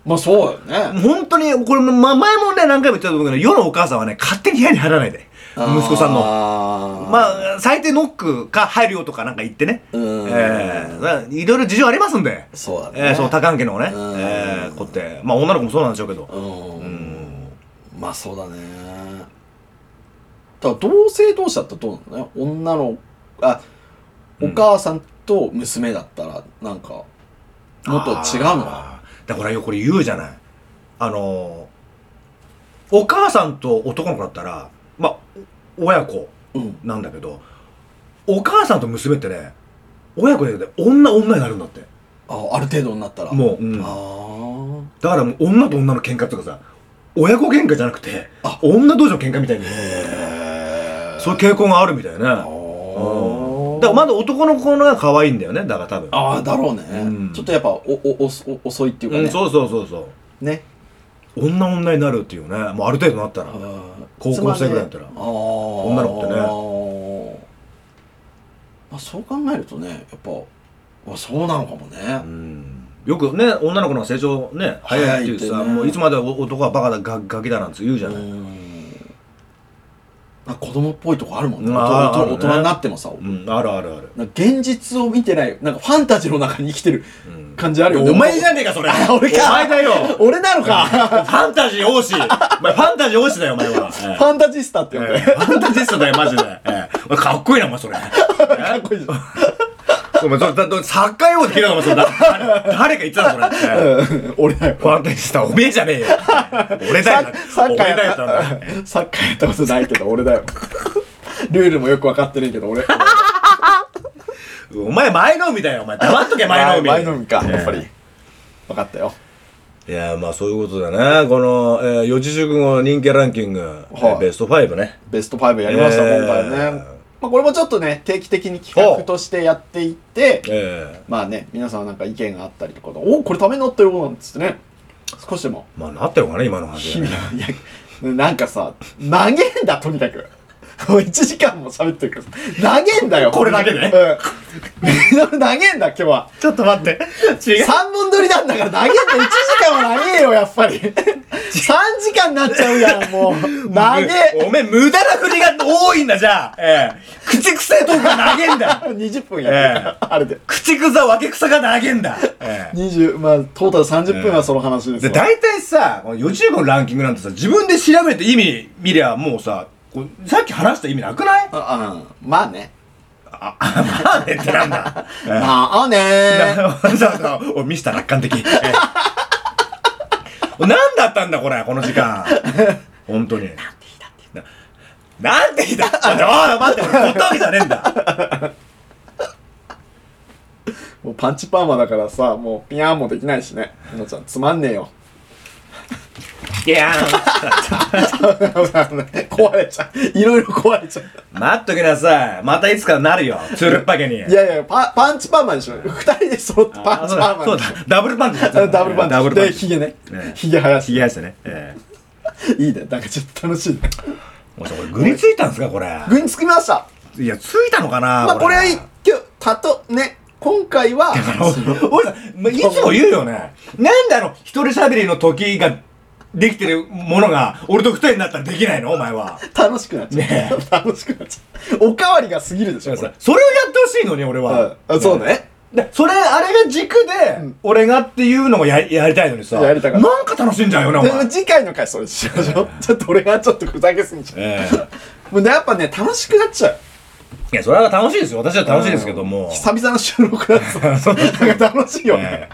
[SPEAKER 2] まあそうだよ
[SPEAKER 3] え
[SPEAKER 2] ね
[SPEAKER 3] 本当に、これ、ま、前もね、何回も言ってたと思うけど、夜のお母さんはね、勝手に部屋に入らないで。息子さんの。
[SPEAKER 2] のあ
[SPEAKER 3] まあ、最低ノックか入るよとかなんか言ってね。
[SPEAKER 2] うーん
[SPEAKER 3] ええまあいろいろ事情ありますんで。
[SPEAKER 2] そうだね
[SPEAKER 3] ええそう、多感家のね、え
[SPEAKER 2] うん
[SPEAKER 3] え子って。まあ、女の子もそうなんでしょうけど。
[SPEAKER 2] う
[SPEAKER 3] うんん。
[SPEAKER 2] まあそうだねただ同性同士だったらどうなのね女のあ
[SPEAKER 3] う
[SPEAKER 2] お
[SPEAKER 3] ん
[SPEAKER 2] 母さんと娘だったらなんかもっと違うのか
[SPEAKER 3] あーだからよ、これ言うじゃない。あのーお母さんと男の子だったら、まあ、お親子
[SPEAKER 2] なうん
[SPEAKER 3] なんだけど、お母さんと娘ってね、親子で女女になるんだって。
[SPEAKER 2] あある程度になったらう
[SPEAKER 3] もう、うん
[SPEAKER 2] あー
[SPEAKER 3] だからもう女と女の喧嘩とかさ、親子喧嘩じゃなくて
[SPEAKER 2] あ、
[SPEAKER 3] 女同士の喧嘩みたいに、
[SPEAKER 2] へえ
[SPEAKER 3] そういう傾向があるみたいな。
[SPEAKER 2] あ
[SPEAKER 3] ね。
[SPEAKER 2] ー
[SPEAKER 3] だからまだ男の子の方が可愛いんだよね、だから多分。
[SPEAKER 2] あーだろうね、
[SPEAKER 3] うん
[SPEAKER 2] ちょっとやっぱおおおお遅いっていうか
[SPEAKER 3] う
[SPEAKER 2] ね、
[SPEAKER 3] ん、そうそうそうそう。
[SPEAKER 2] ね
[SPEAKER 3] 女女になるっていうね、もうある程度なったら。高校生ぐらいだったら
[SPEAKER 2] 女
[SPEAKER 3] の子ってね
[SPEAKER 2] ねまあそう考えるとねやっぱあそうなのかもね
[SPEAKER 3] よくね女の子の方が成長ね早いっていう
[SPEAKER 2] 早い
[SPEAKER 3] さ
[SPEAKER 2] ってね
[SPEAKER 3] もういつまでも男はバカだガガキだなんて言うじゃ
[SPEAKER 2] う
[SPEAKER 3] ない、うん
[SPEAKER 2] んなんか子供っぽいとこあるもんね
[SPEAKER 3] うん
[SPEAKER 2] 大
[SPEAKER 3] あ
[SPEAKER 2] 人
[SPEAKER 3] るね
[SPEAKER 2] 大人になってもさ
[SPEAKER 3] あるあるある、
[SPEAKER 2] なんか現実を見てないなんかファンタジーの中に生きてる
[SPEAKER 3] うん
[SPEAKER 2] 感じあるよね
[SPEAKER 3] お前じゃねえかそれ
[SPEAKER 2] 俺か
[SPEAKER 3] お前だよ
[SPEAKER 2] 俺なのか
[SPEAKER 3] ファンタジー王子お前ファンタジー王子だよお前は、
[SPEAKER 2] ファンタジスタって
[SPEAKER 3] え
[SPEAKER 2] 呼ん
[SPEAKER 3] え
[SPEAKER 2] で
[SPEAKER 3] ファンタジストだよマジで、ええお前かっこいいなお前それ
[SPEAKER 2] かっこいいじゃん
[SPEAKER 3] お前それだだ作家用語で聞いたのかそれだ誰か言ってたのそれ、ええ
[SPEAKER 2] うん俺だよ
[SPEAKER 3] ファンタジスタおめえじゃね えよ俺
[SPEAKER 2] サ
[SPEAKER 3] だよ
[SPEAKER 2] ッカー
[SPEAKER 3] 俺だ
[SPEAKER 2] や
[SPEAKER 3] よ
[SPEAKER 2] っ
[SPEAKER 3] 多分
[SPEAKER 2] たサッカーやったことないけど俺だよルールもよく分かってねえけど俺
[SPEAKER 3] お前前の海だよお前黙っとけ前の海
[SPEAKER 2] 前の海か、やっぱ
[SPEAKER 3] え
[SPEAKER 2] り。分かったよ。
[SPEAKER 3] えいやまあそういうことだねこの、えー、四字熟語人気ランキング、えーベスト5ね
[SPEAKER 2] ベスト5やりました、
[SPEAKER 3] えー
[SPEAKER 2] 今回ね。まあ、これもちょっとね、定期的に企画としてやっていって、
[SPEAKER 3] え
[SPEAKER 2] まあね、皆さんなんか意見があったりとか、おこれためになったよ、なんつってね。少しでも。
[SPEAKER 3] えまあなってるのかね今の話
[SPEAKER 2] い
[SPEAKER 3] で
[SPEAKER 2] や
[SPEAKER 3] ね、
[SPEAKER 2] いやなんかさ、投げんだ、とにかく。もう1時間も喋ってるから、投げんだよ。
[SPEAKER 3] これだけね
[SPEAKER 2] うん。投げんだ、今日は。
[SPEAKER 3] ちょっと待って違
[SPEAKER 2] 3本撮りなんだから投げて1時間は投げよやっぱり3 時間になっちゃうやんもう投げ
[SPEAKER 3] おめえ無駄な振りが多いんだじゃあ、ええ口癖とか投げんだ
[SPEAKER 2] 20分やってる、 あれで
[SPEAKER 3] 口草分け草が投げんだ、ええ
[SPEAKER 2] 20まあトータル30分はその話です
[SPEAKER 3] で
[SPEAKER 2] よ、
[SPEAKER 3] 大体さこの四字熟語のランキングなんてさ自分で調べて意味見りゃもうさこうさっき話した意味なく ない
[SPEAKER 2] あうんまあね
[SPEAKER 3] あ、あ、ねってなん だ。
[SPEAKER 2] まあね
[SPEAKER 3] そうそう、お見せた楽観的。何だったんだこれ、この時間。本当に。なんて日だって。なんて日だ。おいおい待って、俺、ったわけじゃねえんだ。
[SPEAKER 2] もうパンチパーマだからさもうピアンもできないしねのちゃんつまんねえよ
[SPEAKER 3] いや
[SPEAKER 2] 壊れちゃういろいろ壊れちゃう
[SPEAKER 3] ー待っときなさい。またいつかなるよ。つるっぱけに。
[SPEAKER 2] いやいやパパンチパーマでしょ2人で揃ってパン
[SPEAKER 3] あ
[SPEAKER 2] チ
[SPEAKER 3] そう
[SPEAKER 2] パー
[SPEAKER 3] だ
[SPEAKER 2] マ
[SPEAKER 3] そうだ、ダブルパンチだ
[SPEAKER 2] ダブルパンチ
[SPEAKER 3] ダブルパン
[SPEAKER 2] で
[SPEAKER 3] チ。
[SPEAKER 2] ヒゲね
[SPEAKER 3] ええ
[SPEAKER 2] ヒゲ生やし
[SPEAKER 3] ひげ生やしてね。え
[SPEAKER 2] いいねなんかちょっと楽しいね
[SPEAKER 3] えもうさ、これ、グリついたんすか、これ。
[SPEAKER 2] 具につきました
[SPEAKER 3] いや、ついたのかな
[SPEAKER 2] まあこれは一挙、たと、ね、今回は、
[SPEAKER 3] 俺さ、まいつも言うよね。なんであの、一人喋りの時ができてるものが、俺と二人になったらできないのお前は。
[SPEAKER 2] 楽しくなっちゃ
[SPEAKER 3] ね
[SPEAKER 2] う。楽しくなっちゃう。おかわりが過ぎるでし
[SPEAKER 3] だ
[SPEAKER 2] ょ、
[SPEAKER 3] か
[SPEAKER 2] こ
[SPEAKER 3] ら
[SPEAKER 2] れ
[SPEAKER 3] さ。それをやってほしいのに、俺は。
[SPEAKER 2] うんあそうね。
[SPEAKER 3] で、それ、あれが軸で、
[SPEAKER 2] ん
[SPEAKER 3] 俺がっていうのもややりたいのにさ、
[SPEAKER 2] やりたかった
[SPEAKER 3] なんか楽しんじゃうよな、お
[SPEAKER 2] で
[SPEAKER 3] 前
[SPEAKER 2] も。次回の回それしましょう。ちょっと俺がちょっとふざけすぎちゃう。
[SPEAKER 3] ええ
[SPEAKER 2] もうねやっぱね、楽しくなっちゃう。
[SPEAKER 3] いや、それは楽しいですよ。私は楽しいですけども。
[SPEAKER 2] 久々の収録だった。なんか楽しいよね。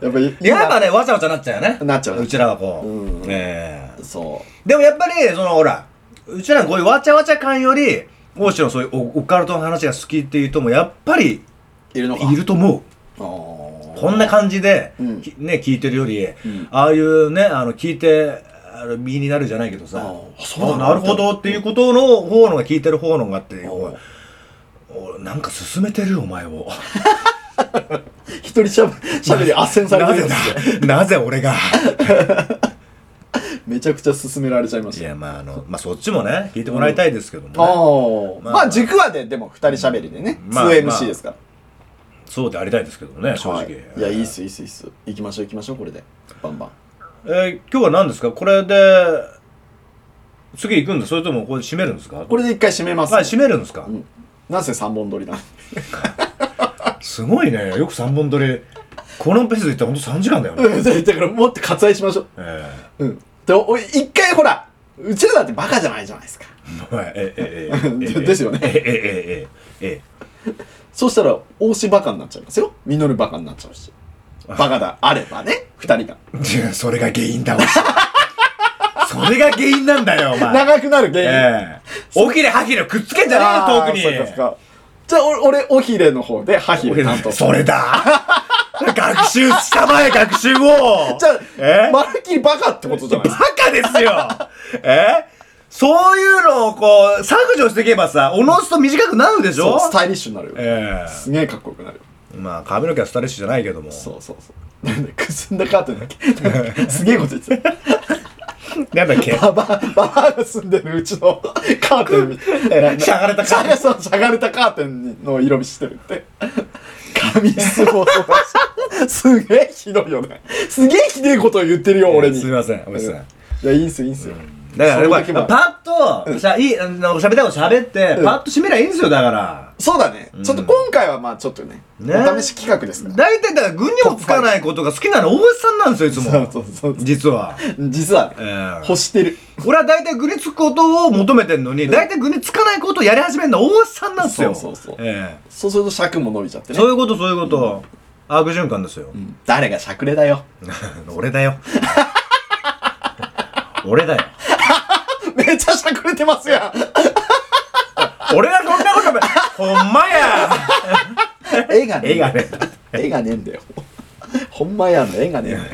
[SPEAKER 2] やっぱり、
[SPEAKER 3] やっぱね、わちゃわちゃなっちゃうよね。
[SPEAKER 2] なっちゃう
[SPEAKER 3] うちらはこう。
[SPEAKER 2] うん
[SPEAKER 3] ええ
[SPEAKER 2] そ
[SPEAKER 3] でもやっぱり、その、ほら、うちらのこういうわちゃわちゃ感より、もちろんそういうオオカルトの話が好きっていう人も、やっぱり、
[SPEAKER 2] う。いるのか。
[SPEAKER 3] いると思
[SPEAKER 2] あ
[SPEAKER 3] う。
[SPEAKER 2] ー
[SPEAKER 3] こんな感じで、
[SPEAKER 2] うん
[SPEAKER 3] きね、聞いてるより、
[SPEAKER 2] ん
[SPEAKER 3] ああいうね、あの、聞いて、あの身になるじゃないけどさ、
[SPEAKER 2] あーそうだ
[SPEAKER 3] あ
[SPEAKER 2] な
[SPEAKER 3] なるほどっていうことの方のが聞いてる方のがって、お
[SPEAKER 2] お
[SPEAKER 3] いおいなんか進めてるよお前 を。
[SPEAKER 2] 一人しゃべしゃべり斡旋され
[SPEAKER 3] な
[SPEAKER 2] てる
[SPEAKER 3] ぜ
[SPEAKER 2] んですよ
[SPEAKER 3] だ、 なぜ俺が。
[SPEAKER 2] めちゃくちゃ勧められちゃいま
[SPEAKER 3] い
[SPEAKER 2] した。
[SPEAKER 3] や、まあ、あの、まあ、そっちもね、聞いてもらいたいですけどもね、
[SPEAKER 2] あー
[SPEAKER 3] ま
[SPEAKER 2] ま
[SPEAKER 3] あ
[SPEAKER 2] あ、軸はね、でも二人しゃべりでね、
[SPEAKER 3] まあまあ
[SPEAKER 2] 2MC ですから。
[SPEAKER 3] そうでありたいですけどもね、正
[SPEAKER 2] は
[SPEAKER 3] 直。
[SPEAKER 2] い、いや、いいっす、いいっす、いいっす。行きましょう、行きましょう、これで。バンバン。
[SPEAKER 3] えー今日は何ですかこれで、次行くんですそれともここで締めるんですか
[SPEAKER 2] これで一回締めます、
[SPEAKER 3] はい、締めるんですか、
[SPEAKER 2] うんなぜ三本撮りなの
[SPEAKER 3] すごいね。よく3本撮り。このペースでいったらほんと3時間だよね。
[SPEAKER 2] うん だから、もっと割愛しましょう。
[SPEAKER 3] え
[SPEAKER 2] うん。で、お一回ほら、うちらだってバカじゃないじゃないですか。
[SPEAKER 3] ーはいええええええ
[SPEAKER 2] ですよね
[SPEAKER 3] ええええええ
[SPEAKER 2] そしたら、大志バカになっちゃいますよ。実るバカになっちゃうし。バカだ、あればね、二人が。
[SPEAKER 3] ええ。それが原因 だわ。それが原因なんだよ、お前。
[SPEAKER 2] 長くなる原因。
[SPEAKER 3] ええ。おきれはきれをくっつけんじゃねえよ、
[SPEAKER 2] あ
[SPEAKER 3] 遠
[SPEAKER 2] ー
[SPEAKER 3] くに。
[SPEAKER 2] そうかそうかじゃあ、お俺、おひれの方で、はひれ担当。
[SPEAKER 3] それだ 学習したまえ学習を
[SPEAKER 2] じゃあ、
[SPEAKER 3] え
[SPEAKER 2] まるっきりバカってことじゃない
[SPEAKER 3] バ
[SPEAKER 2] ですか。
[SPEAKER 3] カですよ えそういうのをこう削除していけばさおのずと短くなるでし
[SPEAKER 2] そ
[SPEAKER 3] ょ
[SPEAKER 2] う、スタイリッシュになるよ。
[SPEAKER 3] え
[SPEAKER 2] すげえかっこよくなるよ。
[SPEAKER 3] えまあ髪の毛はスタイリッシュじゃないけども
[SPEAKER 2] そうそうそう。なんだ、くすんだカーテンだっけなんかすげえこと言ってた。
[SPEAKER 3] なんだっけ
[SPEAKER 2] ババア、ババアが住んでるうちのカーテンみたいな。
[SPEAKER 3] しゃがれたカーテン
[SPEAKER 2] ン。そう、しゃがれたカーテンの色味してるって。髪質もそうだし。すげえひどいよね。すげえひでえことを言ってるよ、俺に。
[SPEAKER 3] すみませんおじさん
[SPEAKER 2] いや、いいんすよ、いいんすよ。
[SPEAKER 3] だか
[SPEAKER 2] そ
[SPEAKER 3] ら
[SPEAKER 2] の
[SPEAKER 3] こ
[SPEAKER 2] 時
[SPEAKER 3] れ
[SPEAKER 2] は
[SPEAKER 3] パッとしゃいいあの喋りたいこと喋って
[SPEAKER 2] うん
[SPEAKER 3] パッと締めりゃいいんですよだから
[SPEAKER 2] そうだね。ちょっと今回はまあちょっとね、
[SPEAKER 3] ね
[SPEAKER 2] お試し企画ですから。
[SPEAKER 3] 大体だから軍にもつかないことが好きなの大橋さんなんですよいつも
[SPEAKER 2] そうそうそう
[SPEAKER 3] 実は
[SPEAKER 2] 実はね、
[SPEAKER 3] ええ
[SPEAKER 2] 欲してる。
[SPEAKER 3] 俺は大体具につくことを求めてんのに、大体具につかないことをやり始めるのは大橋さんなんですよ。
[SPEAKER 2] そうそうそう
[SPEAKER 3] え
[SPEAKER 2] そうすると尺も伸びちゃって
[SPEAKER 3] え
[SPEAKER 2] ね。
[SPEAKER 3] そういうこと、そういうこと。悪循 環ですよ。
[SPEAKER 2] うん誰が尺れだよ。
[SPEAKER 3] 俺だよ。 俺だよ。
[SPEAKER 2] めっちゃしゃくれてますや
[SPEAKER 3] 俺がそんなこ とば、ほんまや
[SPEAKER 2] ん。絵がね。
[SPEAKER 3] 絵がね。
[SPEAKER 2] 絵がねえんだよ。 ほんまやんだ、絵がねえんだよ。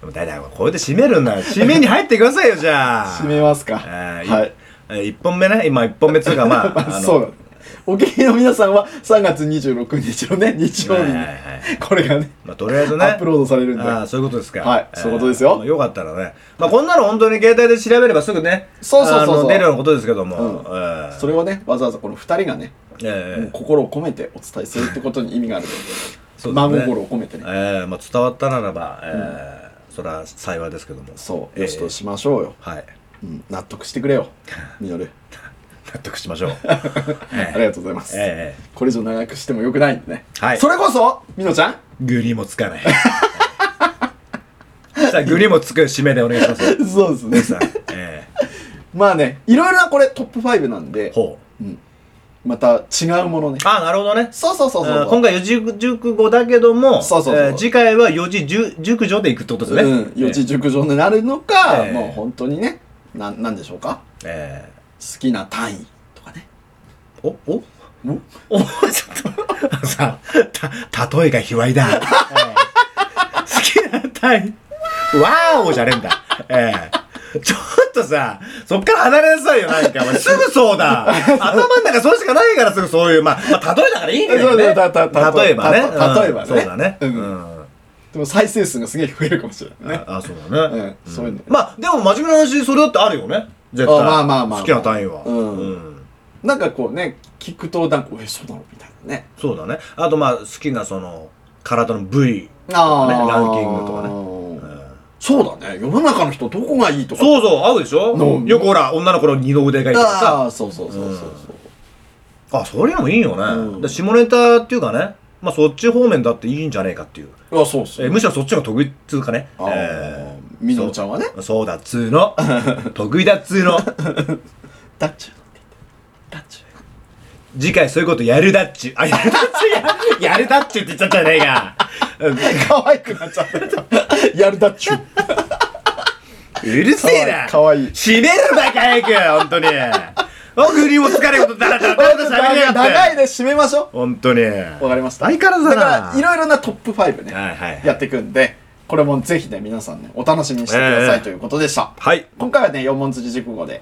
[SPEAKER 3] でも大体こうやって締めるんだよ。締めに入ってくださいよ、じゃあ。
[SPEAKER 2] 締めますか。
[SPEAKER 3] ええ
[SPEAKER 2] はい。。
[SPEAKER 3] い一本目ね、今一本目つうか、まあ、
[SPEAKER 2] まあ、そうだね。お聞きの皆さんは3月26日のね、日曜日に
[SPEAKER 3] はいはいは、
[SPEAKER 2] これがね、
[SPEAKER 3] まあ、とりあえずね。
[SPEAKER 2] アップロードされるんで。
[SPEAKER 3] ああ、そういうことですか。
[SPEAKER 2] はい
[SPEAKER 3] えー
[SPEAKER 2] そういうことですよ
[SPEAKER 3] まあよかったらね。まあ、こんなの本当に携帯で調べればすぐね、
[SPEAKER 2] そうそうそうそう
[SPEAKER 3] あの出るようなことですけども。
[SPEAKER 2] うん
[SPEAKER 3] えー
[SPEAKER 2] それをね、わざわざこの2人がね、
[SPEAKER 3] え
[SPEAKER 2] もう
[SPEAKER 3] ー
[SPEAKER 2] 心を込めてお伝えするってことに意味があるので、
[SPEAKER 3] そうです
[SPEAKER 2] 真
[SPEAKER 3] ね
[SPEAKER 2] 心を込めてね、
[SPEAKER 3] えーまあ、伝わったならば、えーそれは幸いですけども。
[SPEAKER 2] そう、
[SPEAKER 3] えー
[SPEAKER 2] よしとしましょうよ。
[SPEAKER 3] はい。
[SPEAKER 2] うん、納得してくれよ、みのる。
[SPEAKER 3] 納得しま しょう。
[SPEAKER 2] ありがとうございます。
[SPEAKER 3] え
[SPEAKER 2] これ以上長くしてもよくないんでね。
[SPEAKER 3] はい
[SPEAKER 2] それこそ、みのちゃん
[SPEAKER 3] ーグリもつかない。 さあ、グリもつく締めでお願いしますよ。
[SPEAKER 2] そうですね。
[SPEAKER 3] さあ、え
[SPEAKER 2] まあね、いろいろなこれトップ5なんで
[SPEAKER 3] ー、ほう。
[SPEAKER 2] また違うものね。
[SPEAKER 3] ああ、なるほどね。
[SPEAKER 2] そうそうそうそう。
[SPEAKER 3] あー今回四字熟語だけども、
[SPEAKER 2] そうそうそう
[SPEAKER 3] えー次回は四字熟熟女でいくってことですね。
[SPEAKER 2] うん、四字熟女になるのか、
[SPEAKER 3] ええ
[SPEAKER 2] もう本当にね、なん、なんでしょうか
[SPEAKER 3] え
[SPEAKER 2] 好きな単位とかね。
[SPEAKER 3] ー、おお
[SPEAKER 2] ん
[SPEAKER 3] おちょっとさあた例えが卑猥だ、えー好きな単位わーおじゃねえんだ、えー、ちょっとさそっから離れなさいよなんかお前すぐそうだ頭の中それしかないからすぐそういうまあ、まあ、例えだからいいんだけどね
[SPEAKER 2] そうそうたたた
[SPEAKER 3] 例えばね
[SPEAKER 2] た例えばね
[SPEAKER 3] うんそうだね
[SPEAKER 2] うん
[SPEAKER 3] ん
[SPEAKER 2] でも再生数がすげえ増えるかもしれないね。
[SPEAKER 3] ああそうだね、
[SPEAKER 2] うんそういうの
[SPEAKER 3] まあでも真面目な話それだってあるよね絶対
[SPEAKER 2] あまあまあまあ
[SPEAKER 3] 好きな単位は
[SPEAKER 2] うん
[SPEAKER 3] うん
[SPEAKER 2] なんかこうね、聞くと、なんか、え、そうなのみたいなね。
[SPEAKER 3] そうだね。あとまあ好きなその体の部位。
[SPEAKER 2] あ
[SPEAKER 3] ーランキングとかねう
[SPEAKER 2] ね。
[SPEAKER 3] ん
[SPEAKER 2] そうだね。世の中の人、どこがいいとか。
[SPEAKER 3] そうそう、合うでしょ
[SPEAKER 2] うん
[SPEAKER 3] よくほら、女の子の二の腕がいいとかさ。
[SPEAKER 2] あーそうそうそうそうそう。
[SPEAKER 3] あ、そりゃもういいよね。
[SPEAKER 2] うん
[SPEAKER 3] で下ネタっていうかね、まあそっち方面だっていいんじゃねえかっていう。
[SPEAKER 2] うわ、そうっす
[SPEAKER 3] え
[SPEAKER 2] ね。
[SPEAKER 3] むしろそっちの方が得意っつうかね。
[SPEAKER 2] あ
[SPEAKER 3] え
[SPEAKER 2] ーみのちゃんはね、
[SPEAKER 3] ーそうだっつーの。 得意だっつーの。
[SPEAKER 2] ダッチューって言って。ダッチュー。
[SPEAKER 3] 次回そういうことやるだっちゅ。あ、やるだっちゅや、やるだっちゅって言っちゃったじゃねえか。うん
[SPEAKER 2] 可愛くなっちゃ った。やるダッチュー。
[SPEAKER 3] うるせえな。
[SPEAKER 2] かわいい
[SPEAKER 3] 死ねるばか、早く、本当に。あ、グリも疲れることだらだらだらだら喋りやがって。
[SPEAKER 2] 長いで締めましょ
[SPEAKER 3] 本当に。
[SPEAKER 2] う。わかりました。
[SPEAKER 3] 相変わらずだ
[SPEAKER 2] だ
[SPEAKER 3] な
[SPEAKER 2] から、いろいろなトップ5ね。
[SPEAKER 3] はいはいはい。
[SPEAKER 2] やっていくんで、これもぜひね、皆さんね、お楽しみにしてくださ
[SPEAKER 3] ええ
[SPEAKER 2] いということでした。
[SPEAKER 3] はい。
[SPEAKER 2] 今回はね、4問辻熟語で、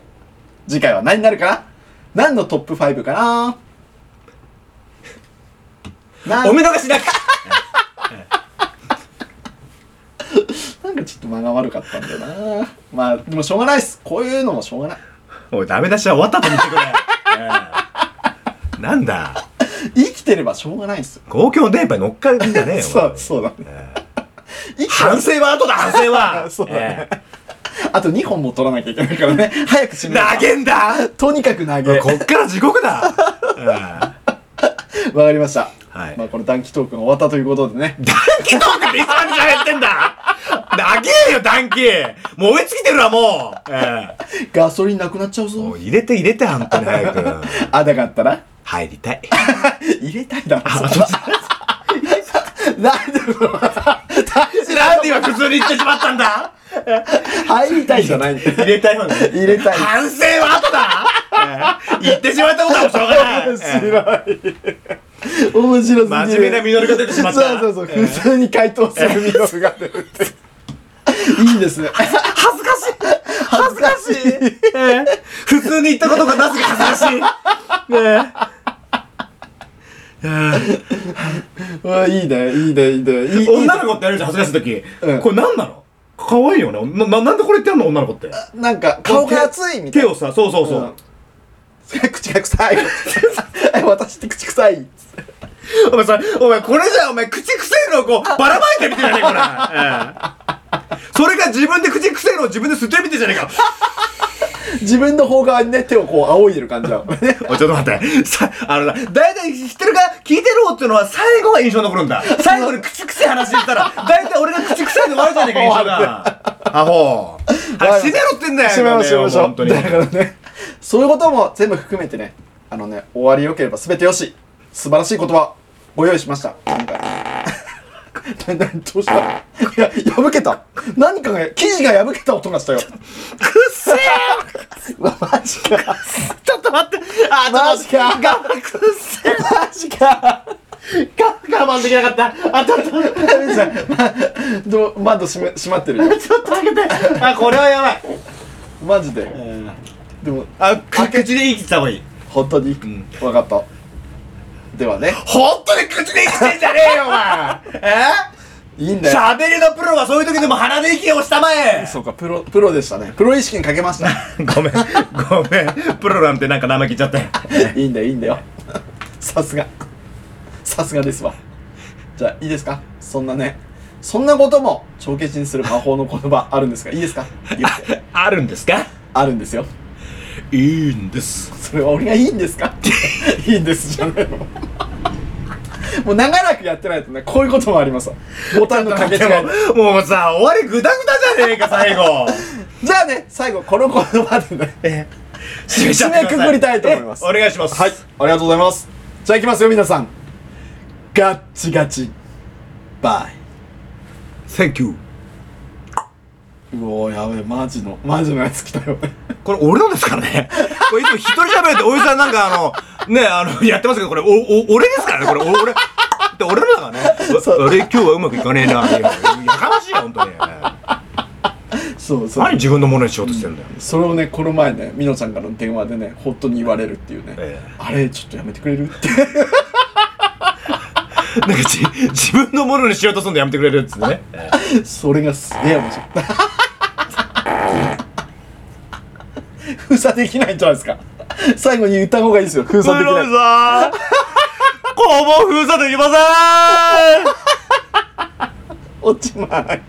[SPEAKER 2] 次回は何になるかな何のトップ5かなな
[SPEAKER 3] お
[SPEAKER 2] ん
[SPEAKER 3] 見逃しなく。
[SPEAKER 2] なんかちょっと間が悪かったんだよなまあ、でもしょうがないっす。こういうのもしょうがない。
[SPEAKER 3] おい、ダメ出しは終わったと 思ってくれ。ええなんだ。
[SPEAKER 2] 生きてればしょうがないっすよ。
[SPEAKER 3] 公共の電波に乗っかるんじゃねえよ。
[SPEAKER 2] そう、そうだね。
[SPEAKER 3] え
[SPEAKER 2] 生きて
[SPEAKER 3] 反省は後だ、反省は。
[SPEAKER 2] そうだね
[SPEAKER 3] え
[SPEAKER 2] あと2本も取らなきゃいけないから ね。早くし
[SPEAKER 3] え
[SPEAKER 2] ないと
[SPEAKER 3] 投げんだ
[SPEAKER 2] とにかく投げ。
[SPEAKER 3] こっから地獄だ。 え
[SPEAKER 2] わかりました。
[SPEAKER 3] えはい。
[SPEAKER 2] まあ、この短期トークが終わったということでね。
[SPEAKER 3] ダンキトークでいつまで喋ってんだ長えよ、ダンキもう追いつきてるわ、もう、え
[SPEAKER 2] ガソリンなくなっちゃう
[SPEAKER 3] えも
[SPEAKER 2] ぞ
[SPEAKER 3] う。入れて入れて、本当に 早く。
[SPEAKER 2] あ、だかったら
[SPEAKER 3] 入りたい。
[SPEAKER 2] 入れたいだろ。
[SPEAKER 3] あ、
[SPEAKER 2] そ
[SPEAKER 3] そう
[SPEAKER 2] れ
[SPEAKER 3] そう
[SPEAKER 2] なんでその
[SPEAKER 3] なんで今普通に言ってしまったんだ
[SPEAKER 2] 入 りたいじゃないんだよ。
[SPEAKER 3] 入れたい方ね。
[SPEAKER 2] 入れたい。
[SPEAKER 3] 反省は後だ、ええ 言ってしまったことはもうしょう
[SPEAKER 2] 面
[SPEAKER 3] がない。ええ
[SPEAKER 2] 白い。面白すぎる。
[SPEAKER 3] 真面目なミノルが出てしまった。
[SPEAKER 2] そうそうそう。普通に回答するミノルが出るって。いいですね。
[SPEAKER 3] 恥ずかしい恥ずかしい、ええ普通に言ったことがなすが恥ずかしい
[SPEAKER 2] うん
[SPEAKER 3] ねえ
[SPEAKER 2] いいね、いいね、いいね。いいいい
[SPEAKER 3] 女の子ってやるじゃん恥ずかしい時、
[SPEAKER 2] うん
[SPEAKER 3] これ何なの可愛いよねなななんでこれ言ってんの女の子って
[SPEAKER 2] なんか、顔が熱いみたい
[SPEAKER 3] 手
[SPEAKER 2] な。
[SPEAKER 3] をさそうそうそう、
[SPEAKER 2] うん口が臭い。え私って口臭い。
[SPEAKER 3] お前さお前これじゃお前口臭いのをこうばらまいてみてじゃねえか これ、ええそれが自分で口臭いのを自分で吸ってみてじゃねえか
[SPEAKER 2] 自分の方側にね、手をこう仰いでる感じだ もんね。
[SPEAKER 3] おいちょっと待って。さ、あのな、大体知ってるか聞いてる方っていうのは最後が印象に残るんだ。最後に口臭い話したら、大体俺が口臭いの悪いじゃねえか、印象 が。アホ。はい、死ねろってんだよ。
[SPEAKER 2] しましょう、しま
[SPEAKER 3] 本
[SPEAKER 2] しょ
[SPEAKER 3] 当
[SPEAKER 2] う。
[SPEAKER 3] に。
[SPEAKER 2] だからね、そういうことも全部含めてね、あのね、終わりよければ全てよし、素晴らしい言葉、ご用意しました。今回。 ななどうしたいや、破けた。何かが、生地が破けた音がしたよ。
[SPEAKER 3] くっせえ
[SPEAKER 2] うわ マジか。
[SPEAKER 3] ちょっと待って。あ、ちょっと待って。
[SPEAKER 2] マジ
[SPEAKER 3] 我慢くっせえ
[SPEAKER 2] マジか。
[SPEAKER 3] 我慢できなかった。あ、ちょっと、
[SPEAKER 2] ダメじゃん。ま、ど窓閉め閉まってるよ。
[SPEAKER 3] ちょっと開けて。あ、これはやばい。
[SPEAKER 2] マジで。でも、
[SPEAKER 3] あ、く口で息した方がいい。
[SPEAKER 2] 本当に、わかった。ではね、
[SPEAKER 3] 本当に口で息してんじゃねえよ、お前。
[SPEAKER 2] いいん
[SPEAKER 3] え
[SPEAKER 2] だよ。
[SPEAKER 3] 喋りのプロはそういう時でも鼻で息をしたまえ。
[SPEAKER 2] そうか、プロ、プロでしたね。プロ意識にかけました。
[SPEAKER 3] ごめん、ごめん。 プロなんてなんか生聞いちゃったよ。
[SPEAKER 2] いいんだよいいんだよさすがさすがですわじゃあいいですかそんなねそんなことも帳消しにする魔法の言葉あるんですがいいですか言って
[SPEAKER 3] あるんですか
[SPEAKER 2] あるんですよ
[SPEAKER 3] いいんです。
[SPEAKER 2] それは俺がいいんですかいいんですじゃないのもう長らくやってないとねこういうこともありますわボタンの掛け
[SPEAKER 3] で
[SPEAKER 2] 違い
[SPEAKER 3] も、もうさ、終わりグダグダじゃねえか、最後。
[SPEAKER 2] じゃあね最後この言葉で ね
[SPEAKER 3] 締めちゃってださ
[SPEAKER 2] 締めくくりたいと思います
[SPEAKER 3] えお願いします。
[SPEAKER 2] はいありがとうございますじゃあいきますよ皆さんガッチガチバイ
[SPEAKER 3] Thank you。
[SPEAKER 2] うおーやべえマジのマジのやつ来たよ
[SPEAKER 3] これ俺のですからね。これいつも一人喋るって、おじさんなんかあの、ね、あの、やってますけど、これ、お、お、俺ですからね、これ、お俺。で、俺のだからね。あれ、今日はうまくいかねえな、っていうやかましいよ、本当に。
[SPEAKER 2] そうそう
[SPEAKER 3] 何自分のものにしようとしてんだよ。
[SPEAKER 2] それをねこの前ねみのちゃんからの電話でね本当に言われるっていうね、
[SPEAKER 3] ええ
[SPEAKER 2] あれちょっとやめてくれるって
[SPEAKER 3] なんかじ、自分のものにしようとするのやめてくれるっつってね。
[SPEAKER 2] それがすげえ面白い 封鎖できないんじゃないですか最後に言った方がいいですよ。空想的な。
[SPEAKER 3] さん工房封鎖できません
[SPEAKER 2] 落ちまい。